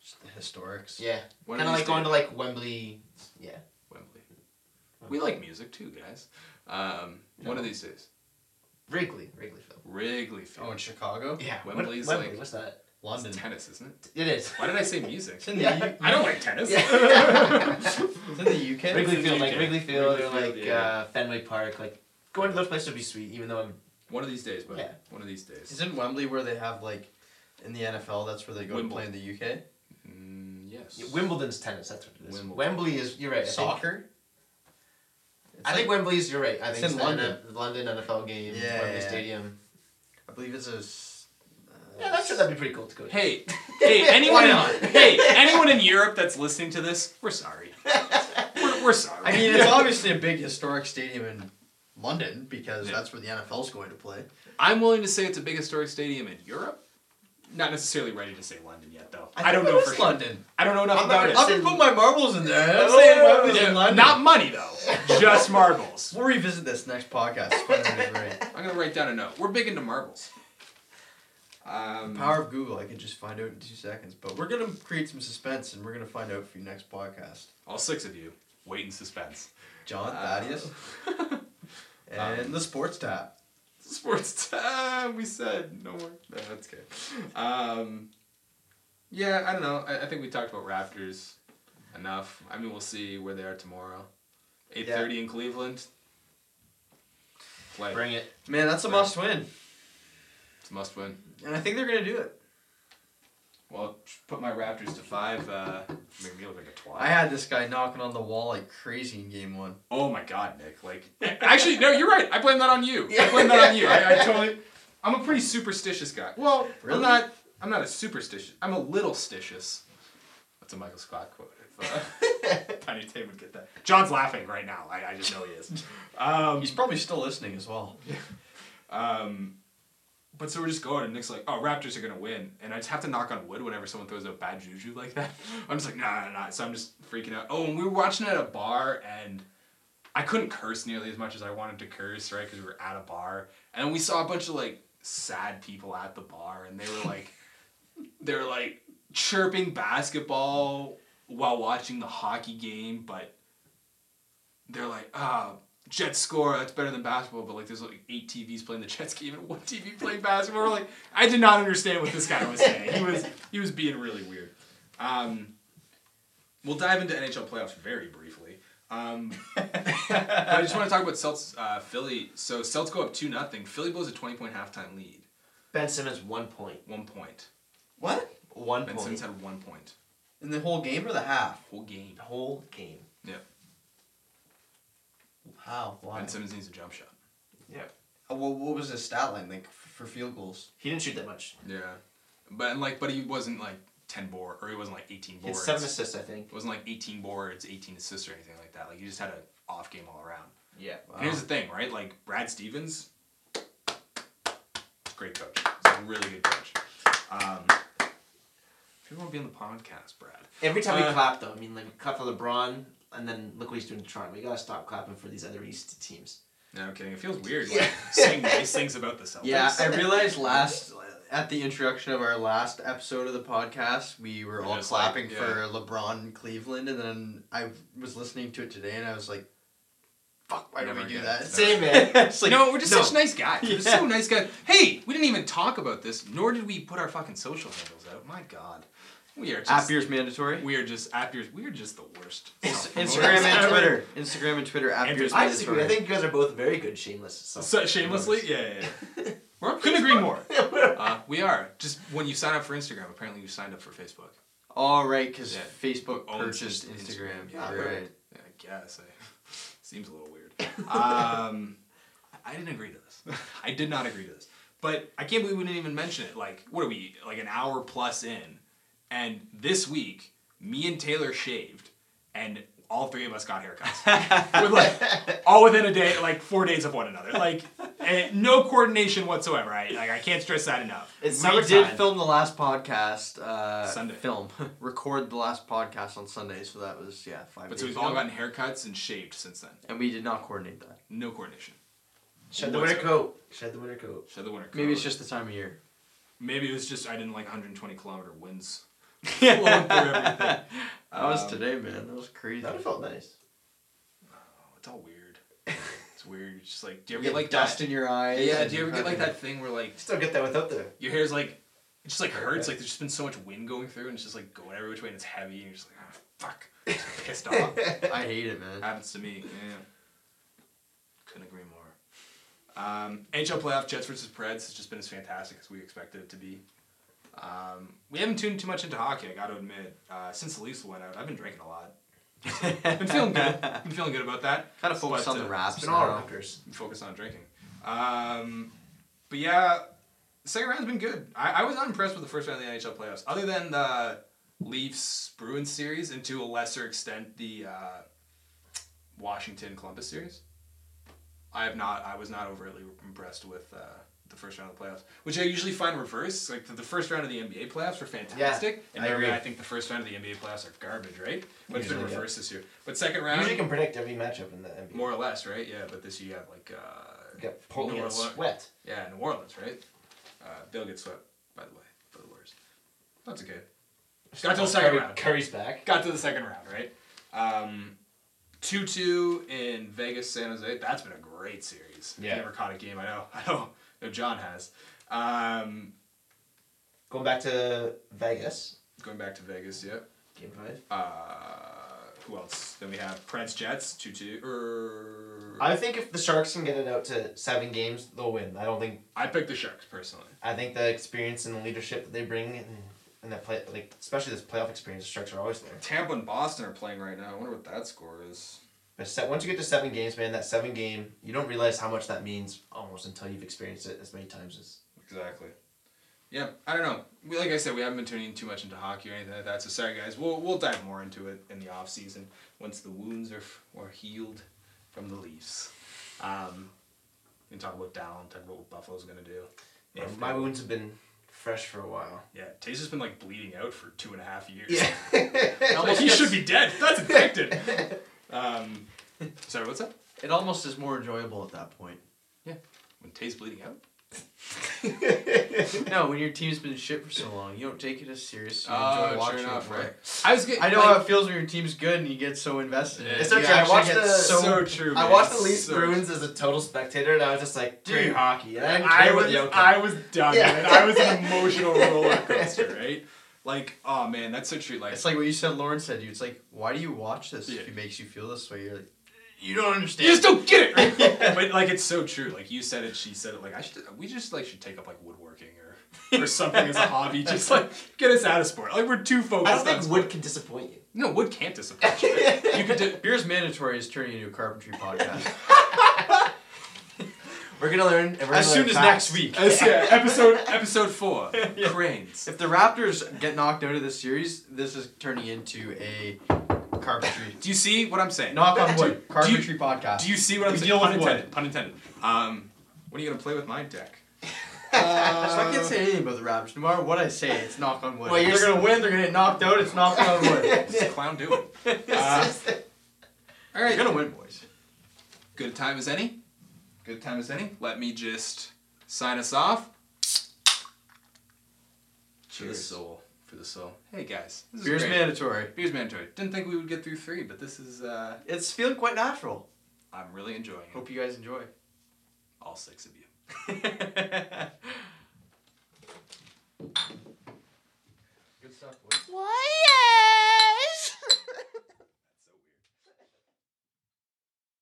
S2: Just the historics.
S3: Yeah,
S1: One
S3: kind of
S1: these
S3: like going
S1: days-
S3: to like Wembley. Yeah,
S1: Wembley. We like music too, guys. Um, One of
S3: No.
S1: these days,
S3: Wrigley, Wrigley Field.
S1: Wrigley
S2: Oh,
S1: Field.
S2: in Chicago?
S3: Yeah, Wem-
S1: Wembley's
S3: Wembley.
S1: like-
S3: What's that?
S2: London.
S1: tennis, isn't it?
S3: It is. <laughs>
S1: Why did I say music?
S2: It's in the,
S3: Yeah.
S2: U-
S1: I don't like
S3: <laughs>
S1: tennis.
S2: it's in the UK?
S3: Wrigley Field, like
S1: UK.
S3: Wrigley Field, or
S1: Wrigley Field,
S3: like
S1: yeah.
S3: uh, Fenway Park. Like going to those places would be sweet, even though I'm.
S1: one of these days, but
S3: Yeah.
S1: one of these days.
S2: Isn't Wembley where they have like in the NFL? That's where they go
S1: Wimble.
S2: to play in the UK.
S1: Mm, yes.
S3: yeah, Wimbledon's tennis. That's what it is.
S1: Wimbledon.
S3: Wembley is. You're right. I think-
S2: Soccer. It's
S3: I
S2: like-
S3: think Wembley's. You're right. I
S2: It's
S3: think
S2: in
S3: the N- London NFL game.
S2: Yeah,
S3: Wembley
S2: yeah.
S3: Stadium.
S2: I believe it's a. s- Uh,
S3: Yeah, that's sure that'd be pretty cool to go. to.
S1: Hey, hey, anyone,
S3: Why
S1: in,
S3: not?
S1: hey, anyone in Europe that's listening to this, we're sorry. We're, we're sorry.
S2: I mean, it's obviously a big historic stadium in London because
S1: Yeah.
S2: that's where the NFL's going to play.
S1: I'm willing to say it's a big historic stadium in Europe. Not necessarily ready to say London yet, though. I,
S2: think
S1: don't
S2: it
S1: know
S2: is
S1: for sure.
S2: London.
S1: I don't know enough
S3: I'm not
S1: about
S3: gonna
S1: it.
S3: say-
S2: I'm gonna put my marbles in there. I'm
S1: Oh,
S2: saying Wembley's
S1: yeah,
S2: in London.
S1: Not money though, just marbles.
S2: We'll revisit this next podcast. It's quite a great.
S1: I'm gonna write down a note. We're big into marbles. Um,
S2: Power of Google, I can just find out in two seconds. But we're gonna create some suspense, and we're gonna find out for you next podcast.
S1: All six of you, wait in suspense.
S2: John
S1: Uh,
S2: <laughs> Thaddeus Um, and the sports tap.
S1: Sports time. We said no more. No, that's good. Um, yeah, I don't know. I, I think we talked about Raptors enough. I mean, we'll see where they are tomorrow. Eight thirty in Cleveland. Play.
S3: Bring it.
S2: Man, that's a
S1: Right.
S2: must win,
S1: It's a must win.
S2: and I think they're gonna do it.
S1: Well, put my Raptors to five. Uh, make me look like a twat.
S2: I had this guy knocking on the wall like crazy in game one.
S1: oh my god, Nick. Like, <laughs> actually, no, you're right. I blame that on you. I blame that on you. I, I totally. I'm a pretty superstitious guy. Well,
S2: Really?
S1: I'm not. I'm not a superstitious. I'm a little stitious. That's a Michael Scott quote. If, uh, <laughs> Tiny Tim would get that. John's laughing right now. I, I just know he is. Um,
S2: He's probably still listening as well.
S1: um, but so we're just going, and Nick's like, "Oh, Raptors are gonna win," and I just have to knock on wood whenever someone throws out bad juju like that. <laughs> I'm just like, "Nah, nah, nah." So I'm just freaking out. Oh, and we were watching it at a bar, and I couldn't curse nearly as much as I wanted to curse, right? Because we were at a bar, and we saw a bunch of like sad people at the bar, and they were like, they were like chirping basketball while watching the hockey game, but they're like, ah, Jets score. That's better than basketball. But like, there's like eight TVs playing the Jets game and one TV playing basketball. We're like, I did not understand what this guy was saying. He was he was being really weird. Um, we'll dive into NHL playoffs very briefly. Um, but I just want to talk about Celts uh, Philly. So Celts go up two nothing. Philly blows a twenty point halftime lead.
S3: Ben Simmons one point.
S1: One point.
S2: What?
S3: One
S1: Ben
S3: point.
S1: Simmons had one point.
S2: In the whole game or the half?
S1: Whole game.
S3: The whole game.
S1: Yeah.
S2: How? Why?
S1: Ben Simmons needs a jump shot.
S3: Yeah.
S2: Uh, What, what was his stat line like f- for field goals?
S3: He didn't shoot that much.
S1: Yeah. But and like, but he wasn't like ten board or he wasn't like eighteen
S3: He had
S1: boards.
S3: seven assists, I think.
S1: It wasn't like 18 boards, 18 assists, or anything like that. Like, you just had an off game all around.
S3: Yeah.
S1: And here's the thing, right? Like, Brad Stevens, great coach. He's a really good coach. Um, people want to be on the podcast, Brad.
S3: Every time
S1: Uh,
S3: we clap, though, I mean, like we clap for LeBron, and then look what he's doing to Toronto. We gotta stop clapping for these other East teams.
S1: No, I'm kidding. It feels weird, like, saying nice things about the Celtics.
S2: Yeah, I realized last at the introduction of our last episode of the podcast, we were
S1: We're
S2: all
S1: just
S2: clapping
S1: like,
S2: for LeBron in Cleveland, and then I was listening to it today, and I was like, "Fuck, why do
S1: Never
S2: we do
S1: again.
S2: that?"
S3: Same man.
S2: It's like,
S1: no, we're just
S2: no.
S1: such nice guys. We're
S2: Yeah.
S1: so nice guys. Hey, we didn't even talk about this, nor did we put our fucking social handles out. My God. We are
S2: <laughs> App
S1: just
S2: year's mandatory.
S1: we are just app years. We are just the worst.
S3: Ins-
S1: Self-promoter.
S2: <laughs> Instagram
S3: Instagram.
S2: and Twitter. Instagram and Twitter. App
S1: And
S2: year's
S3: I disagree.
S2: mandatory.
S3: I think you guys are both very good shameless. self-
S1: So, shamelessly, yeah, yeah, yeah. We're, couldn't agree more. Uh, we are just when you sign up for Instagram. Apparently, you signed up for Facebook.
S2: All right, because
S1: Yeah.
S2: Facebook
S1: Owns
S2: purchased
S1: Inst-
S2: Instagram.
S1: Instagram. Yeah,
S2: You're
S1: right.
S2: right.
S1: I guess. I, <laughs> seems a little weird. Um, I didn't agree to this. I did not agree to this. But I can't believe we didn't even mention it. Like, what are we, like an hour plus in? And this week, me and Taylor shaved, and all three of us got
S2: <laughs>
S1: haircuts. We're like, all within a day, like four days of one another. Like, eh, no coordination whatsoever. I, like, I can't stress that enough.
S3: It's
S2: we
S3: summertime.
S2: did film the last podcast. Uh,
S1: Sunday.
S2: Film. <laughs> Record the last podcast on Sunday, so that was yeah five.
S1: But
S2: days
S1: so we've all
S2: ago.
S1: gotten haircuts and shaved since then.
S2: And we did not coordinate that.
S1: No coordination.
S3: Shed the
S1: What's
S3: winter
S1: up?
S3: coat. Shed the winter coat.
S1: Shed the winter coat.
S2: Maybe it's just the time of year.
S1: Maybe it was just I didn't like 120 kilometer winds <laughs> blowing through everything.
S2: That was
S1: Um,
S2: today, man. That was crazy.
S3: That would have felt nice.
S1: Oh, it's all <laughs> weird. It's weird. It's just like, do you
S2: You
S1: ever get like
S2: dust
S1: that?
S2: in your eyes.
S1: Yeah.
S2: and-
S1: Do you ever get like that thing where like
S3: Still get that without the.
S1: your hair's like it just like hurts? Like there's just been so much wind going through and it's just like going every which way and it's heavy and you're just like, oh, fuck, <laughs> Just pissed off.
S2: <laughs> I hate it,
S1: <laughs>
S2: man.
S1: Happens to me. Yeah. Couldn't agree more. Um, NHL playoff Jets versus Preds has just been as fantastic as we expected it to be. Um, we haven't tuned too much into hockey, I got to admit. Uh, since the Leafs went out, I've been drinking a lot. been feeling
S3: <laughs>
S1: good. Been feeling good about that.
S2: Kind of focus
S1: But,
S2: on the
S1: uh,
S2: raps.
S3: It's been all
S2: now.
S3: rockers.
S1: Focus on drinking. Um, but yeah, second round's been good. I, I was unimpressed with the first round of the NHL playoffs, other than the Leafs Bruins series, and to a lesser extent the uh, Washington Columbus series. I have not. I was not overtly impressed with uh, the first round of the playoffs, which I usually find reverse. Like the, the first round of the NBA playoffs were fantastic, and
S3: I
S1: normally
S3: agree.
S1: I think the first round of the NBA playoffs are garbage, right? But it's been
S3: Usually, yeah.
S1: reversed this year. But second
S3: You
S1: round,
S3: usually can predict every matchup in the NBA.
S1: Um, more or less, right? Yeah, but this year you have like uh,
S3: You got Portland
S1: More
S3: and
S1: luck.
S3: sweat.
S1: yeah, New Orleans, right? Uh, they'll get swept, by the way, for the worst. That's okay. Got to the second
S3: Curry-
S1: round.
S3: Curry's back.
S1: Got to the second round, right? Um, two two in Vegas, San Jose. That's been a great series.
S3: Yeah.
S1: Never caught a game. I know. <laughs> I know. No, John has. Um,
S3: Going back to Vegas.
S1: going back to Vegas. Yep.
S3: Game five.
S1: Uh, who else? Then we have Preds Jets two two. Er, I,
S3: I think if the Sharks can get it out to seven games, they'll win. I don't think.
S1: picked the Sharks personally.
S3: I think the experience and the leadership that they bring and, and that play, like especially this playoff experience, the Sharks are always there.
S1: Tampa and Boston are playing right now. I wonder what that score is.
S3: But se- once you get to seven games, man, that seven game, you don't realize how much that means almost until you've experienced it as many times as.
S1: Exactly. Yeah, I don't know. We, like I said, we haven't been tuning too much into hockey or anything like that. So sorry, guys. We'll we'll dive more into it in the off season once the wounds are f- are healed from the Leafs. Um, we can talk about Dallin, talk about what Buffalo's gonna do. If
S3: my
S1: they-
S3: wounds have been fresh for a while.
S1: yeah, Tays has been like bleeding out for two and a half years.
S3: <laughs> Yeah.
S1: <laughs> Like,
S2: <laughs>
S1: he should be dead. That's
S3: <laughs>
S1: infected. um, sorry, what's up?
S2: It almost is more enjoyable at that point.
S1: When Tays bleeding out?
S2: <laughs> No, when your team's been shit for so long, you don't take it as serious. You
S1: Oh,
S2: enjoy
S1: sure
S2: watching
S1: enough,
S2: it more.
S1: right. I was getting.
S2: I know
S1: like-
S2: how it feels when your team's good and you get so invested. in it.
S3: It's so
S2: You
S3: true. I
S2: actually
S3: watched
S2: get
S3: the-
S2: so
S1: so true.
S3: I
S1: man.
S3: watched the Leafs
S1: So
S3: Bruins as a total spectator, and I was just like,
S2: Dude,
S3: "Dude, hockey!" And I didn't
S1: I
S3: care what
S1: was,
S3: the outcome.
S1: I was done,
S3: Yeah.
S1: man. I was an emotional roller coaster, right? Like, oh man, that's so true. Like,
S2: <laughs> It's like what you said, Lauren said. to You, it's like, why do you watch this?
S1: Yeah.
S2: If it makes you feel this way, you're like, you don't <laughs>
S1: you
S2: understand.
S1: just don't get it, right? but like, it's so true. Like you said it, she said it. Like I should, we just like should take up like woodworking or or something as a hobby. Just like get us out of sport. Like we're too focused.
S3: I don't
S1: on
S3: think
S1: sport.
S3: wood can disappoint you.
S1: No, wood can't disappoint. You, right? you could. Do,
S2: Beer's mandatory is turning into a carpentry podcast.
S3: We're gonna learn. And we're gonna
S2: as soon
S3: learn
S2: as next
S3: facts.
S2: week.
S1: as- <laughs> yeah, episode episode four, cranes.
S2: If the Raptors get knocked out of this series, this is turning into a
S1: <laughs>
S2: carpentry.
S1: Do you see what I'm saying?
S2: Knock on
S1: Do
S2: wood.
S1: you-
S2: <laughs> Carpentry podcast.
S1: Uh, Do you see what I'm
S2: We
S1: saying?
S2: deal
S1: Pun
S2: with wood.
S1: intended. Pun intended. Um, when are you gonna play with my deck? <laughs>
S2: so I
S1: Uh,
S2: can't say anything about the Raptors. No matter what I say, it's knock on wood.
S3: Well,
S2: if
S3: you're
S2: they're gonna win. They're gonna get knocked out. It's knock on
S1: <laughs>
S2: wood.
S1: What's the clown doing? Uh, all
S2: You're
S1: right.
S2: gonna win, boys.
S1: Good time as any. Good time as any. Let me just sign us off. For the
S3: Cheers.
S1: soul. For the soul. Hey guys. This is
S2: Beer's
S1: great.
S2: mandatory.
S1: Beers mandatory. Didn't think we would get through three, but this is. uh
S2: It's feeling quite natural.
S1: I'm really enjoying it.
S2: Hope you guys enjoy.
S1: All six of you.
S2: Good stuff, boys.
S4: What?